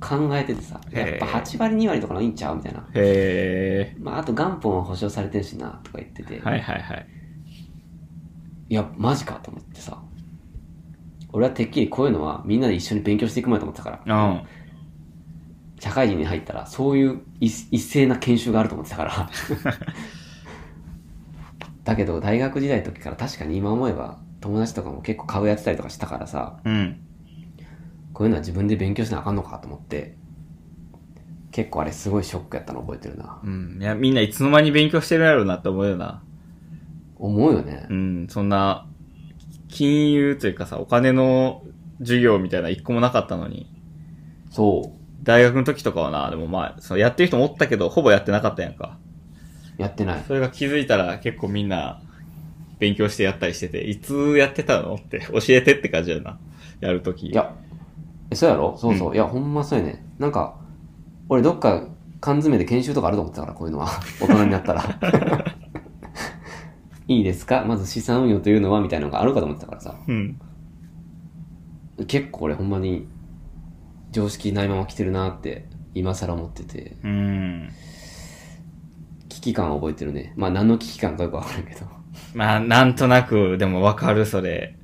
考えててさ、やっへえぱ8割2割とかのいいんちゃうみたいな。へまあ、あと元本は保証されてるしな、とか言ってて、ー。はいはいはい。いや、マジかと思ってさ、俺はてっきりこういうのはみんなで一緒に勉強していくもんやと思ってたから、うん。社会人に入ったらそういう一一斉な研修があると思ってたからだけど大学時代の時から確かに今思えば友達とかも結構株やってたりとかしたからさうん。こういうのは自分で勉強しなあかんのかと思って結構あれすごいショックやったの覚えてるなうん。いや、みんないつの間に勉強してるやろうなって思うよな。思うよねうん。そんな、金融というかさ、お金の授業みたいな一個もなかったのに。そ大学の時とかはな、でもまあ、そのやってる人もおったけど、ほぼやってなかったやんか。うやってないそれが気づいたら結構みんな、勉強してやったりしてて、いつやってたのって、教えてって感じやな。やるとき。いやえそうやろそうそう、いやほんまそうやねなんか俺どっか缶詰で研修とかあると思ってたからこういうのは 大人になったら いいですかまず資産運用というのはみたいなのがあるかと思ってたからさうん。結構俺ほんまに常識ないまま来てるなって今更思っててうん。危機感を覚えてるねまあ何の危機感かよくわからんけど まあ、なんとなく、でもわかる、それ。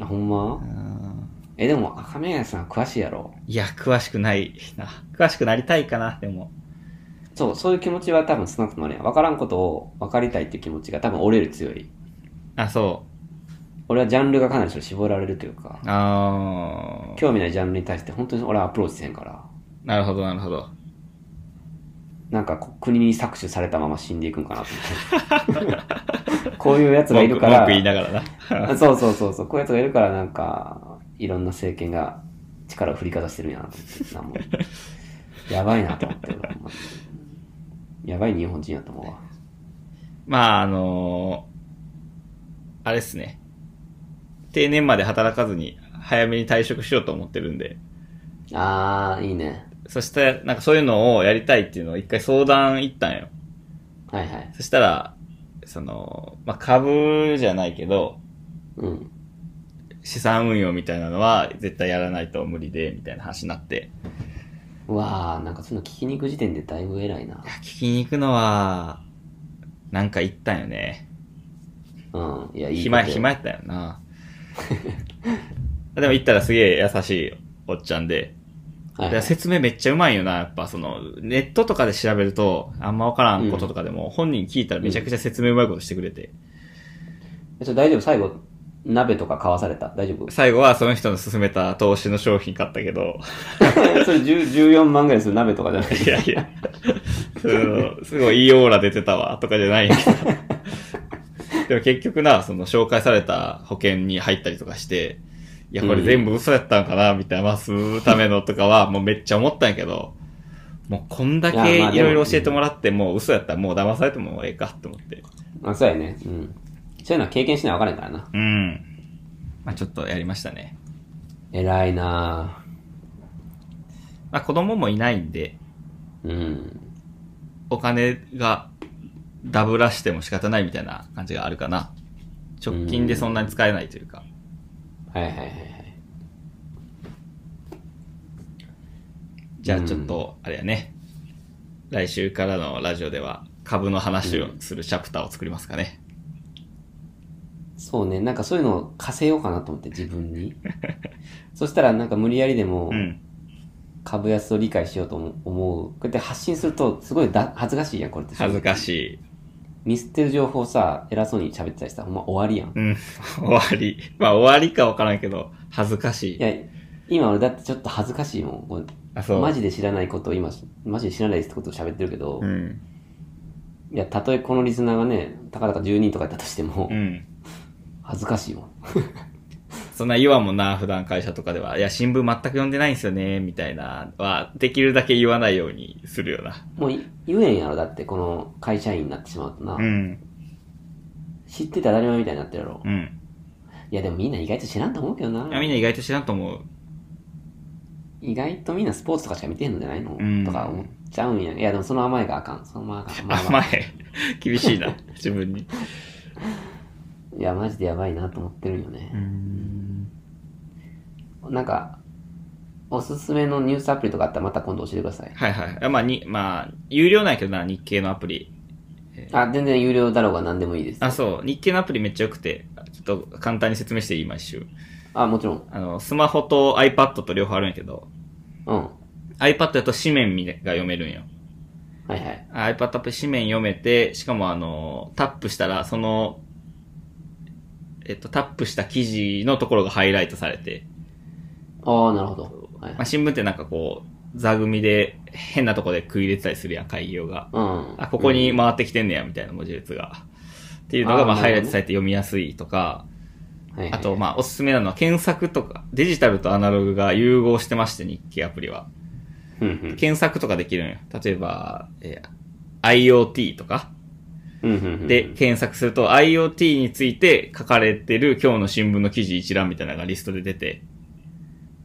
あほんまうん。えでも赤目さん詳しいやろいや、詳しくないな。詳しくなりたいかな、でも。そうそういう気持ちは多分少なくともね分からんことを分かりたいっていう気持ちが多分俺より強いあ、そ俺はジャンルがかなり絞られるというかう。あー興味ないジャンルに対して本当に俺はアプローチせんからなるほど、なるほど。なんかこ国に搾取されたまま死んでいくんかなと思 ってこういうやつがいるから文句文句言いながらな。そうそうそうそうこういうやつがいるからなんかいろんな政権が力を振りかざしてるんやなと思って、なんも。やばいなと思って、ほんまにやばい日本人やと思うわ。まあ、あのーあれっすね。定年まで働かずに、早めに退職しようと思ってるんで。あー、いいね。そして、なんかそういうのをやりたいっていうのを一回相談行ったんよ。はいはい。そしたら、その、まあ、株じゃないけど、うん。資産運用みたいなのは絶対やらないと無理で、みたいな話になって。うわー、なんかその聞きに行く時点でだいぶ偉いな。いや聞きに行くのは、なんか行ったんよね。うん。いや、いいこと暇、よ暇やったよな。 でも行ったらすげえ優しいおっちゃんで、はいいはやい。説明めっちゃうまいよな。やっぱその、ネットとかで調べると、あんまわからんこととかでも、本人聞いたらめちゃくちゃ説明うまいことしてくれて、えちょ大丈夫最後、鍋とか買わされた大丈夫 最後はその人の勧めた投資の商品買ったけど、 それ10 14万ぐらいする鍋とかじゃない いやいや、そのすごいいいオーラ出てたわ、とかじゃ ないんやけど。でも結局な、その紹介された保険に入ったりとかして、いや、これ全部嘘やったんかな、みたいな、ますためのとかは、もうめっちゃ思ったんやけど、もうこんだけいやまあいでもろいろ教えてもらって、もう嘘やったらもう騙されてもええかと思って。あ、そうやね。うん。そういうのは経験しないわからんからな。うん。まあちょっとやりましたね。偉いなまあ子供もいないんで、ぁ。うん。お金がダブらしても仕方ないみたいな感じがあるかな。直近でそんなに使えないというか。はいはいはいはい。じゃあちょっと、あれやね。来週からのラジオでは株の話をするチャプターを作りますかね。そうね、なんかそういうのを課せようかなと思って、自分 に。そしたらなんか無理やりでもう、ん。株安を理解しようと思思う。こうやって発信すると、すごいだ恥ずかしいやん、これって。恥ずかしい。ミスってる情報さ、偉そうに喋ってたりしたら、ほんま終わりやん。うん。 終わり。まあ終わりかわからんけど、恥ずかしいい。や、今俺だってちょっと恥ずかしいもん。こうあ、そう。マジで知らないことを今、マジで知らないですってことを喋ってるけど、うん。いや、たとえこのリスナーがね、たかだか10人とかやったとしてもう、ん。恥ずかしいもん。そんな言わんもんな、普段会社とかでは。いや、新聞全く読んでないんですよね、みたいな。は、できるだけ言わないようにするよな。もうい言えんやろ、だってこの会社員になってしまうとな。うん。知ってたら当たり前みたいになってるやろ。うん。いや、でもみんな意外と知らんと思うけどな。いやみんな意外と知らんと思う。意外とみんなスポーツとかしか見てんのじゃないの、うんとか思っちゃうんや。いや、でもその甘えがあかん。その甘えがあかん。まあまあ甘え。 厳し いな、自分に。いや、マジでやばいなと思ってるんよね。なんか、おすすめのニュースアプリとかあったらまた今度教えてください。はいはいあ。まあ、に、まあ、有料なんやけどな、日経のアプリ。あ、全然有料だろうが何でもいいです。あ、そう。日経のアプリめっちゃ良くて、ちょっと簡単に説明していい、今一周。あ、もちろん。あの、スマホと iPad と両方あるんやけど、うん。は iPad だと紙面みが読めるんよ。いはい。あ iPad アップ紙面読めて、しかもあの、タップしたら、その、えっと、タップした記事のところがハイライトされて、ああ、なるほど。はいまあ、新聞ってなんかこう、座組で変なとこで食い入れてたりするやん、開業が。うん。あ、ここに回ってきてんねや、みたいな文字列が。っていうのあが、ーまあ、なハるほどねイライトされて読みやすいとか、はいはいあと、まあ、おすすめなのは検索とか、デジタルとアナログが融合してまして、日記アプリは。うんうん。検索とかできるんよ。例えば、えー IoT とかうんうんうんで、検索すると、IoT について書かれてる今日の新聞の記事一覧みたいなのがリストで出て、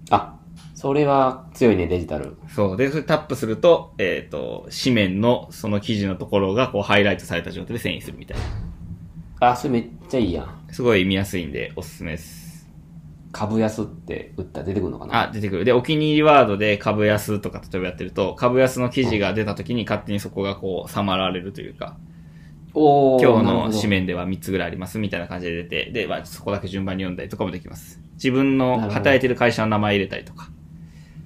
あ、それは強いね、デジタル。そう。で、それタップすると、えっ、と、紙面のその記事のところがこうハイライトされた状態で遷移するみたいな。あ、それめっちゃいいやん。すごい見やすいんで、おすすめです。株安って打ったら出てくるのかなあ、出てくる。で、お気に入りワードで株安とか例えばやってると、株安の記事が出た時に勝手にそこがこう、さまられるというか、おー今日の紙め面では3つぐらいありますみたいな感じで出て、で、まあ、そこだけ順番に読んだりとかもできます。自分の働いてる会社の名前入れたりとか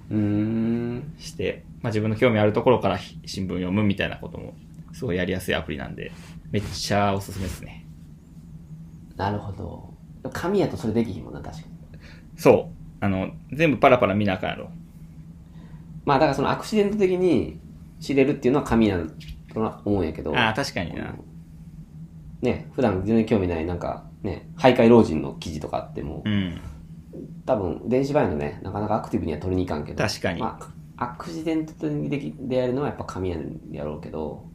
うーん。して、まあ、自分の興味あるところからひ新聞読むみたいなことも、すごいやりやすいアプリなんで、めっちゃおすすめですね。なるほど。紙やとそれできひんもんな、確かに。そう。あの、全部パラパラ見なあかんやろ。まあ、だからそのアクシデント的に知れるっていうのは紙やとは思うんやけど、ああ、確かにな。ね、普段全然興味ない、なんか、ね、徘徊老人の記事とかあってもう、ん。多分、電子バイオのね、なかなかアクティブには取りに行かんけど。確かにまあ、アクシデントできでやるのはやっぱ紙やんやろうけど、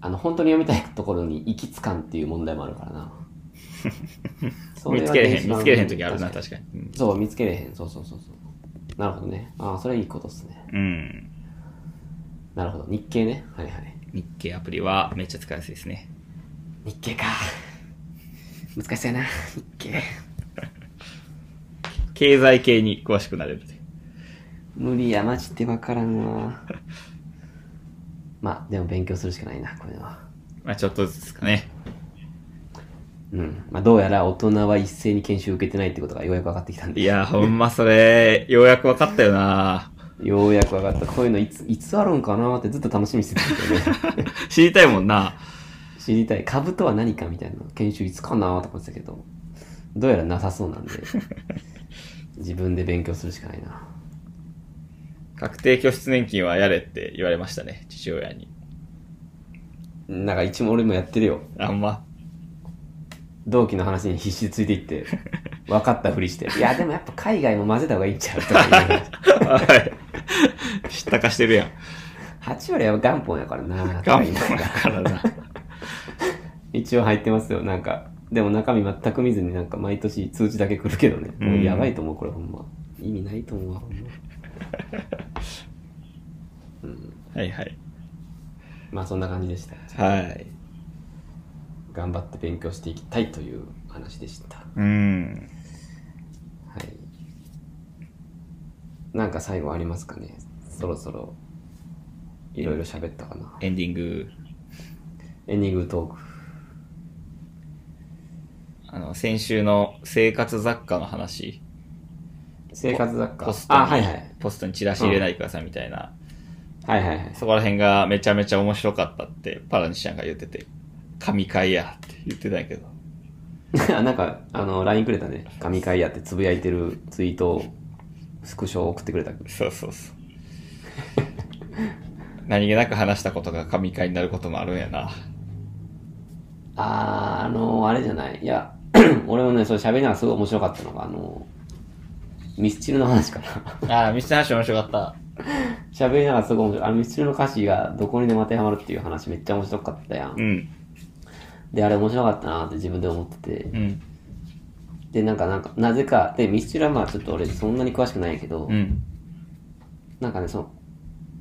あの、本当に読みたいところに行きつかんっていう問題もあるから な。それは見つけれへ電ん、子版見つけれへん時あるな、確か確かに。うんに。そう、見つけれへん。そうそうそうそう。なるほどね。ああ、それいいことですね。うん。なるほど。日経ね。はいはい。日経アプリはめっちゃ使いやすいですね。日経か。難しそうやな。日経。経済系に詳しくなれるんで。無理や、マジでわからんわ。まあ、でも勉強するしかないな、これは。まあちょっとずつですかね。うん。まあ、どうやら大人は一斉に研修受けてないってことがようやく分かってきたんで。いや、ほんまそれ、ようやく分かったよな ようやく分かった。こういうのいつ、いつあるんかなってずっと楽しみにしてたんだ よね。知りたいもんな。知りたい。株とは何かみたいな。研修いつかなと思ってたけど、どうやらなさそうなんで、自分で勉強するしかないな。確定拠出年金はやれって言われましたね、父親に。なんか一応俺もやってるよ。あんま。同期の話に必死でついていって、分かったふり して。いや、でもやっぱ海外も混ぜた方がいいんちゃう とか言いながらはい。知ったかしてるやん。 8割は元本やからなガンポだからな。一応入ってますよなんかでも中身全く見ずになんか毎年通知だけ来るけどねもうやばいと思うこれほんま意味ないと思うわほんまはいはい。まあそんな感じでしたはい。頑張って勉強していきたいという話でしたはうん。いなんか最後ありますかねそろそろいろいろ喋ったかなエンディング。エンディングトークあの、先週の生活雑貨の話。生活雑貨ポストにあはいはいポストにチラシ入れないでくださいみたいな。はいはい はいそこら辺がめちゃめちゃ面白かったって、パラニシアンが言ってて、神回やって言ってたんやけど。あなんか、あの、LINE くれたね。神回やってつぶやいてるツイートを、スクショを送ってくれた。そうそう そう。何気なく話したことが神回になることもあるんやな。あー、あの、あれじゃない。いや、 俺もね、それ喋りながらすごい面白かったのが、あの、ミスチルの話かな。 ああ、ミスターハッシュ面白か喋りながらすごい面白い。あの、ミスチルの歌詞がどこにでも当てはまるっていう話めっちゃ面白かったや。った。うんん。で、あれ面白かったなって自分で思っててう。ん。で、なんか、なんか、なぜか、で、ミスチルはまあちょっと俺そんなに詳しくないけどう、ん。なんかね、その、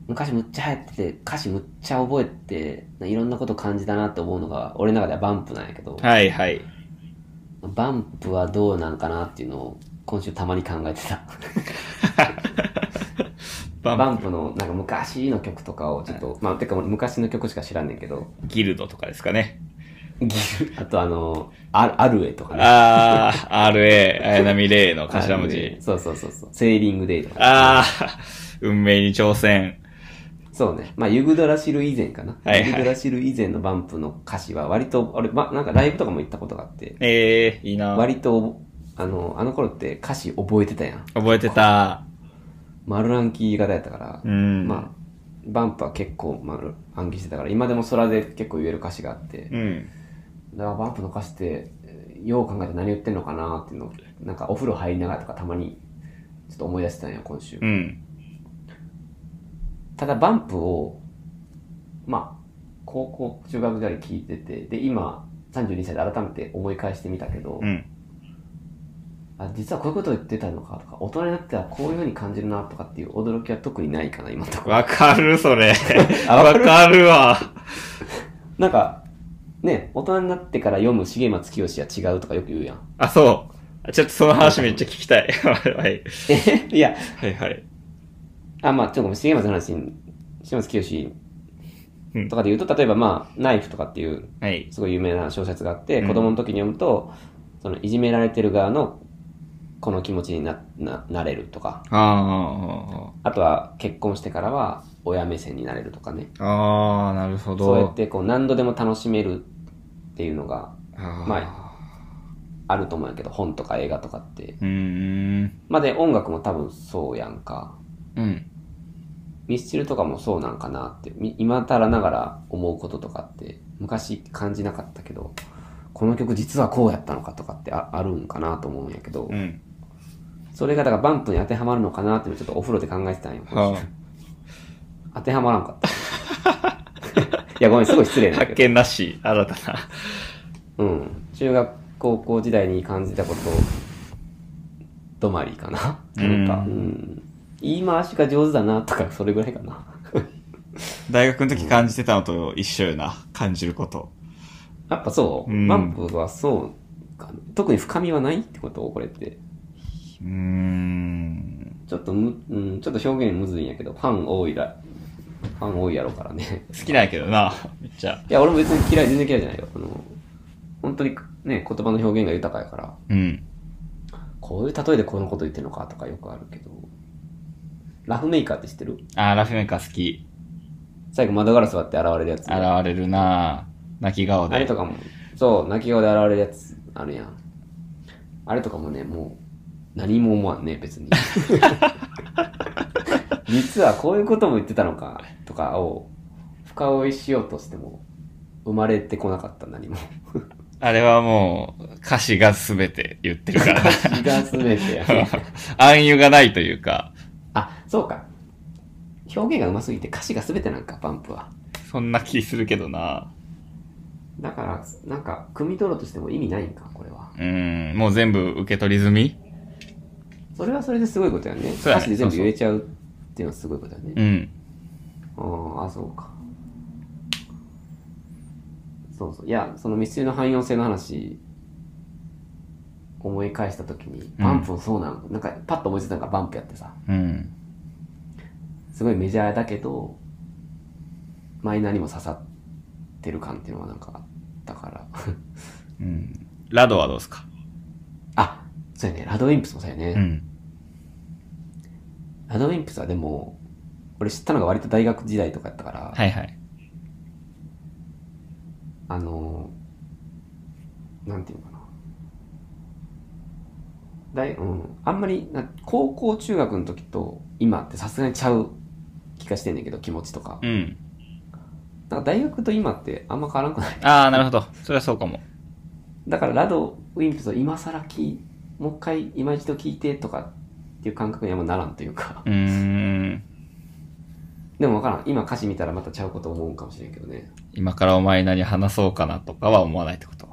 昔むっちゃ流行ってて、歌詞むっちゃ覚えて、いろんなこと感じたなって思うのが、俺の中ではバンプなんやけど、はいはい。バンプはどうなんかなっていうのを、今週たまに考えてた。バンバンプの、なんか昔の曲とかをちょっと、まあ、てか昔の曲しか知らんねんけど、ギルドとかですかね。ギル あとあの、アアルエとかね。ああ、RA、綾波レイの頭文アルエ字。そうそうそうそう。セーリングデイとか。ああ、運命に挑戦。そうね。まあ、ユグドラシル以前かな。はいはいユグドラシル以前のバンプの歌詞は割と、俺、ま、なんかライブとかも行ったことがあって、ええいいな。割とあのあの頃って歌詞覚えてたやん覚えてた。丸暗記型やったから、うん。まあバンプは結構丸暗記してたから今でも空で結構言える歌詞があって、うん。だからバンプの歌詞ってえーよう考えて何言ってんのかなっていうのをなんかお風呂入りながらとかたまにちょっと思い出してたんや今週、うん。ただバンプをまあ高校中学時代聞いててで今32歳で改めて思い返してみたけど、うん。あ実はこういうことを言ってたのかとか大人になってはこういうふうに感じるなとかっていう驚きは特にないかな今のところわかる、そ れ。あわかるわ。なんかね大人になってから読む重松清は違うとかよく言うやんあ、そう。ちょっとその話めっちゃ聞きたい。 はい。えいやはいはい。あまあちょっとごめん重松の話に重松清うんとかで言うと例えばまあ「ナイフ」とかっていうはい。すごい有名な小説があって、うん子供の時に読むとそのいじめられてる側のこの気持ちになななれるとかあああとは結婚してからは親目線になれるとかねああ、ああ、なるほど。そうやってこう何度でも楽しめるっていうのがあーまああると思うんやけど本とか映画とかってうーん。まあで音楽も多分そうやんかうん。ミスチルとかもそうなんかなってみ今たらながら思うこととかって昔感じなかったけどこの曲実はこうやったのかとかってああるんかなと思うんやけど、うん。それがだからバンプに当てはまるのかなっていうのをちょっとお風呂で考えてたんよ。は当てはまらんか った。いや、ごめん、すごい失礼あなんだ発けど。見なし、新たな。うん。中学、高校時代に感じたこと、止まりかな。うんなんか、うん。言い回しが上手だなとか、それぐらいかな。大学の時感じてたのと一緒よな、感じること。やっぱそう、うんバンプはそうかな特に深みはないってことこれって。うーん。ちょっとむ、うん、ちょっと表現むずいんやけど、ファン多いら、ファン多いやろからね。 好きなんやけどな、めっちゃ。いや、俺も別に嫌い、全然嫌いじゃないよ。あの、本当にね、言葉の表現が豊かやから、うん。こういう例えでこのこと言ってるのかとかよくあるけど、ラフメイカーって知ってるあー、ラフメカ好き。最後窓ガラス割って現れるやつ。現れるな泣き顔あれで。とかも、そう、泣き顔で現れるやつあるやん。あれとかもね、もう、何も思わんね、別に。 実はこういうことも言ってたのか、とかを、深追いしようとしても、生まれてこなかった、何も。あれはもう、歌詞が全て言ってるからな。気が全てやね。 暗喩がないというか、あ、そうか。表現が上手すぎて歌詞が全てなんか、バンプは。そんな気するけどな。だから、なんか、汲み取ろうとしても意味ないんか、これは。うーん、もう全部受け取り済みそれはそれですごいことやね。そうや歌ね詞で全部言えちゃうっていうのはすごいことやね。うん。ああ、そうか。そうそう。いや、そのミスチルの汎用性の話、思い返したときに、バンプもそうなの、なんか、パッと思いついたのがバンプやってさ、うん。すごいメジャーだけど、マイナーにも刺さってる感っていうのはなんかあったから。 うん。ラドはどうですかあ、そうやね。ラドウィンプスもそうやね。うん。ラドウィンプスはでも、俺知ったのが割と大学時代とかやったから、はいはい。あのー、なんていうのかな。だい、うん。あんまりな、高校、中学の時と今ってさすがにちゃう気がしてんねんけど、気持ちとか。うん。なんか大学と今ってあんま変わらんくない。ああ、なるほど。それはそうかも。だからラドウィンプスを今更聞い、もう一回今一度聞いてとかっていう感覚にはもうならんというか。うーん。でもわからん。今歌詞見たらまたちゃうこと思うんかもしれんけどね。今からお前何話そうかなとかは思わないってこと。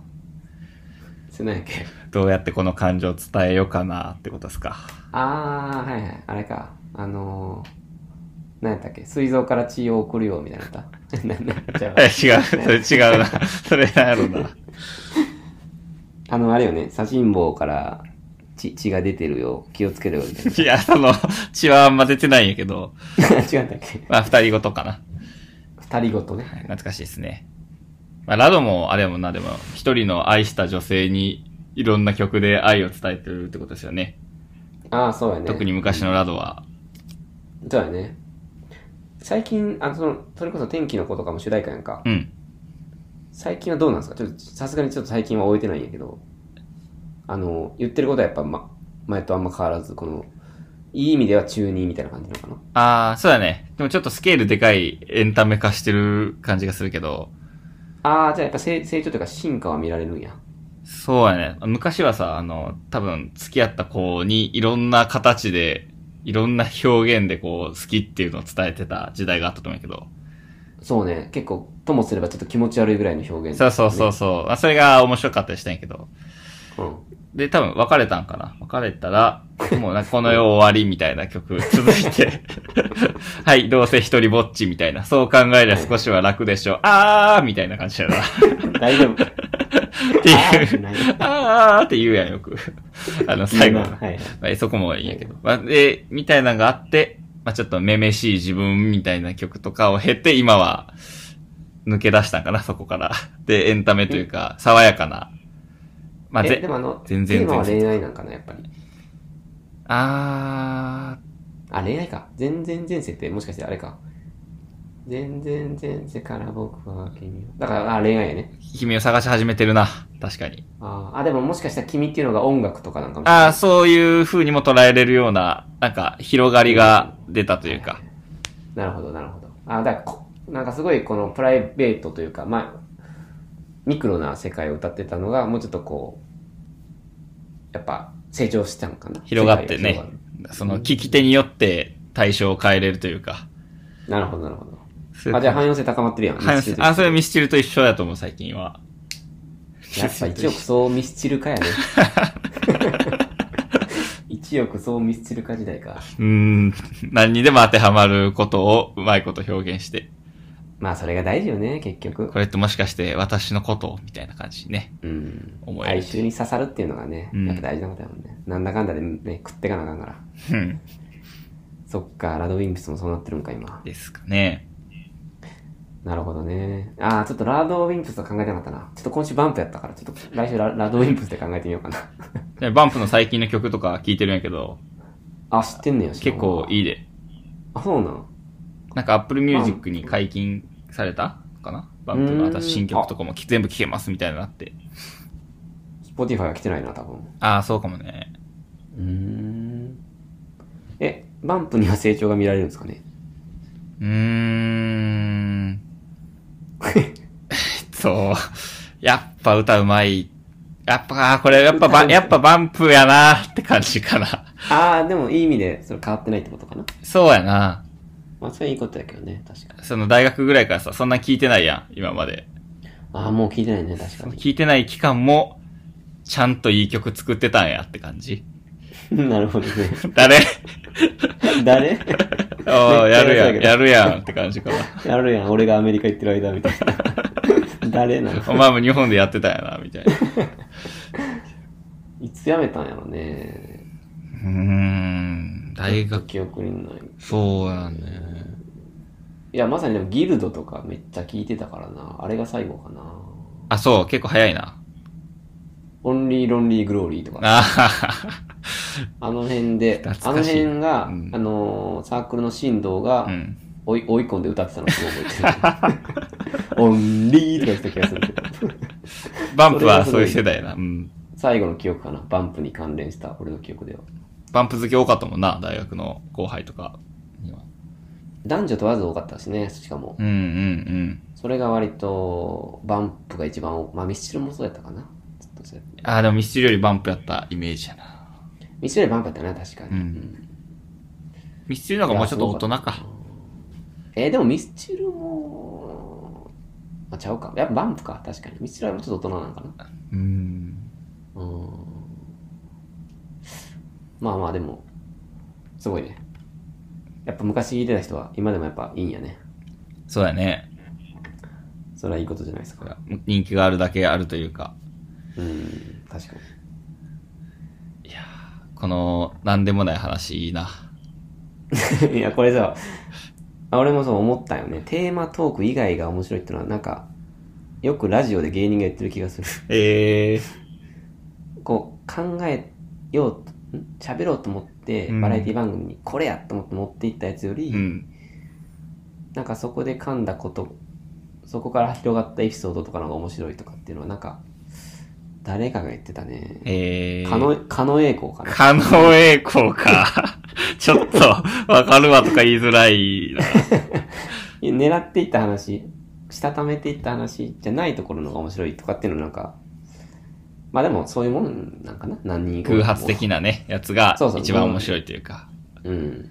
それなんやっけ。どうやってこの感情を伝えようかなってことですか。あー、はいはい。あれか。あのー、何やったっけ水臓から血を送るよ、みたいなやった。 ななじゃえ、あ 違う。それ違う な。それなんやろな。あの、あれよね。左心房から血血が出てるよ。気をつけろよ、みたい いや、その、血はあんま出てないんやけど、な。違ったっけまあ、二人ごとかな。二人ごとね。懐かしいですね。まあ、ラドも、あれもな、でも、一人の愛した女性に、いろんな曲で愛を伝えてるってことですよね。ああ、そうやね。特に。昔のラドは。そうやね。最近、あの、その、それこそ天気の子とかも主題歌やんか。うん。最近はどうなんですかちょっと、さすがにちょっと最近は終えてないんやけど。あの、言ってることはやっぱ、ま、前とあんま変わらず、この、いい意味では中二みたいな感じなのかなああ、そうだね。でもちょっとスケールでかいエンタメ化してる感じがするけど、ああ、じゃあやっぱ成成長というか進化は見られるんや。そうやね。昔はさ、あの、多分、付き合った子に、いろんな形で、いろんな表現でこう、好きっていうのを伝えてた時代があったと思うけど、そうね。結構、ともすればちょっと気持ち悪いぐらいの表現、そうそうそうそう。まあそれが面白かったりしたんやけど。う。うん。で、多分別れたんかな。別れ たら、もうなんかこの世終わりみたいな曲続いて。 はい、どうせ一人ぼっちみたいな。そう考えりゃ少しは楽でしょう。あーみたいな感じ だな。っ大丈 夫。てあーっていうない。あーって言うやん よく。あの、最後。いいなはい。まあ、そこもいいんやけど。まあ、で、みたいなのがあって、まあ、ちょっとめめしい自分みたいな曲とかを経て、今は抜け出したんかな、そこから。で、エンタメというか、爽やかな。まあ、え、ぜで、もあの、全然テーマは全恋愛なんかな、やっぱり。ああ、恋愛か。全然前世って、もしかしてあれか。全然前世から僕は君を。だから、あ、恋愛やね。ー、君を探し始めてるな。確かに。あーあ、でももしかしたら君っていうのが音楽とかなんかもしれないああ、そういう風にも捉えれるような、なんか、広がりが出たというか。なるほど、なるほど。あ、だからこ、なんかすごいこのプライベートというか、まあ、ミクロな世界を歌ってたのが、もうちょっとこう、やっぱ、成長したのかな。広がって世界ねが広がる。その聞き手によって対象を変えれるというか。なるほど、なるほど。そういうあ、じゃあ汎用性高まってるやん。汎用性あ、それミスチルと一緒だと思う、最近は。やっぱ一億総ミスチル 化やね。一億総ミスチル化時代か。うーん、何にでも当てはまることをうまいこと表現して、まあそれが大事よね、結局こ。れってもしかして私のことみたいな感じにね。うん。思える哀愁に刺さるっていうのがね、うんやっぱ大事なことやもんね。なんだかんだでね、食ってかなあかんから。うん。そっか、ラドウィンプスもそうなってるんか、今。ですかね。なるほどね。ああ、ちょっとラドウィンプスと考えてなかったな。ちょっと今週バンプやったから、ちょっと来週 ララドウィンプスで考えてみようかな。でバンプの最近の曲とか聞いてるんやけど、あ、知ってんねや、結構い。いいで。あ、そうなん。なんか Apple Music に解禁されたかなバンプの私新曲とかもき全部聴けますみたいなのあって。スポティファイは来てないな、多分。ああ、そうかもね。うーん。え、バンプには成長が見られるんですかねうーん。 そう。やっぱ歌うまい。やっぱ、あーこれやっ歌ぱうば、まいやっぱバンプやなーって感じかな。ああ、でもいい意味で、それ変わってないってことかな。そうやな。まあ、それはいいことだけどね、確かに。その大学ぐらいからさ、そんな聞いてないやん、今まで。ああ、もう聞いてないね、確か に。聞いてない期間も、ちゃんといい曲作ってたんやって感じ。なるほどね。誰 誰 おーやるやん、めっちゃやるやんって感じかな。やるやん、俺がアメリカ行ってる間みたいな。誰なのお前も日本でやってたんやな、みたいな。ういつ辞めたんやろね。ーん、大学、記憶にない。そうやね。いや、まさにでもギルドとかめっちゃ聞いてたからな。あれが最後かな。あ、そう、結構早いな。オンリー・ロンリー・グローリーとか。あはは あの辺で、あ懐のかしい辺が、うんあのーサークルの振動が、うん。追い追い込んで歌ってたのすごい覚えて る。オンリーとか言ってた気がするけど。バンプはそういう世代やな。うん。最後の記憶かな。バンプに関連した俺の記憶では。バンプ好き多かったもんな、大学の後輩とかには。男女問わず多かったしね、しかも。うんうんうん。それが割と、バンプが一番多、まあミスチルもそうやったかな。ずっとそうやったあー、でもミスチルよりバンプやったイメージやな。ミスチルよりバンプやったな、確かに。うんんミスチルの方がもうちょっと大人か。えーでもミスチルも、あ、ちゃうか。やっぱバンプか、確かに。ミスチルはもうちょっと大人なのかな。うん。うーんまあまあでもすごいねやっぱ昔聞いてた人は今でもやっぱいいんやねそうだね。それはいいことじゃないですか人気があるだけあるというか、うん確かにこの、なんでもない話いいな。 いや、これさ、あ俺もそう思ったよね。テーマトーク以外が面白いってのは、なんか、よくラジオで芸人が言ってる気がする。ええこう、考えようと、ん喋ろうと思って、うんバラエティ番組にこれやと思って持っていったやつより、うん。なんかそこで噛んだこと、そこから広がったエピソードとかの方が面白いとかっていうのは、なんか、誰かが言ってたね。ええ狩野、狩野英孝かな。狩野英孝か。 ちょっと、わかるわとか言いづらいな。狙っていった話、したためていった話じゃないところの方が面白いとかっていうのはなんか、まあでもそういうもんなんかな何人か偶発的なね、やつがそうそう一番面白いというか。うん。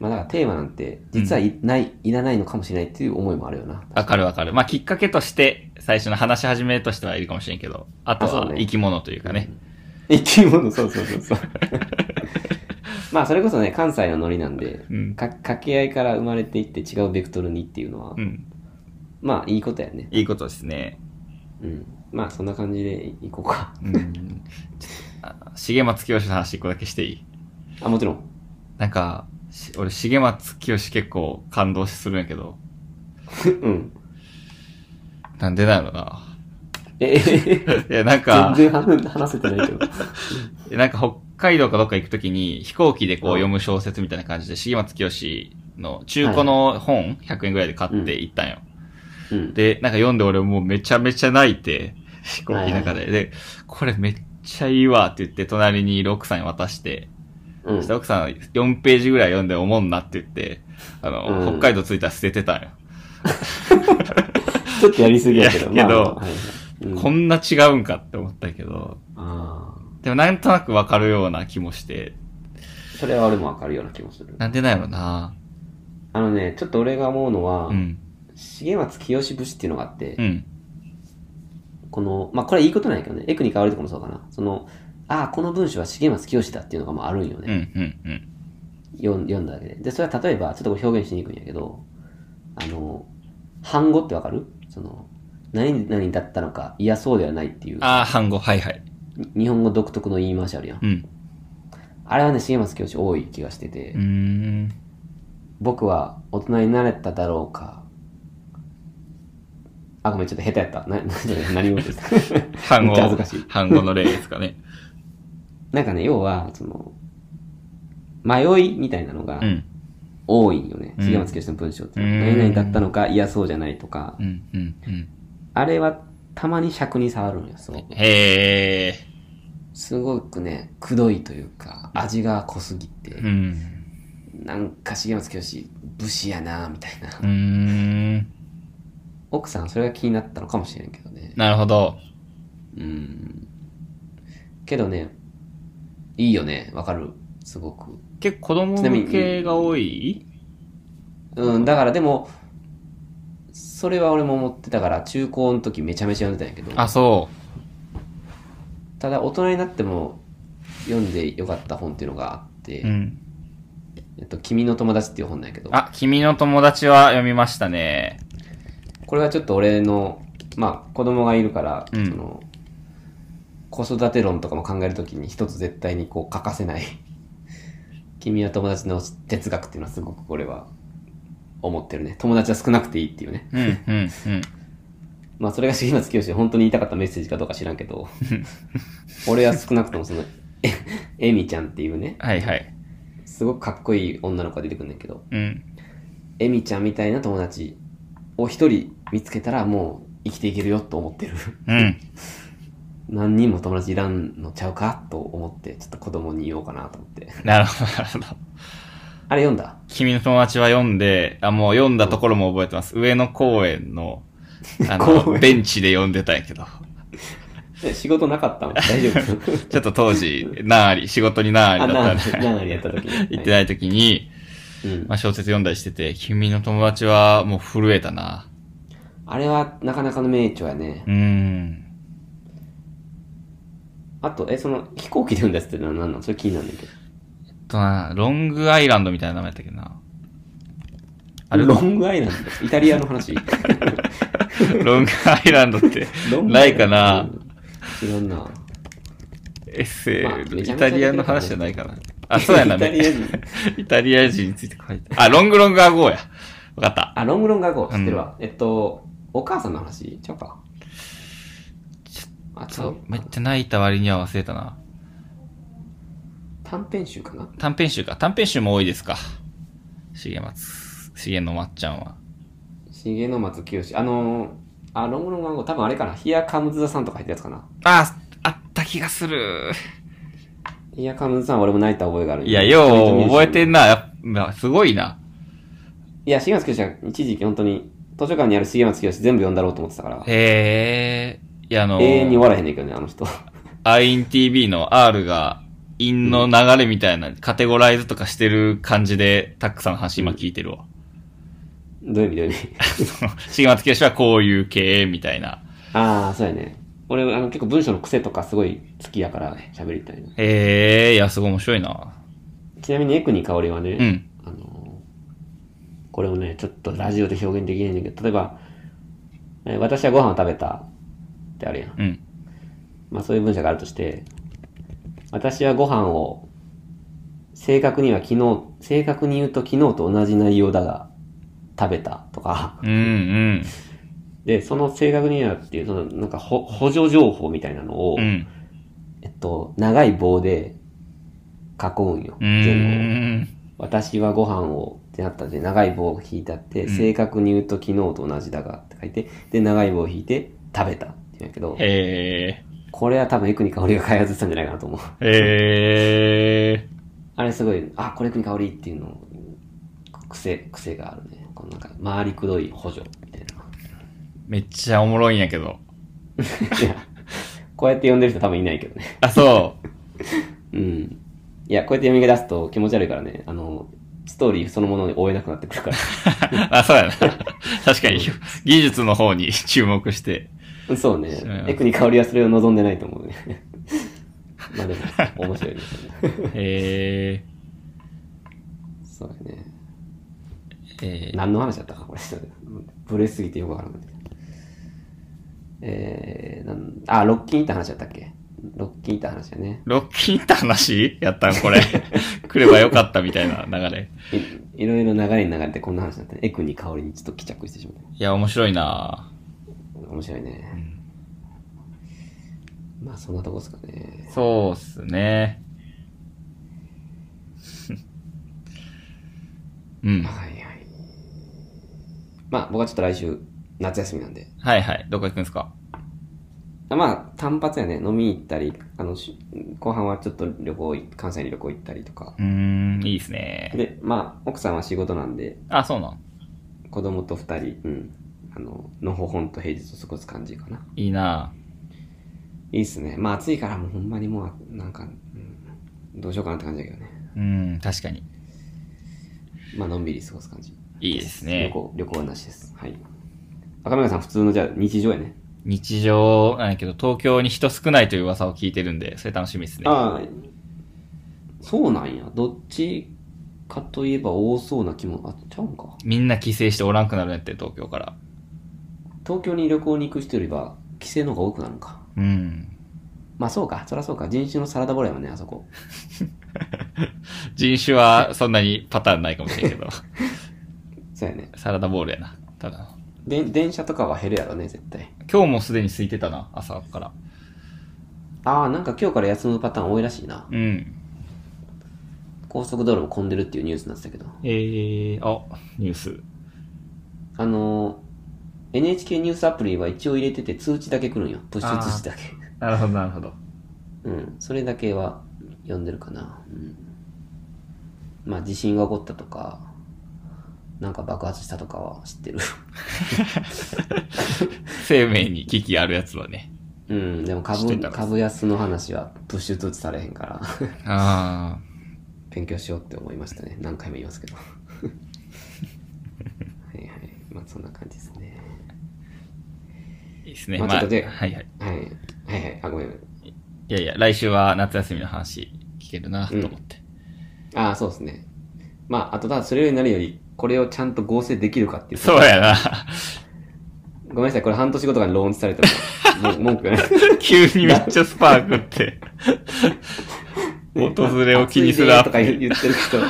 まあだからテーマなんて、実はいない、いらないのかもしれないっていう思いもあるよな。 わかるわかる。まあ、きっかけとして、最初の話し始めとしてはいるかもしれんけど、あとあそうはね生き物というかね。生き物、そうそうそう そう。まあそれこそね、関西のノリなんで、うん。か掛け合いから生まれていって違うベクトルにっていうのは、うん。まあいいことやね。いいことですね。うん。まあそんな感じでいこうか。うん。 あ重松清の話一個だけしていいあ、もちろん。なんか、し俺、重松清結構感動するんやけど、うん。なんでなんやろな。 ええいや、なん全か、然話話せてないけど。なんか北海道かどっか行くときに、飛行機でこううん読む小説みたいな感じで、重松清の中古の本、100円ぐらいで買って行ったんよ。うん。で、なんか読んで俺もうめちゃめちゃ泣いて、飛行機の中で。で、これめっちゃいいわって言って、隣にいる奥さんに渡して、うんそしたら奥さん4ページぐらい読んでおもんなって言って、あの、うん北海道着いたら捨ててたんよ。ちょっとやりすぎやけど。いやまあけどまあはいはいうんこんな違うんかって思ったけど、あーでもなんとなくわかるような気もして、それは俺もわかるような気もする。なんでなんやろなあのね、ちょっと俺が思うのは、うん。重松清節っていうのがあって、うん。この、まあ、これはいいことないけどね、エクニカわるとかもそうかな。その、ああ、この文章は重松清だっていうのがまああるんようん。うね。ん。うん。読ん読んだだけで。で、それは例えば、ちょっとこれ表現しにくいんやけど、あの、反語ってわかるその、何々だったのか、いやそうではないっていう、ああ、半語。はいはい。に日本語独特の言い回しあるやん。うん。あれはね、重松清多い気がしてて、うーん。僕は大人になれただろうか。あ、ごめん、ちょっと下手やった。な、な、何 も言ってた。半め語っちゃ恥ずかしい。半語の例ですか ね。なんかね、要は、その、迷いみたいなのがうん。多いんよね。うん重松清の文章って。うん何々だったのか、いやそうじゃないとかう、ん。うん。うん。あれはたまに尺に触るんよ、すごく。へえ。すごくね、くどいというか、味が濃すぎて、うん。なんか重松清、武士やなみたいな。うーん。奥さん、それが気になったのかもしれんけどね。なるほど。うん。けどね、いいよね、わかる。すごく。結構子供ちなみに向けが多いうん、だからでも、それは俺も思ってたから、中高の時めちゃめちゃ読んでたんやけど、あ、そただ大人になっても読んでよかった本っていうのがあって、う。うん。えっと、君の友達っていう本なんやけど、あ、君の友達は読みましたね。これはちょっと俺の、まあ子供がいるから、うんその、子育て論とかも考えるときに一つ絶対にこう欠かせない、君の友達の哲学っていうのはすごくこれは思ってるね。友達は少なくていいっていうね。うん、うん、うん。まあそれが重松清で本当に言いたかったメッセージかどうか知らんけ ど、俺は少なくともその、え、えみちゃんっていうね、はいはい。すごくかっこいい女の子が出てくるんだけど、うん。えみちゃんみたいな友達を一人見つけたらもう生きていけるよと思ってる。 うん。何人も友達いらんのちゃうかと思って、ちょっと子供に言おうかなと思って。なるほど、なるほど。あれ読んだ君の友達は読んで、あ、もう読んだところも覚えてます。上野公園の、あ公の、園ベンチで読んでたんやけど。え仕事なかったの大 丈夫ちょっと当時、なあり、仕事になああ、りなだったんで、何やった時 に。行ってない時に、うんまあ、小説読んだりしてて、君の友達はもう震えたな。あれはなかなかの名著やねう。ーん。あと、え、その飛行機で読んだやつってのは何なのそれ気になるんだけど。えっとな、ロングアイランドみたいな名前だったっけどな。あれロングアイランドイタリアの 話ロングアイラン ドってロングアなイいラかンドな知らんな。エッセイ、まあめちゃめちゃイタリアの話じゃないかな。あ、そうやな、イタリアね。人。イタリア人について書いてあ、ロングロングアゴーや。わかった。あ、ロングロングアゴー知ってるわ。えっと、お母さんの話ちゃうか。あ、ちそょう、めっちゃ泣いた割には忘れたな。短編集かな短編集か。短編集も多いですか。重松。重のまっちゃんは。重野松清。あのー、あ、ロングロングアゴー多分あれかな。ヒアカムズザさんとか入ったやつかな。あ、あった気がする。ヒアカムズさん俺も泣いた覚えがある。いや、よう覚えてんんな。やっぱすごいな。いや、重松清は一時期本当に、図書館にある重松清全部読んだろうと思ってたから。へえ。いや、あの永、遠に終わらへんねんけどね、あの人。 INTV の R が、韻の流れみたいな、カテゴライズとかしてる感じで、たくさんの話今聞いてるわ。 どういう意味どういう意味重松清はこういう系、みたいな。ああ、そうやね。俺、あの、結構文章の癖とかすごい好きやから喋りたいな。へえ、いや、すごい面白いな。ちなみに、エクニカオリはね、うん。あの、これをね、ちょっとラジオで表現できないんだけど、例えば、えー私はご飯を食べたってあるやん。うん。まあそういう文章があるとして、私はご飯を、正確には昨日、正確に言うと昨日と同じ内容だが、食べたとか、うん、うん。で、その正確にはっていう、その、なんかほ補助情報みたいなのを、うん。えっと、長い棒で囲うんよ。全部をうーん。私はご飯をってなったんで、長い棒を引いたって、うん正確に言うと昨日と同じだがって書いて、で、長い棒を引いて食べたって言うんやけど、へこれは多分エクニカオリが開発したんじゃないかなと思う。え。へえ。あれすごい、あ、これエクニカオリっていうの、癖、癖があるね。このなんか、回りくどい補助みたいな。 めっちゃおもろいんやけど。いや、こうやって呼んでる人多分いないけどね。あ、そう。いや、こうやって読み出すと気持ち悪いからね、あの、ストーリーそのものに追えなくなってくるから。 あ、そうやな。確かに、技術の方に 注目して。そうそうやねな。エクに香りはそれを望んでないと思うね。 まあでも、面白いですよね。 えそうだね。ー、えー、何の話だったか、これ。ブレすぎてよくわからなくなってきた。えー、なん、あ、ロッキンって話だったっけロッキンって話だね。ロッキーって話やったんこれ。 来ればよかったみたいな流れ。いいろいろ流れに流れてこんな話になったね。エクに香りにちょっと帰着してしまいや、面白いなった。面白いね。まあそんなとこですかね。そうっすね。 うはいん。はい。まあ僕はちょっと来週、夏休みなんで。はいはい。どこ行くんすかあまあ単発やね。飲みに行ったり、あの、し後半はちょっと旅行い、関西に旅行行ったりとか。うーん、いいっすね。で、まあ奥さんは仕事なんで、あ、そうなん。子供と二人、うん。あの、のほほんと平日を過ごす感じかな。いいないいっすね。まあ暑いからもうほんまにもう、なんか、うん、どうしようかなって感じだけどね。うん、確かに。まあのんびり過ごす感じ。いいです旅ね。行、旅行はなしです。はい。赤嶺さん普通のじゃあ日常やね。日常なんやけど、東京に人少ないという噂を聞いてるんで、それ楽しみですね。ああ、そうなんや。どっちかといえば多そうな気も、あ、ちゃうんか。みんな帰省しておらんくなるんやって、東京から。東京に旅行に行く人よりは、帰省の方が多くなるのか。うん。まあそうか、そりゃそうか。人種のサラダボールやもんね、あそこ。人種はそんなにパターンないかもしれんけど、 そうやね。サラダボールやな。ただの。で、電車とかは減るやろね、絶対。今日もすでに空いてたな、朝から。ああ、なんか今日から休むパターン多いらしいな。うん。高速道路も混んでるっていうニュースになってたけど。えー、あ、ニュース。あのー NHK ニュースアプリは一応入れてて通知だけ来るんよ。プッシュ通知だけ。なるほど、なるほど。うん、それだけは読んでるかな。うん、まあ、地震が起こったとか、なんか爆発したとかは知ってる。生命に危機あるやつはね。うん、でも知って株、たら株安の話はプッシュ通知されへんから、 あ勉強しようって思いましたね。何回も言いますけ ど。はいはい。まあ、そんな感じですね。ー、いいですね。まあちょっとではいはい。はい。はいはい。あ、ごめん。いやいや、来週は夏休みの話聞けるなと思って。ああ、そうですね。まあ、あと、ただそれよりなるより、これをちゃんと合成できるかっていう。そうやな。 ごめんなさい。これ半年後とかにローンチされたら、もう文句がない。急にめっちゃスパーク って。 訪れを気にするア暑プいねとかリ。言ってる人、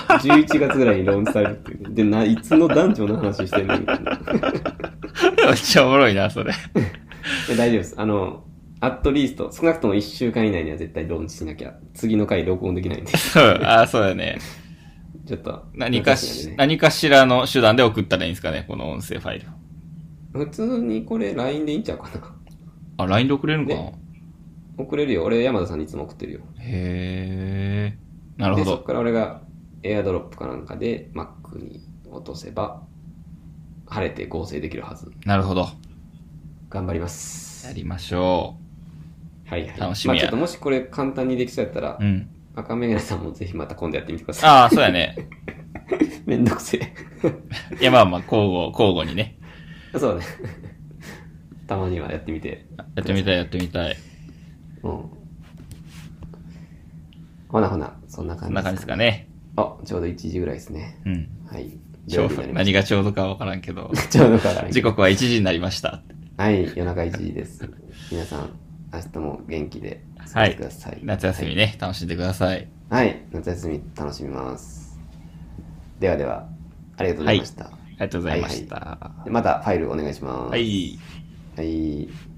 11月ぐらいにローンチされるっていう。で、な、いつの男女の話してんのみたいな。 めっちゃおもろいな、それ。え大丈夫です。あの、アットリースト、少なくとも1週間以内には絶対ローンチしなきゃ、次の回録音できないんで、 そう、 あ、そうやね。ちょっと。何かし、難いんでね何かしらの手段で送ったらいいんですかね、この音声ファイル。普通にこれ LINE でいいんちゃうかな。あ、LINE で送れるのかな、ね送れるよ。俺、山田さんにいつも送ってるよ。へー。なるほで、そこど。から俺が AirDrop かなんかで Mac に落とせば、晴れて合成できるはず。なるほど。頑張ります。やりましょはいはい。楽しみまあ、やちょっともしこれ簡単にできそうやったらう。う、 ん。赤目柄さんもぜひまた今度やってみてください。ああ、そうやね。めんどくせえ。 いや、まあまあ、交互、交互にね。そうね。 たまにはやってみて。やってみたい、やってみたい。うん。ほなほな、そんなこ感んじな感じですかね。あ、ちょうど1時ぐらいですね。うん。はい。ちょ土曜う日どになり何がちょうどかわからんけどま、した ちょうどから、時刻は1時になりました。はい、夜中1時です。皆さん、明日も元気で過ごしてください。夏休みね、楽しんでください。はい。はい、夏休み楽しみます。ではでは、ありがとうございました。ありがとうございました。でまたファイルお願いします。はい。はい